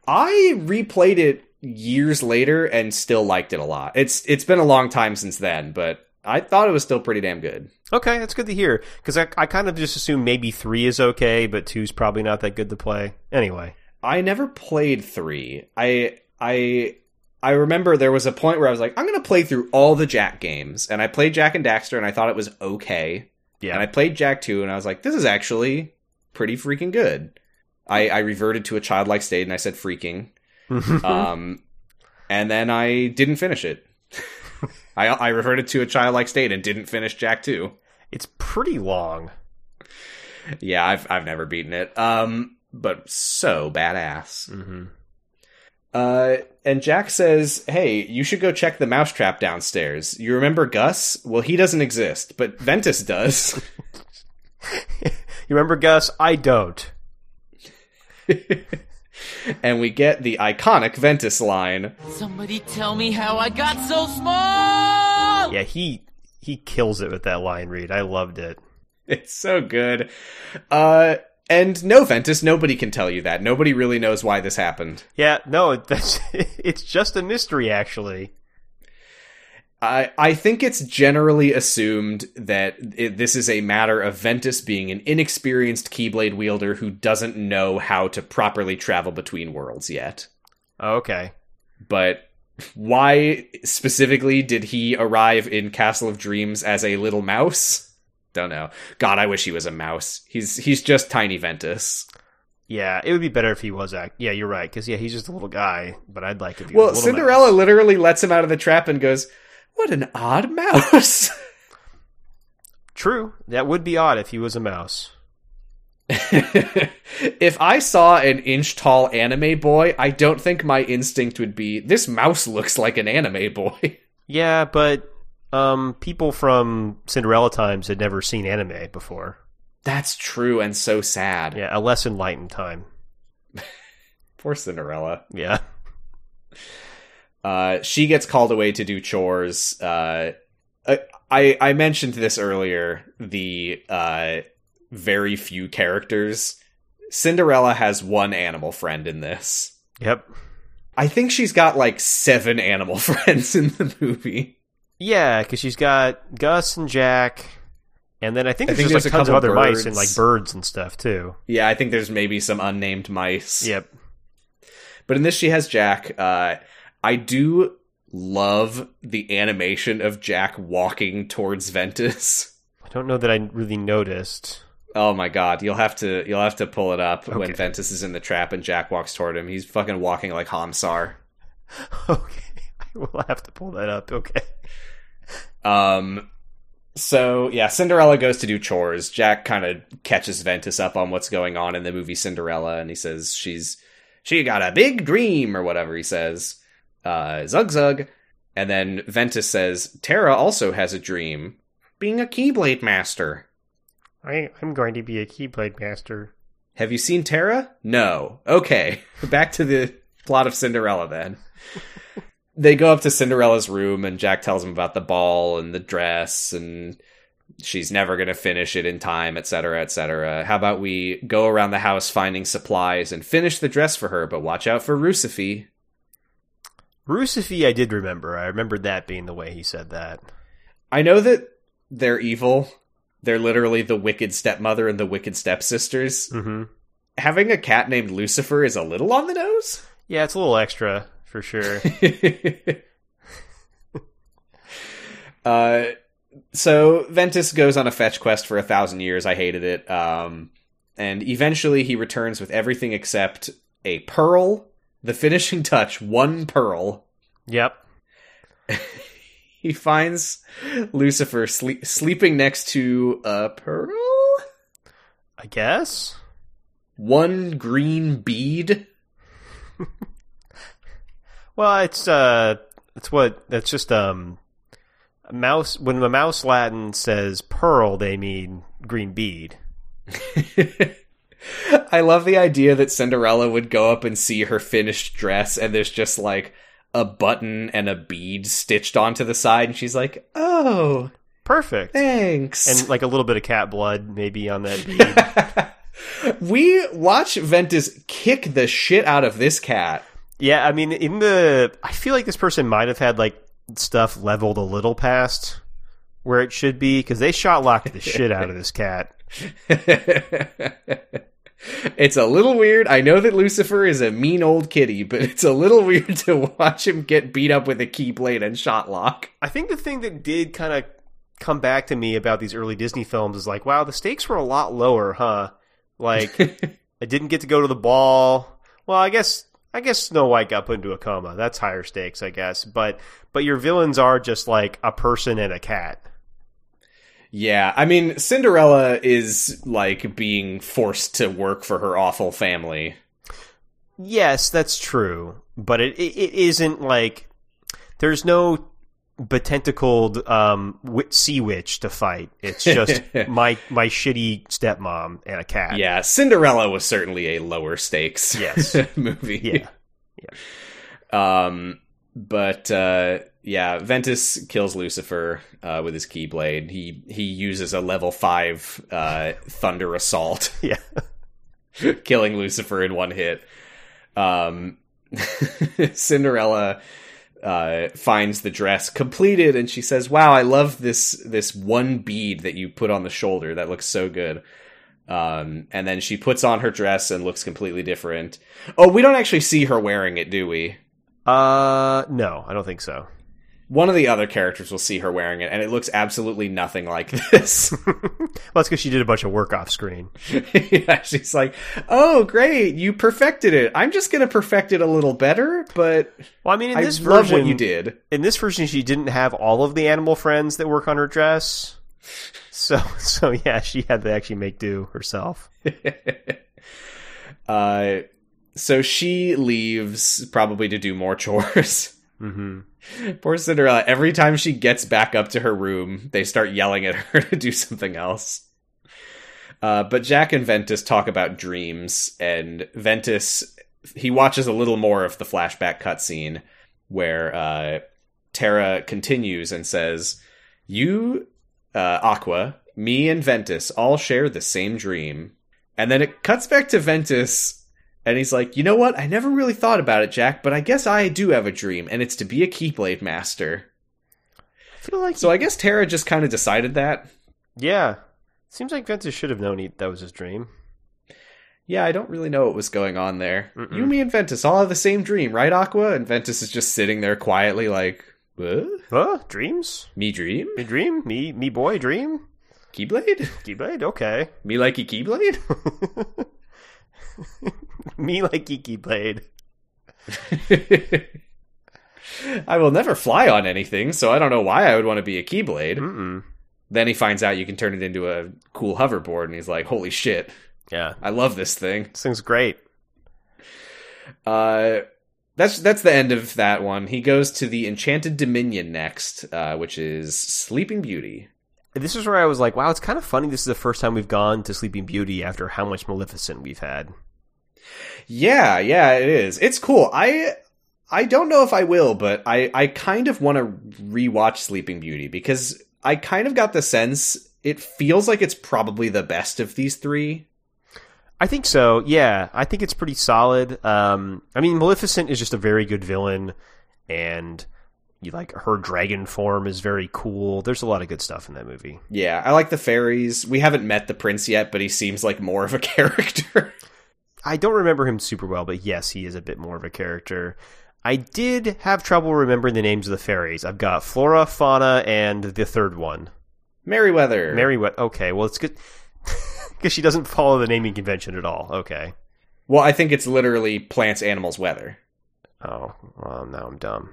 [SPEAKER 1] I replayed it years later and still liked it a lot. It's it's been a long time since then, but I thought it was still pretty damn good.
[SPEAKER 2] Okay, that's good to hear. Because I, I kind of just assume maybe three is okay, but two's probably not that good to play. Anyway.
[SPEAKER 1] I never played 3. I I I remember there was a point where I was like, I'm going to play through all the Jack games, and I played Jack and Daxter and I thought it was okay.
[SPEAKER 2] Yeah.
[SPEAKER 1] And I played Jack 2 and I was like, this is actually pretty freaking good. I, I reverted to a childlike state and I said freaking.
[SPEAKER 2] Hmm.
[SPEAKER 1] Um, and then I didn't finish it. (laughs) I, I reverted to a childlike state and didn't finish Jack 2.
[SPEAKER 2] (laughs) it's pretty long.
[SPEAKER 1] Yeah, I've, I've never beaten it. Um, but so badass.
[SPEAKER 2] Mm-hmm.
[SPEAKER 1] Uh, and Jack says, Hey, you should go check the mousetrap downstairs. You remember Gus? Well, he doesn't exist, but Ventus
[SPEAKER 2] (laughs)
[SPEAKER 1] does.
[SPEAKER 2] You remember Gus? I don't.
[SPEAKER 1] and we get the iconic Ventus line.
[SPEAKER 7] Somebody tell me how I got so small!
[SPEAKER 2] Yeah, he he kills it with that line read. I loved it.
[SPEAKER 1] (laughs) It's so good. Uh, and no, Ventus, nobody can tell you that. Nobody really knows why this happened.
[SPEAKER 2] Yeah, no, that's (laughs) it's just a mystery actually.
[SPEAKER 1] I, I think it's generally assumed that it, this is a matter of Ventus being an inexperienced Keyblade wielder who doesn't know how to properly travel between worlds yet.
[SPEAKER 2] Oh, Okay.
[SPEAKER 1] But why specifically did he arrive in Castle of Dreams as a little mouse? Don't know. God, I wish he was a mouse. He's he's just tiny Ventus.
[SPEAKER 2] Yeah, it would be better if he was act. Yeah, you're right. Because yeah, he's just a little guy. But I'd like if he was a
[SPEAKER 1] Well,
[SPEAKER 2] little
[SPEAKER 1] Cinderella
[SPEAKER 2] mouse.
[SPEAKER 1] literally lets him out of the trap and goes, "What an odd mouse." (laughs)
[SPEAKER 2] True, that would be odd if he was a mouse.
[SPEAKER 1] if I saw an inch tall anime boy, I don't think my instinct would be this mouse looks like an anime boy. (laughs)
[SPEAKER 2] Yeah, but um, people from Cinderella times had never seen anime before.
[SPEAKER 1] That's true and so sad.
[SPEAKER 2] Yeah, a less enlightened time.
[SPEAKER 1] Poor Cinderella.
[SPEAKER 2] Yeah, (laughs)
[SPEAKER 1] Uh, she gets called away to do chores. Uh, I, I I mentioned this earlier. The uh, very few characters. Cinderella has one animal friend in this.
[SPEAKER 2] Yep.
[SPEAKER 1] I think she's got like seven animal (laughs) friends in the movie.
[SPEAKER 2] Yeah, because she's got Gus and Jack, and then I think
[SPEAKER 1] I
[SPEAKER 2] there's
[SPEAKER 1] think there's
[SPEAKER 2] just
[SPEAKER 1] a
[SPEAKER 2] like tons of
[SPEAKER 1] couple
[SPEAKER 2] other mice and like
[SPEAKER 1] birds.
[SPEAKER 2] birds and stuff too.
[SPEAKER 1] Yeah, I think there's maybe some unnamed mice.
[SPEAKER 2] Yep.
[SPEAKER 1] But in this, she has Jack. Uh, I do love the animation of Jack walking towards Ventus. (laughs)
[SPEAKER 2] I don't know that I really noticed. (laughs)
[SPEAKER 1] Oh my god, you'll have to you'll have to pull it up when
[SPEAKER 2] Okay.
[SPEAKER 1] Ventus is in the trap and Jack walks toward him. He's fucking walking like Hamsar.
[SPEAKER 2] Okay, I will have to pull that up. Okay.
[SPEAKER 1] Um so yeah, Cinderella goes to do chores. Jack kind of catches Ventus up on what's going on in the movie Cinderella and he says she's she got a big dream or whatever he says. Uh zug zug. And then Ventus says Tara also has a dream being a keyblade master.
[SPEAKER 6] I, I'm going to be a Keyblade Master.
[SPEAKER 1] Have you seen Tara? No. Okay. (laughs) Back to the plot of Cinderella then. they go up to Cinderella's room and Jack tells him about the ball and the dress and she's never going to finish it in time, etc., etc. How about we go around the house finding supplies and finish the dress for her, but watch out for Rusifi.
[SPEAKER 2] Rusifi, I did remember. I remembered that being the way he said that.
[SPEAKER 1] I know that they're evil. They're literally the wicked stepmother and the wicked stepsisters.
[SPEAKER 2] Mm-hmm.
[SPEAKER 1] Having a cat named Lucifer is a little on the nose.
[SPEAKER 2] Yeah, it's a little extra for
[SPEAKER 6] (laughs)
[SPEAKER 2] sure.
[SPEAKER 1] (laughs) uh, so Ventus goes on a fetch quest for a thousand years. I hated it. Um, and eventually he returns with everything except a pearl, the finishing (laughs) touch, one pearl.
[SPEAKER 2] yep.
[SPEAKER 1] He finds Lucifer sleep- sleeping next to a pearl?
[SPEAKER 2] I guess.
[SPEAKER 1] One green bead?
[SPEAKER 2] Well, it's uh, it's what that's just um, a mouse. When the mouse Latin says pearl, they mean green bead.
[SPEAKER 1] I love the idea that Cinderella would go up and see her finished dress, and there's just like a button and a bead stitched onto the side, and she's like, "Oh,
[SPEAKER 2] Perfect.
[SPEAKER 1] thanks."
[SPEAKER 2] And like a little bit of cat blood, maybe on that bead.
[SPEAKER 1] (laughs) we watch Ventus kick the shit out of this cat. (laughs)
[SPEAKER 2] yeah, I mean, in the I feel like this person might have had like stuff leveled a little past where it should be because they shot locked the shit out of this cat.
[SPEAKER 1] it's a little weird. I know that Lucifer is a mean old kitty, but it's a little (laughs) weird to watch him get beat up with a keyblade and shot lock.
[SPEAKER 2] I think the thing that did kind of come back to me about these early Disney films is like, wow, the stakes were a lot lower, huh? Like, I didn't get to go to the ball. Well, I guess I guess Snow White got put into a coma. That's higher stakes, I guess. But but your villains are just like a person and a cat.
[SPEAKER 1] Yeah, I mean, Cinderella is like being forced to work for her awful family.
[SPEAKER 2] Yes, that's true, but it it, it isn't like there's no betentacled um, wi- sea witch to fight. It's
[SPEAKER 1] (laughs)
[SPEAKER 2] just my my shitty stepmom and a cat.
[SPEAKER 1] Yeah, Cinderella was certainly a lower stakes
[SPEAKER 2] Yes.
[SPEAKER 1] (laughs) movie.
[SPEAKER 2] Yeah.
[SPEAKER 1] Um, but uh, yeah, Ventus kills Lucifer uh, with his keyblade. He he uses a level five uh, thunder assault, (laughs)
[SPEAKER 2] Yeah.
[SPEAKER 1] killing Lucifer in one hit. Um, (laughs) Cinderella uh, finds the dress completed, and she says, "Wow, I love this this one bead that you put on the shoulder. That looks so good." Um, and then she puts on her dress and looks completely different. Oh, we don't actually see her wearing it, do we?
[SPEAKER 2] Uh, no, I don't think so.
[SPEAKER 1] one of the other characters will see her wearing it, and it looks absolutely nothing like (laughs) this.
[SPEAKER 2] Well, that's because she did a bunch of work off screen.
[SPEAKER 1] yeah, she's like, "Oh, great, you perfected it. I'm just gonna perfect it a little better, but
[SPEAKER 2] Well, I mean, in
[SPEAKER 1] I
[SPEAKER 2] this
[SPEAKER 1] love
[SPEAKER 2] version,
[SPEAKER 1] what you did." (laughs)
[SPEAKER 2] In this version, she didn't have all of the animal friends that work on her dress. So, (laughs) so yeah, she had to actually make do herself.
[SPEAKER 1] Uh, so she leaves probably to do more (laughs) chores.
[SPEAKER 2] Mm-hmm.
[SPEAKER 1] Poor Cinderella. Every time she gets back up to her room, they start yelling at (laughs) her to do something else. Uh, but Jack and Ventus talk about dreams, and Ventus he watches a little more of the flashback cutscene where uh, Tara continues and says, "You, uh, Aqua, me, and Ventus all share the same dream. And then it cuts back to Ventus, and he's like, "You know what? I never really thought about it, Jack, but I guess I do have a dream, and it's to be a Keyblade master."
[SPEAKER 2] I feel like
[SPEAKER 1] So I guess Terra just kind of decided that.
[SPEAKER 2] yeah. Seems like Ventus should have known he, that was his dream.
[SPEAKER 1] Yeah, I don't really know what was going on there. You, me, and Ventus all have the same dream, right, Aqua? And Ventus is just sitting there quietly, like, "What?
[SPEAKER 2] Huh? Dreams?
[SPEAKER 1] Me dream?
[SPEAKER 2] Me dream? Me me boy dream?
[SPEAKER 1] Keyblade?
[SPEAKER 2] Keyblade? Okay. (laughs)
[SPEAKER 1] Me like a Keyblade?" (laughs)
[SPEAKER 2] me like Geeky Blade.
[SPEAKER 1] I will never fly on anything, so I don't know why I would want to be a Keyblade.
[SPEAKER 2] Mm-mm.
[SPEAKER 1] Then he finds out you can turn it into a cool hoverboard, and he's like, "Holy shit,
[SPEAKER 2] Yeah.
[SPEAKER 1] I love this thing!"
[SPEAKER 2] This thing's great.
[SPEAKER 1] Uh, that's that's the end of that one. He goes to the Enchanted Dominion next, uh, which is Sleeping Beauty.
[SPEAKER 2] This is where I was like, wow, it's kind of funny. This is the first time we've gone to Sleeping Beauty after how much Maleficent we've had.
[SPEAKER 1] Yeah, yeah, it is. It's cool. I I don't know if I will, but I I kind of want to rewatch Sleeping Beauty because I kind of got the sense it feels like it's probably the best of these three.
[SPEAKER 2] I think so. Yeah, I think it's pretty solid. Um, I mean, Maleficent is just a very good villain, and you like her dragon form is very cool. There's a lot of good stuff in that movie.
[SPEAKER 1] Yeah, I like the fairies. We haven't met the prince yet, but he seems like more of a (laughs) character.
[SPEAKER 2] I don't remember him super well, but yes, he is a bit more of a character. I did have trouble remembering the names of the fairies. I've got Flora, Fauna, and the third one,
[SPEAKER 1] Merryweather.
[SPEAKER 2] Mary. What? Okay, well, it's good (laughs) because she doesn't follow the naming convention at all. Okay.
[SPEAKER 1] well, I think it's literally plants, animals, weather. (laughs)
[SPEAKER 2] Oh, well, now I'm dumb.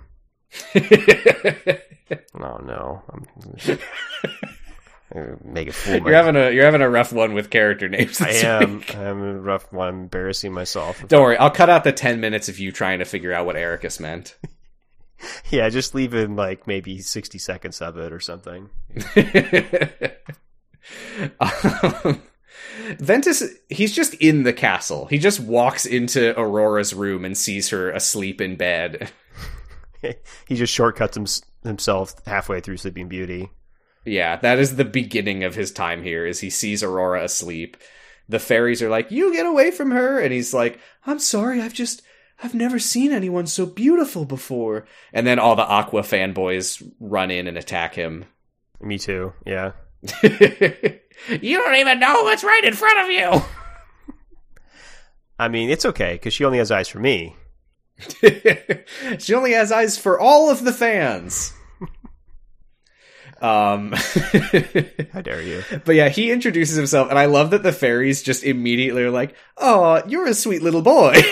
[SPEAKER 2] Oh no, I'm (laughs) I'm gonna make a fool. of
[SPEAKER 1] You're having a you're having a rough one with character names.
[SPEAKER 2] I
[SPEAKER 1] this
[SPEAKER 2] am.
[SPEAKER 1] week.
[SPEAKER 2] (laughs) I'm a rough one. I'm embarrassing myself.
[SPEAKER 1] (laughs) Don't worry, I'll cut out the ten minutes of you trying to figure out what Ericus meant. (laughs)
[SPEAKER 2] Yeah, just leave in like maybe 60 seconds of it or something.
[SPEAKER 1] Um, Ventus, he's just in the castle. He just walks into Aurora's room and sees her asleep in bed.
[SPEAKER 2] he just shortcuts hims himself halfway through Sleeping Beauty.
[SPEAKER 1] Yeah, that is the beginning of his time here. Is he sees Aurora asleep? The fairies are like, "You get away from her," and he's like, "I'm sorry, I've just." I've never seen anyone so beautiful before. And then all the Aqua fanboys run in and attack him. (laughs)
[SPEAKER 2] Me too. Yeah.
[SPEAKER 1] you don't even know what's right in front of you.
[SPEAKER 2] I mean, it's okay because she only has eyes for me.
[SPEAKER 1] (laughs) she only has eyes for all of the (laughs) fans. um (laughs)
[SPEAKER 2] How dare (laughs) you?
[SPEAKER 1] but yeah, he introduces himself and I love that the fairies just immediately are like, "Oh, you're a sweet little boy." (laughs)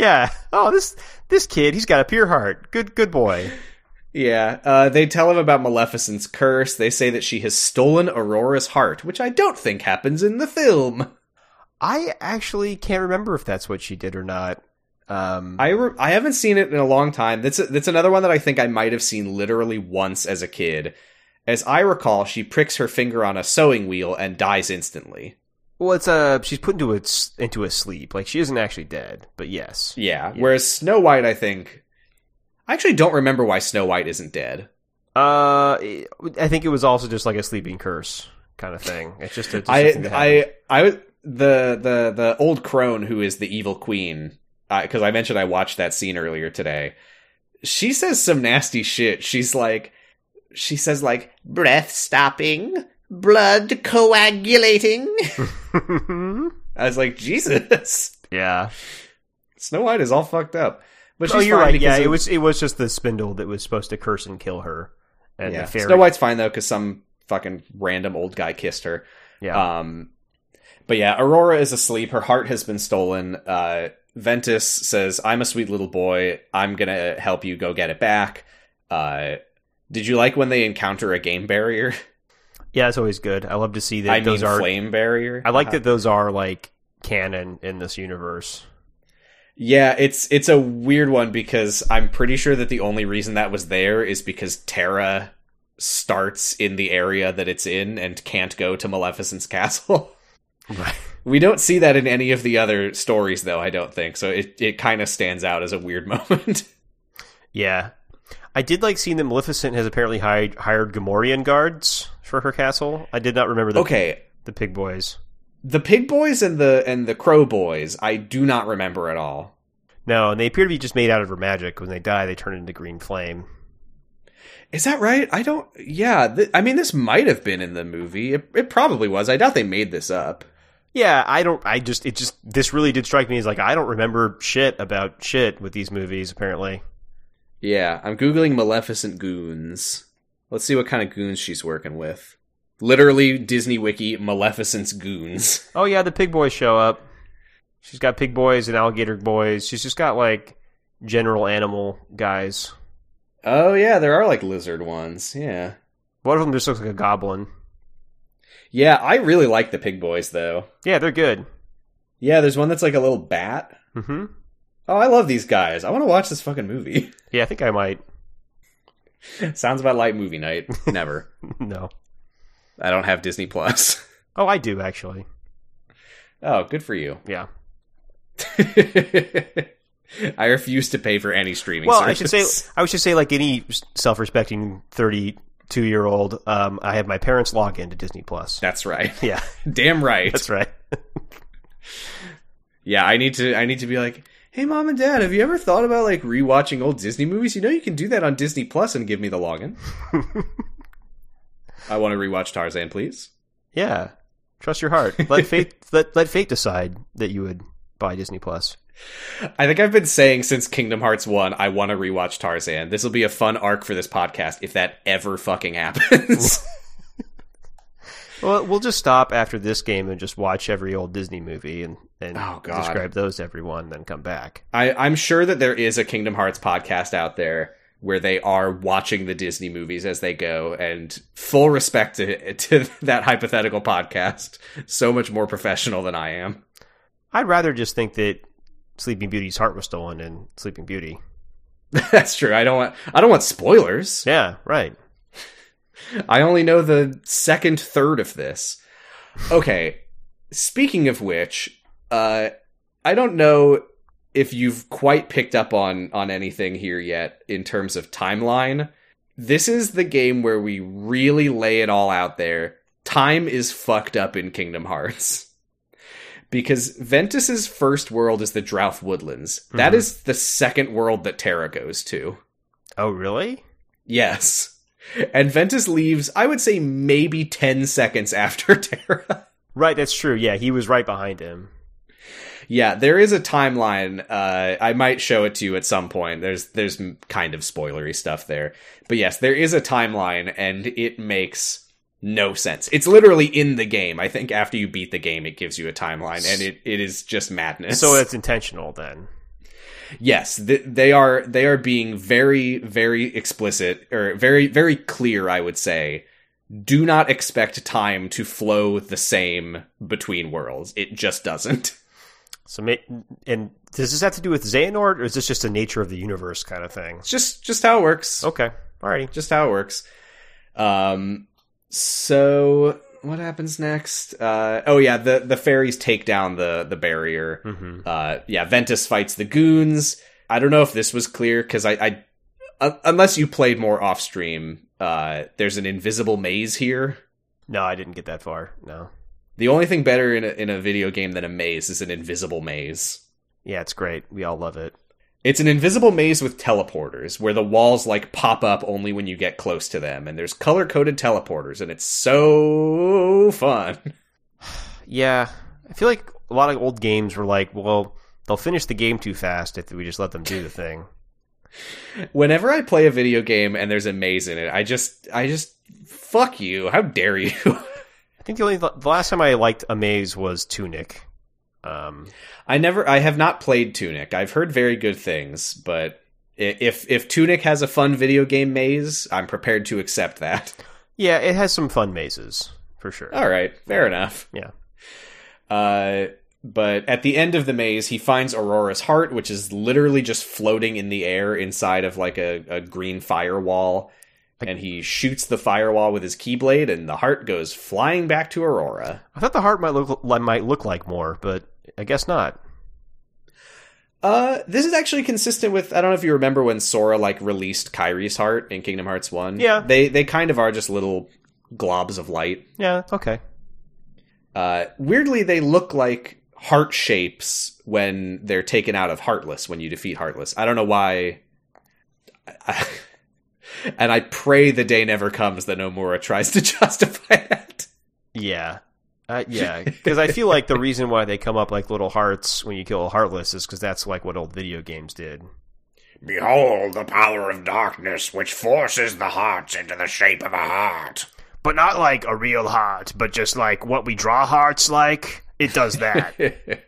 [SPEAKER 2] Yeah. Oh, this this kid. He's got a pure heart. Good good boy.
[SPEAKER 1] yeah, uh they tell him about Maleficent's curse. They say that she has stolen Aurora's heart, which I don't think happens in the film.
[SPEAKER 2] I actually can't remember if that's what she did or not. Um,
[SPEAKER 1] I re- I haven't seen it in a long time. That's that's another one that I think I might have seen literally once as a kid. As I recall, she pricks her finger on a sewing wheel and dies instantly.
[SPEAKER 2] Well, it's uh, she's put into a s- into a sleep. Like she isn't actually dead, but yes,
[SPEAKER 1] Yeah. Whereas Snow White, I think, I actually don't remember why Snow White isn't dead.
[SPEAKER 2] uh, it- I think it was also just like a sleeping curse kind of thing. It's just a, just a
[SPEAKER 1] I
[SPEAKER 2] thing that happened.
[SPEAKER 1] I I was- the the the old crone who is the evil queen because I mentioned I watched that scene earlier today. She says some nasty shit. She's like, she says like breath stopping, blood coagulating. (laughs)
[SPEAKER 2] (laughs)
[SPEAKER 1] I was like, Jesus,
[SPEAKER 2] yeah.
[SPEAKER 1] Snow White is all fucked up. But she's
[SPEAKER 2] Oh, you're
[SPEAKER 1] fine
[SPEAKER 2] right.
[SPEAKER 1] because
[SPEAKER 2] Yeah,
[SPEAKER 1] of-
[SPEAKER 2] it was it was just the spindle that was supposed to curse and kill her, and
[SPEAKER 1] yeah.
[SPEAKER 2] the fairy.
[SPEAKER 1] Snow White's fine though because some fucking random old guy kissed her.
[SPEAKER 2] Yeah,
[SPEAKER 1] Um, but yeah, Aurora is asleep. Her heart has been stolen. Uh, Ventus says, "I'm a sweet little boy. I'm gonna help you go get it back." Uh, did you like when they encounter a game barrier?
[SPEAKER 2] yeah, it's always good. I love to see that
[SPEAKER 1] I mean,
[SPEAKER 2] those are.
[SPEAKER 1] flame barrier. Uh-huh.
[SPEAKER 2] I like that those are like canon in this universe.
[SPEAKER 1] Yeah, it's it's a weird one because I'm pretty sure that the only reason that was there is because Terra starts in the area that it's in and can't go to Maleficent's (laughs) castle.
[SPEAKER 2] Right.
[SPEAKER 1] We don't see that in any of the other stories though, I don't think. So it it kind of stands out as a weird (laughs) moment.
[SPEAKER 2] Yeah, I did like seeing that Maleficent has apparently hired hired Gamorrean guards for her castle. I did not remember the
[SPEAKER 1] okay,
[SPEAKER 2] the pig boys.
[SPEAKER 1] The pig boys and the and the crow boys, I do not remember at all.
[SPEAKER 2] No, and they appear to be just made out of her magic. When they die, they turn into green flame.
[SPEAKER 1] Is that right? I don't. Yeah, th- I mean, this might have been in the movie. It, it probably was. I doubt they made this up.
[SPEAKER 2] Yeah, I don't. I just it just this really did strike me as like I don't remember shit about shit with these movies. Apparently,
[SPEAKER 1] Yeah, I'm googling Maleficent goons. Let's see what kind of goons she's working with. Literally, Disney Wiki Maleficent's goons.
[SPEAKER 2] oh yeah, the pig boys show up. She's got pig boys and alligator boys. She's just got like general animal guys.
[SPEAKER 1] Oh yeah, there are like lizard ones. Yeah,
[SPEAKER 2] One of them just looks like a goblin.
[SPEAKER 1] yeah. I really like the pig boys though.
[SPEAKER 2] Yeah, they're good.
[SPEAKER 1] Yeah, there's one that's like a little bat.
[SPEAKER 2] hmm
[SPEAKER 1] Oh, I love these guys. I want to watch this fucking movie. (laughs)
[SPEAKER 2] Yeah, I think I might. (laughs)
[SPEAKER 1] Sounds about like movie night. Never.
[SPEAKER 2] no.
[SPEAKER 1] I don't have Disney Plus. (laughs)
[SPEAKER 2] Oh, I do actually.
[SPEAKER 1] Oh, good for you. (laughs)
[SPEAKER 2] Yeah.
[SPEAKER 1] I refuse to pay for any streaming.
[SPEAKER 2] Well, I
[SPEAKER 1] service.
[SPEAKER 2] should say
[SPEAKER 1] (laughs)
[SPEAKER 2] I should say like any self-respecting 32-year-old, um, I have my parents log into Disney Plus.
[SPEAKER 1] that's right.
[SPEAKER 2] (laughs) Yeah,
[SPEAKER 1] Damn right.
[SPEAKER 2] that's right. (laughs)
[SPEAKER 1] Yeah, I need to. I need to be like, hey, mom and dad, have you ever thought about like rewatching old Disney movies? You know, you can do that on Disney Plus and give me the login. I want to rewatch Tarzan, please.
[SPEAKER 2] Yeah. Trust your heart. Let fate let let fate decide that you would buy Disney Plus.
[SPEAKER 1] I think I've been saying since Kingdom Hearts One, I want to rewatch Tarzan. This will be a fun arc for this podcast if that ever fucking happens.
[SPEAKER 2] Well, we'll just stop after this game and just watch every old Disney movie and and
[SPEAKER 1] Oh, God.
[SPEAKER 2] describe those to everyone, then come back.
[SPEAKER 1] I, I'm sure that there is a Kingdom Hearts podcast out there where they are watching the Disney movies as they go, and full respect to, to (laughs) that hypothetical podcast. So much more professional than I am. (laughs)
[SPEAKER 2] I'd rather just think that Sleeping Beauty's heart was stolen in Sleeping Beauty.
[SPEAKER 1] That's true. I don't want I don't want spoilers.
[SPEAKER 2] Yeah, right.
[SPEAKER 1] (laughs) I only know the second third of this. Okay. Speaking of which, uh I don't know if you've quite picked up on on anything here yet in terms of timeline. This is the game where we really lay it all out there. Time is fucked up in Kingdom Hearts. (laughs) Because Ventus's first world is the Drouth Woodlands. That
[SPEAKER 2] Mhm.
[SPEAKER 1] is the second world that Terra goes to.
[SPEAKER 2] Oh, really?
[SPEAKER 1] Yes. And Ventus leaves, I would say maybe 10 seconds after (laughs) Terra.
[SPEAKER 2] Right, that's true. Yeah, he was right behind him.
[SPEAKER 1] yeah, there is a timeline. Uh, I might show it to you at some point. There's there's m- kind of spoilery stuff there. But yes, there is a timeline and it makes no sense. It's literally in the game. I think after you beat the game it gives you a timeline and it, it is just madness. (laughs)
[SPEAKER 2] So it's intentional then.
[SPEAKER 1] yes th- they are they are being very very explicit or very very clear i would say do not expect time to flow the same between worlds it just doesn't (laughs)
[SPEAKER 2] So ma- and does this have to do with Xehanort or is this just the nature of the universe kind of thing?
[SPEAKER 1] it's just just how it works
[SPEAKER 2] Okay. Alrighty.
[SPEAKER 1] just how it works um so what happens next uh oh yeah the the fairies take down the the barrier
[SPEAKER 2] Mhm.
[SPEAKER 1] uh yeah ventus fights the goons i don't know if this was clear because i i un- unless you played more off stream uh there's an invisible maze here
[SPEAKER 2] No, I didn't get that far. No.
[SPEAKER 1] the only thing better in a, in a video game than a maze is an invisible maze
[SPEAKER 2] Yeah, it's great. We all love it.
[SPEAKER 1] it's an invisible maze with teleporters where the walls like pop up only when you get close to them and there's color coded teleporters and it's so fun (laughs)
[SPEAKER 2] Yeah. I feel like a lot of old games were like, well, they'll finish the game too fast if we just let them do the thing.
[SPEAKER 1] whenever I play a video game and there's a maze in it, I just, I just, fuck you. How dare you? (laughs)
[SPEAKER 2] I think the only the last time I liked a maze was Tunic. Um,
[SPEAKER 1] I never, I have not played Tunic. I've heard very good things, but i- if if Tunic has a fun video game maze, I'm prepared to accept that. (laughs)
[SPEAKER 2] yeah, it has some fun mazes for sure.
[SPEAKER 1] All right, fair enough.
[SPEAKER 2] Yeah.
[SPEAKER 1] Uh, but at the end of the maze, he finds Aurora's heart, which is literally just floating in the air inside of like a, a green firewall. And he shoots the firewall with his keyblade, and the heart goes flying back to Aurora.
[SPEAKER 2] I thought the heart might look might look like more, but I guess not.
[SPEAKER 1] Uh, this is actually consistent with I don't know if you remember when Sora like released Kyrie's heart in Kingdom Hearts One.
[SPEAKER 2] Yeah.
[SPEAKER 1] they they kind of are just little globs of light.
[SPEAKER 2] Yeah, okay.
[SPEAKER 1] Uh, weirdly, they look like heart shapes when they're taken out of Heartless, when you defeat Heartless. I don't know why. (laughs) and I pray the day never comes that Nomura tries to (laughs) justify that.
[SPEAKER 2] Yeah. Uh,
[SPEAKER 1] (laughs)
[SPEAKER 2] yeah, because I feel like the reason why they come up like little hearts when you kill a heartless is because that's like what old video games did.
[SPEAKER 3] Behold the power of darkness which forces the hearts into the shape of a heart.
[SPEAKER 6] But not like a real heart, but just like what we draw hearts like.
[SPEAKER 2] (laughs)
[SPEAKER 6] It does that.
[SPEAKER 1] (laughs)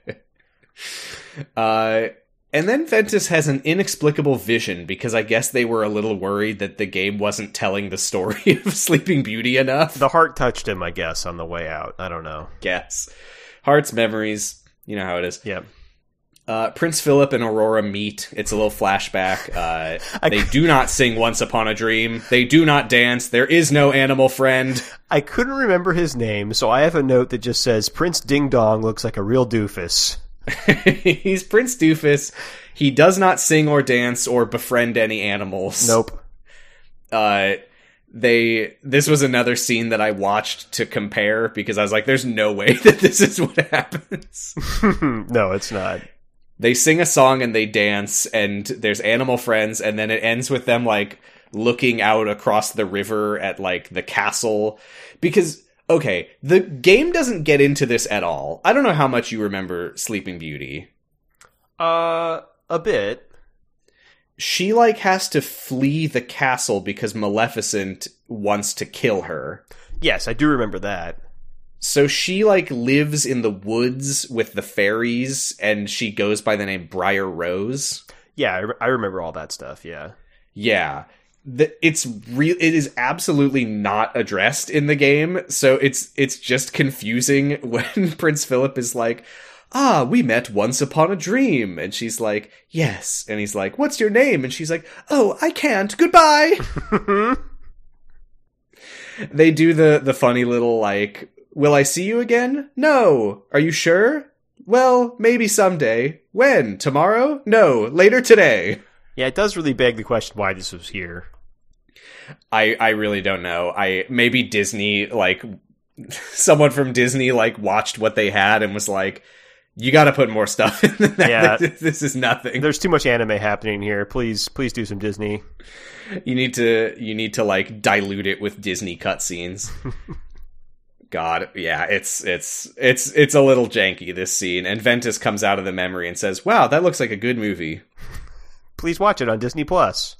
[SPEAKER 1] Uh, and then Ventus has an inexplicable vision because I guess they were a little worried that the game wasn't telling the story (laughs) of Sleeping Beauty enough.
[SPEAKER 2] The heart touched him, I guess, on the way out. I don't know.
[SPEAKER 1] guess. Hearts, memories, you know how it is.
[SPEAKER 2] Yep.
[SPEAKER 1] Uh, Prince Philip and Aurora meet. It's a little flashback. Uh, they do not sing Once Upon a Dream. They do not dance. There is no animal friend. (laughs)
[SPEAKER 2] I couldn't remember his name, so I have a note that just says Prince Ding Dong looks like a real (laughs) doofus.
[SPEAKER 1] He's Prince Doofus. He does not sing or dance or befriend any animals.
[SPEAKER 2] Nope. (laughs)
[SPEAKER 1] uh they this was another scene that I watched to compare because I was like there's no way (laughs) that this is what happens.
[SPEAKER 2] no, it's not.
[SPEAKER 1] they sing a song and they dance and there's animal friends and then it ends with them like looking out across the river at like the castle because okay, the game doesn't get into this at all. I don't know how much you remember Sleeping Beauty.
[SPEAKER 2] Uh, a bit.
[SPEAKER 1] She like has to flee the castle because Maleficent wants to kill her.
[SPEAKER 2] Yes, I do remember that.
[SPEAKER 1] so she like lives in the woods with the fairies and she goes by the name Briar Rose.
[SPEAKER 2] Yeah, I, re- I remember all that stuff. Yeah.
[SPEAKER 1] Yeah. The, it's real it is absolutely not addressed in the game, so it's it's just confusing (laughs) when Prince Philip is like, "Ah, we met once upon a dream." And she's like, "Yes." And he's like, "What's your name?" And she's like, "Oh, I can't. Goodbye." they do the the funny little like will i see you again no are you sure well maybe someday when tomorrow no later today
[SPEAKER 2] Yeah, it does really beg the question why this was here.
[SPEAKER 1] i i really don't know i maybe disney like (laughs) someone from disney like watched what they had and was like you gotta put more stuff (laughs) in than that.
[SPEAKER 2] Yeah.
[SPEAKER 1] this is nothing
[SPEAKER 2] There's too much anime happening here. Please, please do some Disney.
[SPEAKER 1] you need to you need to like dilute it with Disney cutscenes. God, yeah, it's it's it's it's a little janky this scene. And Ventus comes out of the memory and says, "Wow, that looks like a good movie." (laughs)
[SPEAKER 2] Please watch it on Disney Plus.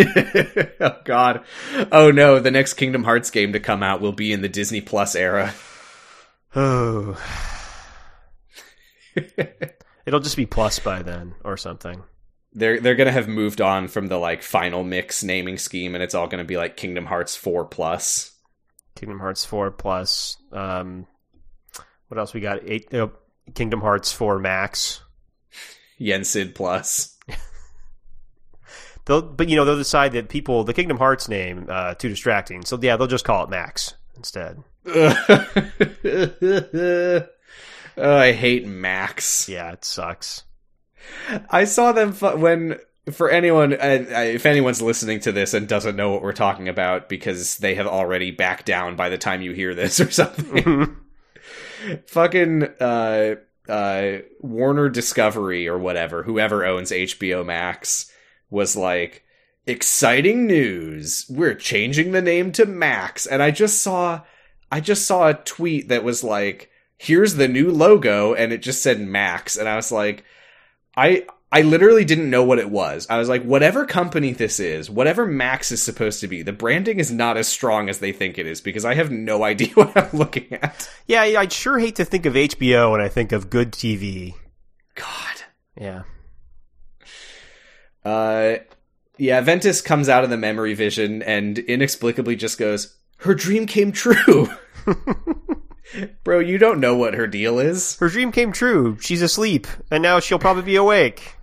[SPEAKER 1] oh God, oh no, the next Kingdom Hearts game to come out will be in the Disney Plus era.
[SPEAKER 2] (sighs) Oh. It'll just be plus by then or something.
[SPEAKER 1] They're they're gonna have moved on from the like final mix naming scheme, and it's all gonna be like Kingdom Hearts four plus.
[SPEAKER 2] Kingdom Hearts 4 plus um what else we got? 8 uh, Kingdom Hearts 4 Max.
[SPEAKER 1] Yensid plus. (laughs)
[SPEAKER 2] They'll but you know they'll decide that people the Kingdom Hearts name uh too distracting. So yeah, they'll just call it Max instead.
[SPEAKER 1] oh, I hate Max.
[SPEAKER 2] Yeah, it sucks.
[SPEAKER 1] (laughs) I saw them fu- when for anyone I, I, if anyone's listening to this and doesn't know what we're talking about because they have already backed down by the time you hear this (laughs) or something. Fucking uh uh Warner Discovery or whatever, whoever owns HBO Max was like exciting news. We're changing the name to Max and I just saw I just saw a tweet that was like here's the new logo and it just said Max and I was like I I literally didn't know what it was. I was like, whatever company this is, whatever Max is supposed to be, the branding is not as strong as they think it is because I have no (laughs) idea what I'm looking at.
[SPEAKER 2] Yeah, I- I'd sure hate to think of HBO when I think of good TV.
[SPEAKER 1] God.
[SPEAKER 2] Yeah.
[SPEAKER 1] Uh, yeah, Ventus comes out of the memory vision and inexplicably just goes, "Her dream came true." (laughs) Bro, you don't know what her deal is.
[SPEAKER 2] Her dream came true. She's asleep and now she'll probably be awake.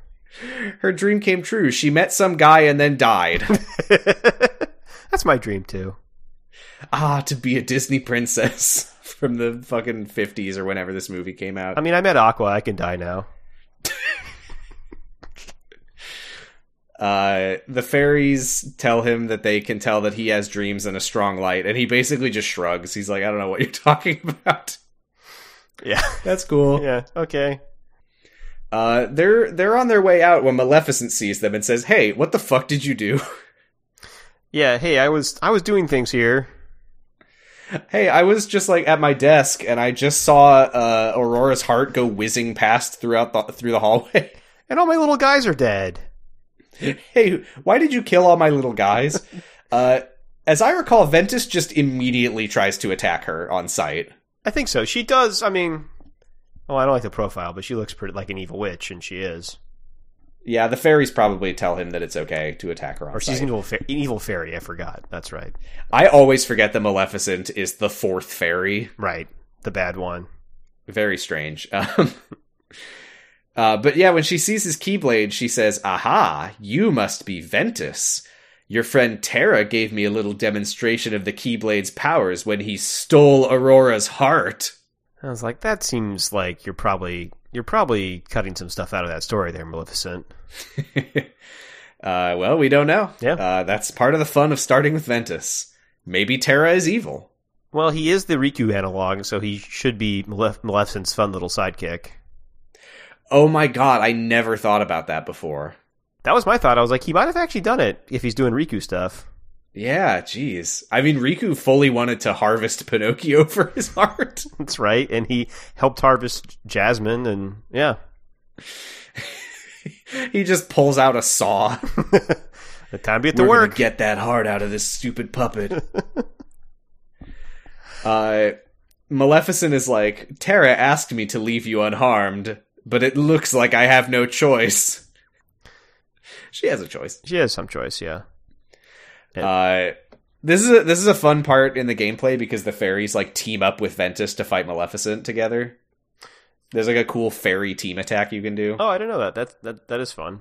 [SPEAKER 1] Her dream came true. She met some guy and then died. (laughs)
[SPEAKER 2] That's my dream too.
[SPEAKER 1] ah, to be a Disney princess (laughs) from the fucking 50s or whenever this movie came out.
[SPEAKER 2] I mean, I met Aqua. I can die now.
[SPEAKER 1] Uh, the fairies tell him that they can tell (laughs) that he has dreams and a strong light, and he basically just shrugs. He's like, I don't know what you're talking about.
[SPEAKER 2] Yeah.
[SPEAKER 1] That's cool.
[SPEAKER 2] Yeah. Okay.
[SPEAKER 1] Uh, they're they're on their way out when Maleficent sees them and says, "Hey, what the fuck did you do? (laughs)
[SPEAKER 2] Yeah. Hey, I was I was doing things here.
[SPEAKER 1] hey, I was just like at my desk and I just saw uh, Aurora's heart go whizzing past throughout the through the hallway. (laughs)
[SPEAKER 2] And all my little guys are dead.
[SPEAKER 1] hey, why did you kill all my little
[SPEAKER 2] (laughs)
[SPEAKER 1] guys?" uh, as I recall, Ventus just immediately tries to attack her on sight.
[SPEAKER 2] I think so. She does. I mean, well, I don't like the profile, but she looks pretty like an evil witch, and she is.
[SPEAKER 1] Yeah, the fairies probably tell him that it's okay to attack her on
[SPEAKER 2] Or she's
[SPEAKER 1] sight.
[SPEAKER 2] an evil, fa- an evil fairy. I forgot. That's right.
[SPEAKER 1] I always forget that Maleficent is the fourth fairy.
[SPEAKER 2] Right. The bad one.
[SPEAKER 1] Very strange. (laughs) Um, uh, but yeah, when she sees his keyblade, she says, Aha, you must be Ventus. Your friend Terra gave me a little demonstration of the keyblade's powers when he stole Aurora's heart.
[SPEAKER 2] I was like, that seems like you're probably you're probably cutting some stuff out of that story there, Maleficent.
[SPEAKER 1] Uh, well, we don't know.
[SPEAKER 2] Yeah.
[SPEAKER 1] Uh, that's part of the fun of starting with Ventus. Maybe Terra is evil.
[SPEAKER 2] Well, he is the Riku analog, so he should be Malef- Maleficent's fun little sidekick.
[SPEAKER 1] Oh my god, I never thought about that before.
[SPEAKER 2] That was my thought. I was like, he might have actually done it if he's doing Riku stuff.
[SPEAKER 1] Yeah, jeez. I mean, Riku fully wanted to harvest Pinocchio (laughs) for his heart.
[SPEAKER 2] That's right. And he helped harvest Jasmine, and yeah,
[SPEAKER 1] he just pulls out a saw.
[SPEAKER 2] the time to get to
[SPEAKER 1] We're gonna
[SPEAKER 2] work.
[SPEAKER 1] get that heart out of this stupid puppet. uh, Maleficent is like, Tara asked me to leave you unharmed, but it looks like I have no choice. (laughs) She has a choice.
[SPEAKER 2] She has some choice, yeah.
[SPEAKER 1] Uh, this is a, this is a fun part in the gameplay because the fairies like team up with Ventus to fight Maleficent together. There's like a cool fairy team attack you can do.
[SPEAKER 2] Oh, I didn't know that. That that that is fun.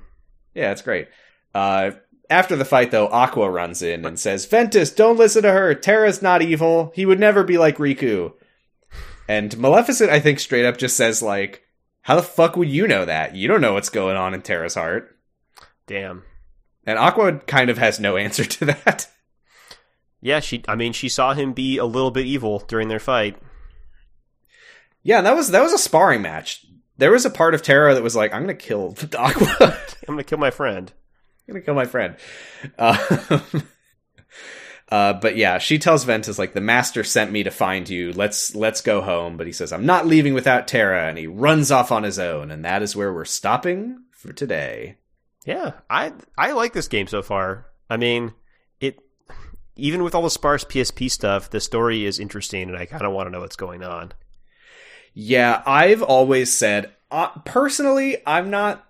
[SPEAKER 1] Yeah, it's great. Uh, after the fight, though, Aqua runs in and says, Ventus, don't listen to her. Terra's not evil. He would never be like Riku. And Maleficent, I think, straight up just says, like, how the fuck would you know that? You don't know what's going on in Terra's heart.
[SPEAKER 2] Damn.
[SPEAKER 1] And Aqua kind of has no (laughs) answer to that.
[SPEAKER 2] Yeah, she. I mean, she saw him be a little bit evil during their fight. (laughs)
[SPEAKER 1] yeah, and that was that was a sparring match. There was a part of Terra that was like, I'm gonna kill (laughs) Aqua.
[SPEAKER 2] I'm gonna kill my friend.
[SPEAKER 1] gonna kill my friend. Uh, (laughs) uh, but yeah, she tells Ventus like the master sent me to find you. Let's let's go home. But he says I'm not leaving without Terra, and he runs off on his own. And that is where we're stopping for today.
[SPEAKER 2] Yeah, I I like this game so far. I mean, it even with all the sparse PSP stuff, the story is interesting, and I kind of want to know what's going on.
[SPEAKER 1] Yeah, I've always said uh, personally, I'm not.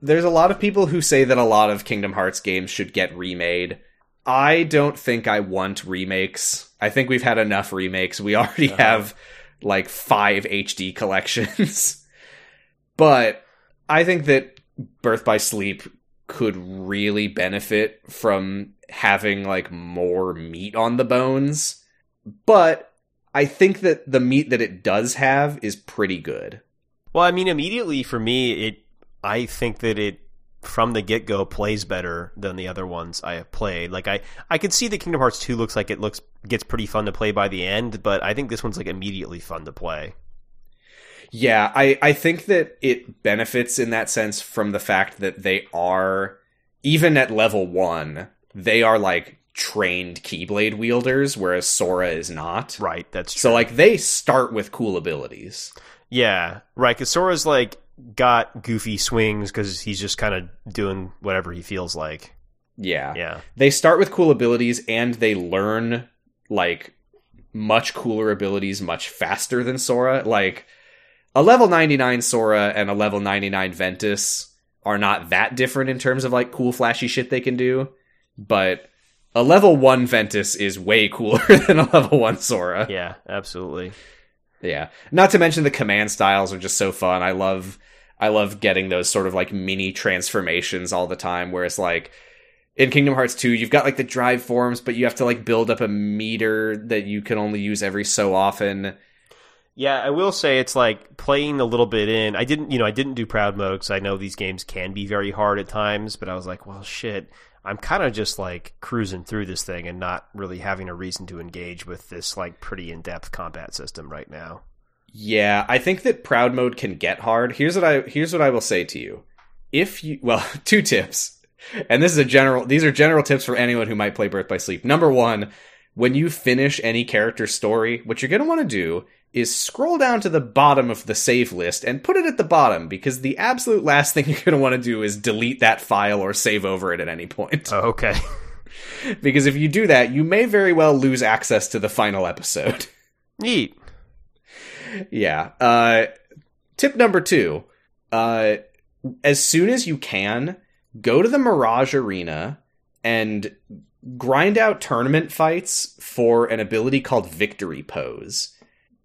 [SPEAKER 1] There's a lot of people who say that a lot of Kingdom Hearts games should get remade. I don't think I want remakes. I think we've had enough remakes. We (laughs) already have like five HD collections. (laughs) but I think that Birth by Sleep could really benefit from having like more meat on the bones. But I think that the meat that it does have is pretty good.
[SPEAKER 2] Well, I mean, immediately for me, it I think that it from the get go plays better than the other ones I have played. Like I I could see that Kingdom Hearts two looks like it looks gets pretty fun to play by the end, but I think this one's like immediately fun to play.
[SPEAKER 1] Yeah, I, I think that it benefits in that sense from the fact that they are, even at level one, they are like trained Keyblade wielders, whereas Sora is not.
[SPEAKER 2] Right, that's true.
[SPEAKER 1] So, like, they start with cool abilities.
[SPEAKER 2] Yeah, right. Because Sora's like got goofy swings because he's just kind of doing whatever he feels like.
[SPEAKER 1] Yeah.
[SPEAKER 2] Yeah,
[SPEAKER 1] They start with cool abilities and they learn, like, much cooler abilities much faster than Sora. Like, a level 99 Sora and a level 99 Ventus are not that different in terms of like cool flashy shit they can do, but a level 1 Ventus is way (laughs) cooler than a level 1 Sora.
[SPEAKER 2] yeah, absolutely.
[SPEAKER 1] Yeah. Not to mention the command styles are just so fun. I love I love getting those sort of like mini transformations all the time where it's like in Kingdom Hearts 2, you've got like the drive forms, but you have to like build up a meter that you can only use every so often.
[SPEAKER 2] Yeah, I will say it's like playing a little bit in. I didn't, you know, I didn't do proud mode because I know these games can be very hard at times. But I was like, well, shit, I'm kind of just like cruising through this thing and not really having a reason to engage with this like pretty in depth combat system right now.
[SPEAKER 1] Yeah, I think that proud mode can get hard. Here's what I here's what I will say to you. If you (laughs) well, two tips. And this is a general these are general tips for anyone who might play Birth by Sleep. Number 1, when you finish any character's story, what you're going to want to do is scroll down to the bottom of the save list and put it at the bottom because the absolute last thing (laughs) you're going to want to do is delete that file or save over it at any point.
[SPEAKER 2] Oh, okay.
[SPEAKER 1] (laughs)
[SPEAKER 2] (laughs)
[SPEAKER 1] Because if you do that, you may very well lose access to the final episode.
[SPEAKER 2] Neat.
[SPEAKER 1] yeah. Uh, tip number two: uh, as soon as you can, go to the Mirage Arena and grind out tournament fights for an ability called Victory Pose,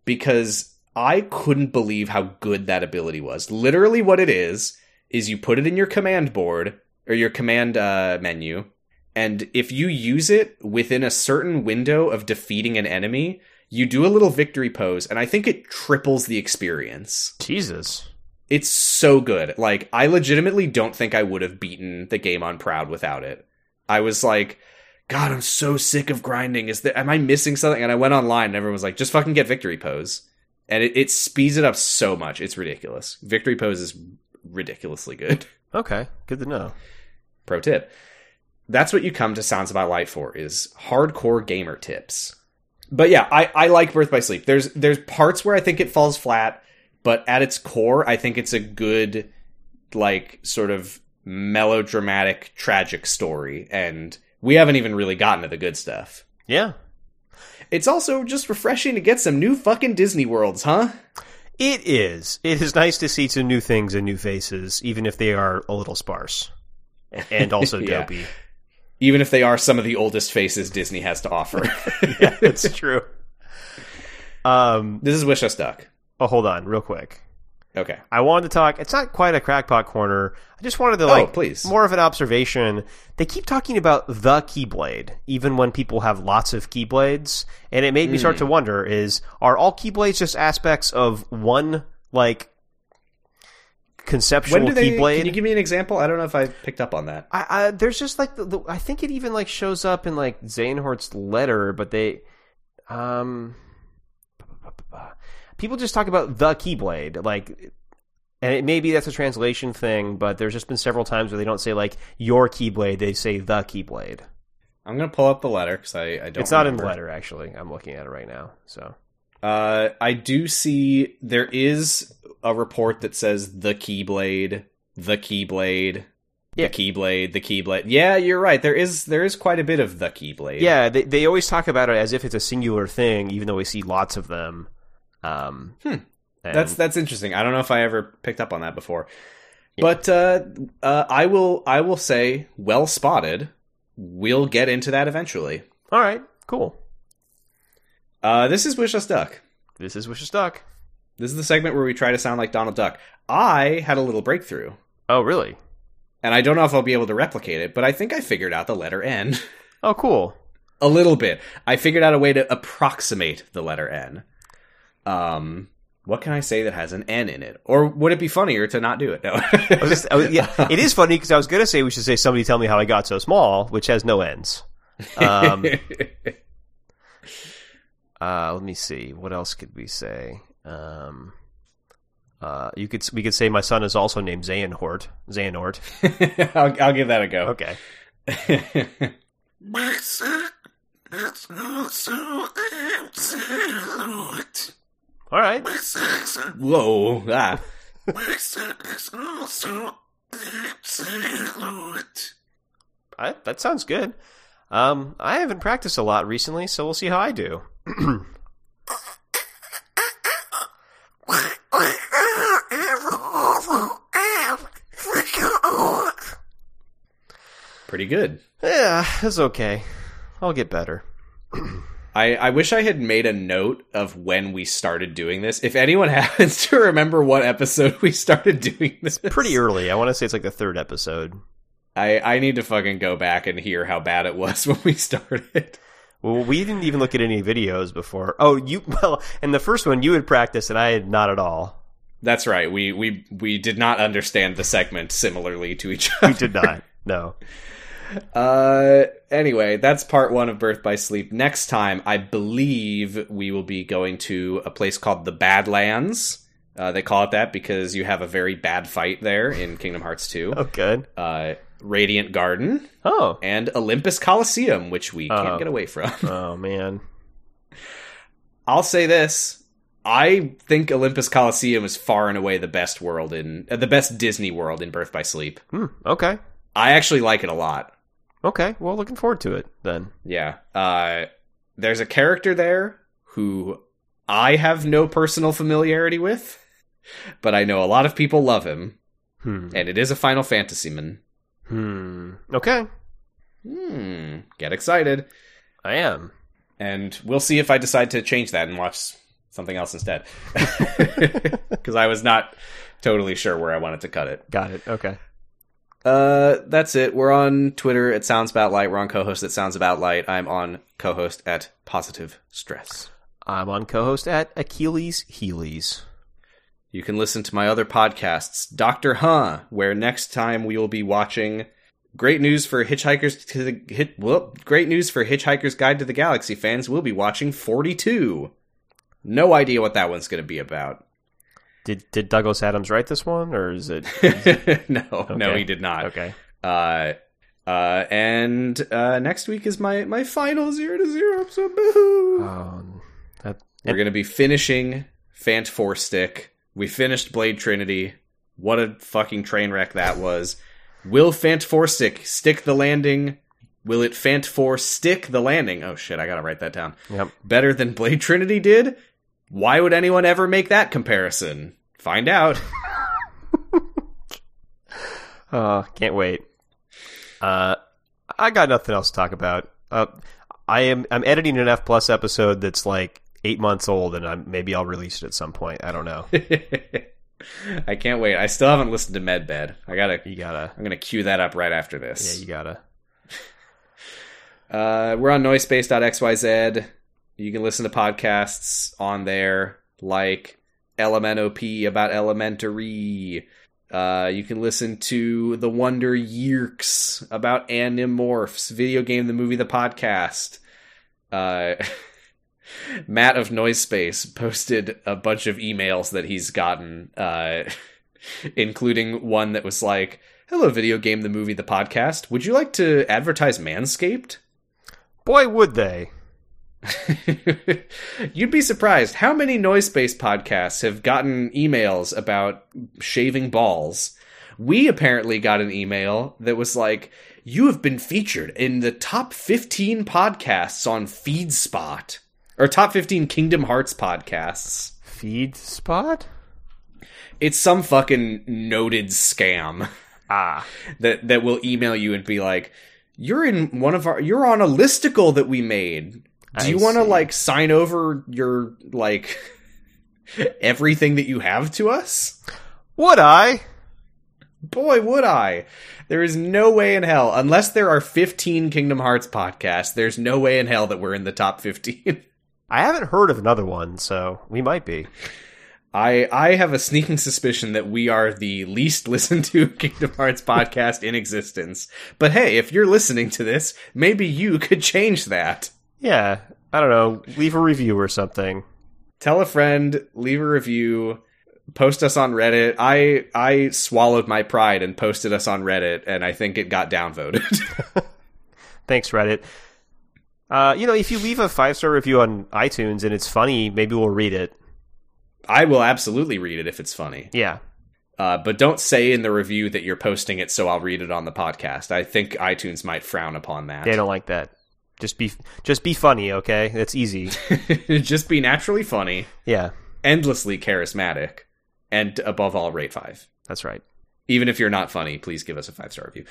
[SPEAKER 1] because I couldn't believe how good that ability was. Literally, what it is is you put it in your command board or your command uh, menu. And if you use it within a certain window of defeating an enemy, you do a little victory pose and i think it triples the experience
[SPEAKER 2] Jesus.
[SPEAKER 1] it's so good like i legitimately don't think i would have beaten the game on proud without it i was like god i'm so sick of grinding is there am i missing something and i went online and everyone was like just fucking get victory pose and it, it speeds it up so much it's ridiculous victory pose is ridiculously good
[SPEAKER 2] Okay. Good to know.
[SPEAKER 1] pro tip that's what you come to sounds about light for is hardcore gamer tips but yeah I, I like birth by sleep there's there's parts where i think it falls flat but at its core i think it's a good like sort of melodramatic tragic story and we haven't even really gotten to the good stuff
[SPEAKER 2] Yeah.
[SPEAKER 1] it's also just refreshing to get some new fucking disney worlds huh
[SPEAKER 2] It is. It is nice to see some new things and new faces, even if they are a little sparse and also
[SPEAKER 1] Yeah.
[SPEAKER 2] dopey.
[SPEAKER 1] even if they are some of the oldest faces disney has to offer
[SPEAKER 2] That's true. Um.
[SPEAKER 1] (laughs) this is wish us duck
[SPEAKER 2] Oh, hold on, real quick.
[SPEAKER 1] okay
[SPEAKER 2] I wanted to talk. It's not quite a crackpot corner. I just wanted to
[SPEAKER 1] Oh,
[SPEAKER 2] like
[SPEAKER 1] please.
[SPEAKER 2] more of an observation. They keep talking about the keyblade, even when people have lots of keyblades, and it made me
[SPEAKER 1] Hmm.
[SPEAKER 2] start to wonder: is are all keyblades just aspects of one like conceptual
[SPEAKER 1] when do they
[SPEAKER 2] keyblade?
[SPEAKER 1] can you give me an example i don't know if i picked up on that
[SPEAKER 2] I, I there's just like the, the I think it even like shows up in like Zaynhort's letter, but they um people just talk about the Keyblade like and it, maybe that's a translation thing, but there's just been several times where they don't say like your Keyblade, they say the Keyblade.
[SPEAKER 1] I'm gonna pull up the letter because I, I don't.
[SPEAKER 2] It's not in the
[SPEAKER 1] remember.
[SPEAKER 2] letter actually. I'm looking at it right now. So
[SPEAKER 1] Uh, I do see there is a report that says the Keyblade, the Keyblade,
[SPEAKER 2] Yeah.
[SPEAKER 1] the Keyblade, the Keyblade. Yeah, you're right. There is there is quite a bit of the Keyblade.
[SPEAKER 2] yeah, they they always talk about it as if it's a singular thing, even though we see lots of them. Um,
[SPEAKER 1] Hmm.
[SPEAKER 2] and-
[SPEAKER 1] that's that's interesting. I don't know if I ever picked up on that before, but uh, uh, I will I will say well spotted. We'll get into that eventually.
[SPEAKER 2] all right. Cool.
[SPEAKER 1] Uh, this is Wish Us Duck.
[SPEAKER 2] This is Wish Us Duck.
[SPEAKER 1] This is the segment where we try to sound like Donald Duck. I had a little breakthrough.
[SPEAKER 2] Oh, really?
[SPEAKER 1] and I don't know if I'll be able to replicate it, but I think I figured out the letter N (laughs)
[SPEAKER 2] Oh, cool.
[SPEAKER 1] a little bit. I figured out a way to approximate the letter N. Um, what can I say that has an N in it? Or would it be funnier to not do it? (laughs) No.
[SPEAKER 2] I was just- I was- yeah, it is funny because I was going to say we should say somebody tell me how I got so small, which has no ends.
[SPEAKER 1] (laughs)
[SPEAKER 2] Um, uh, let me see. What else could we say? Um, uh, you could s- we could say my son is also named Zanhort. Zanhort.
[SPEAKER 1] I'll, I'll give that a go.
[SPEAKER 2] Okay. All right.
[SPEAKER 1] (laughs) Whoa. Ah.
[SPEAKER 2] I, that sounds good. Um, I haven't practiced a lot recently, so we'll see how I do.
[SPEAKER 1] Pretty good.
[SPEAKER 2] Yeah, it's okay. I'll get better.
[SPEAKER 1] I, I wish I had made a note of when we started doing this. If anyone (laughs) happens to remember what episode we started doing this,
[SPEAKER 2] Pretty early. I want to say it's like the third episode.
[SPEAKER 1] I, I need to fucking go back and hear how bad it was (laughs) when we started.
[SPEAKER 2] Well, we didn't even look at any videos before. Oh, you (laughs) well, and the first one you had practiced, and I had not at all.
[SPEAKER 1] That's right. We we we did not understand the segment similarly to each
[SPEAKER 2] We
[SPEAKER 1] other.
[SPEAKER 2] did not. No.
[SPEAKER 1] (laughs) Uh, anyway, that's part one of Birth by Sleep. Next time, I believe we will be going to a place called the Badlands. Uh, they call it that because you have a very bad fight there in Kingdom Hearts 2.
[SPEAKER 2] Oh, good.
[SPEAKER 1] Uh, Radiant Garden
[SPEAKER 2] Oh.
[SPEAKER 1] and Olympus Coliseum, which we
[SPEAKER 2] Uh-huh.
[SPEAKER 1] can't get away from. (laughs)
[SPEAKER 2] Oh man.
[SPEAKER 1] I'll say this. I think Olympus Coliseum is far and away the best world in uh, the best Disney world in Birth by Sleep.
[SPEAKER 2] Hmm. Okay.
[SPEAKER 1] I actually like it a lot.
[SPEAKER 2] Okay. Well, looking forward to it then.
[SPEAKER 1] Yeah. Uh there's a character there who I have no personal familiarity with, but I know a lot of people love him,
[SPEAKER 2] Hmm.
[SPEAKER 1] and it is a Final Fantasy man.
[SPEAKER 2] Hmm. Okay.
[SPEAKER 1] Hmm. Get excited.
[SPEAKER 2] I am.
[SPEAKER 1] and we'll see if I decide to change that and watch something else instead. (laughs) Because I was not totally sure where I wanted to cut it.
[SPEAKER 2] Got it. Okay.
[SPEAKER 1] Uh, that's it. We're on Twitter at Sounds About Light. We're on co-host at Sounds About Light. I'm on co-host at Positive Stress.
[SPEAKER 2] I'm on co-host at Achilles Heelys.
[SPEAKER 1] You can listen to my other podcasts, Doctor Huh, where next time we will be watching great news for Hitchhikers to the hit. Whoop, great news for Hitchhikers Guide to the Galaxy fans. We'll be watching 42. No idea what that one's going to be about.
[SPEAKER 2] Did did Douglas Adams write this one or is it
[SPEAKER 1] (laughs) no, no,
[SPEAKER 2] Okay.
[SPEAKER 1] he did not.
[SPEAKER 2] okay?
[SPEAKER 1] Uh, uh, and uh, next week is my my final zero to zero episode. Boo!
[SPEAKER 2] Um, that
[SPEAKER 1] We're gonna be finishing Fant Four Stick. We finished Blade Trinity. What a fucking train wreck that was. Will Fant Four Stick stick the landing? Will it Fant Four stick the landing? Oh shit, I gotta write that down.
[SPEAKER 2] Yep.
[SPEAKER 1] Better than Blade Trinity did. Why would anyone ever make that comparison? Find out.
[SPEAKER 2] Uh, can't wait. Uh, I got nothing else to talk about. Uh, I am I'm editing an F plus episode that's like eight months old, and I'm, maybe I'll release it at some point. I don't know.
[SPEAKER 1] (laughs) I can't wait. I still haven't listened to Medbed. I gotta.
[SPEAKER 2] You gotta,
[SPEAKER 1] I'm gonna queue that up right after
[SPEAKER 2] yeah,
[SPEAKER 1] this.
[SPEAKER 2] you gotta.
[SPEAKER 1] uh, we're on noisepace.xyz. You can listen to podcasts on there, like LMNOP about elementary. Uh, you can listen to the Wonder Yerks about Animorphs, video game, the movie, the podcast. Uh, (laughs) Matt of Noise Space posted a bunch of emails that he's gotten, uh, (laughs) including one that was like, "Hello, video game, the movie, the podcast. Would you like to advertise Manscaped?"
[SPEAKER 2] Boy, would they?
[SPEAKER 1] (laughs) You'd be surprised how many noise based podcasts have gotten emails about shaving balls. We apparently got an email that was like, You have been featured in the top 15 podcasts on FeedSpot, or top 15 Kingdom Hearts podcasts.
[SPEAKER 2] Feed spot?
[SPEAKER 1] It's some fucking noted scam
[SPEAKER 2] Ah,
[SPEAKER 1] that, that will email you and be like, you're in one of our you're on a listicle that we made. Do
[SPEAKER 2] I
[SPEAKER 1] you want to
[SPEAKER 2] see.
[SPEAKER 1] like sign over your like (laughs) everything that you have to us?
[SPEAKER 2] would I?
[SPEAKER 1] Boy, would I. There is no way in hell unless there are 15 Kingdom Hearts podcasts, there's no way in hell that we're in the top 15.
[SPEAKER 2] I haven't heard of another one, so we might be.
[SPEAKER 1] (laughs) I I have a sneaking suspicion that we are the least (laughs) listened to Kingdom Hearts podcast in existence. But hey, if you're listening to this, maybe you could change that.
[SPEAKER 2] Yeah, I don't know. Leave a review or something.
[SPEAKER 1] tell a friend leave a review post us on reddit i i swallowed my pride and posted us on reddit and i think it got downvoted (laughs)
[SPEAKER 2] Thanks, Reddit. Uh, you know, if you leave a five star review on iTunes and it's funny, maybe we'll read it.
[SPEAKER 1] i will absolutely read it if it's funny
[SPEAKER 2] Yeah,
[SPEAKER 1] uh, but don't say in the review that you're posting it so i'll read it on the podcast i think itunes might frown upon that
[SPEAKER 2] They don't like that. Just be just be funny, okay? That's easy.
[SPEAKER 1] (laughs)
[SPEAKER 2] (laughs)
[SPEAKER 1] just be naturally funny
[SPEAKER 2] Yeah,
[SPEAKER 1] endlessly charismatic and above all rate five
[SPEAKER 2] that's right.
[SPEAKER 1] even if you're not funny please give us a five star review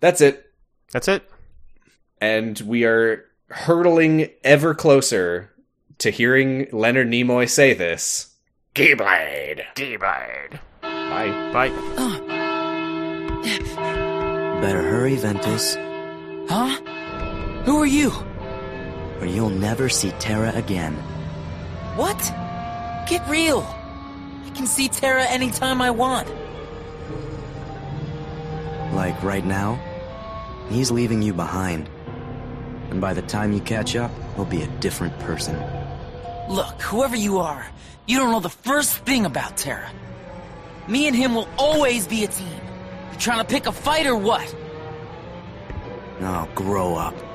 [SPEAKER 1] that's it
[SPEAKER 2] That's it.
[SPEAKER 1] and we are hurtling ever closer to hearing Leonard Nimoy say this.
[SPEAKER 3] Keyblade.
[SPEAKER 1] Bye.
[SPEAKER 2] Bye.
[SPEAKER 8] Better hurry, Ventus,
[SPEAKER 7] Huh? Who are you?
[SPEAKER 8] or you'll never see Terra again.
[SPEAKER 7] What? Get real. I can see Terra anytime I want.
[SPEAKER 8] Like right now? He's leaving you behind. And by the time you catch up, he'll be a different person.
[SPEAKER 7] Look, whoever you are, you don't know the first thing about Terra. Me and him will always be a team. You trying to pick a fight or what?
[SPEAKER 8] Oh, grow up.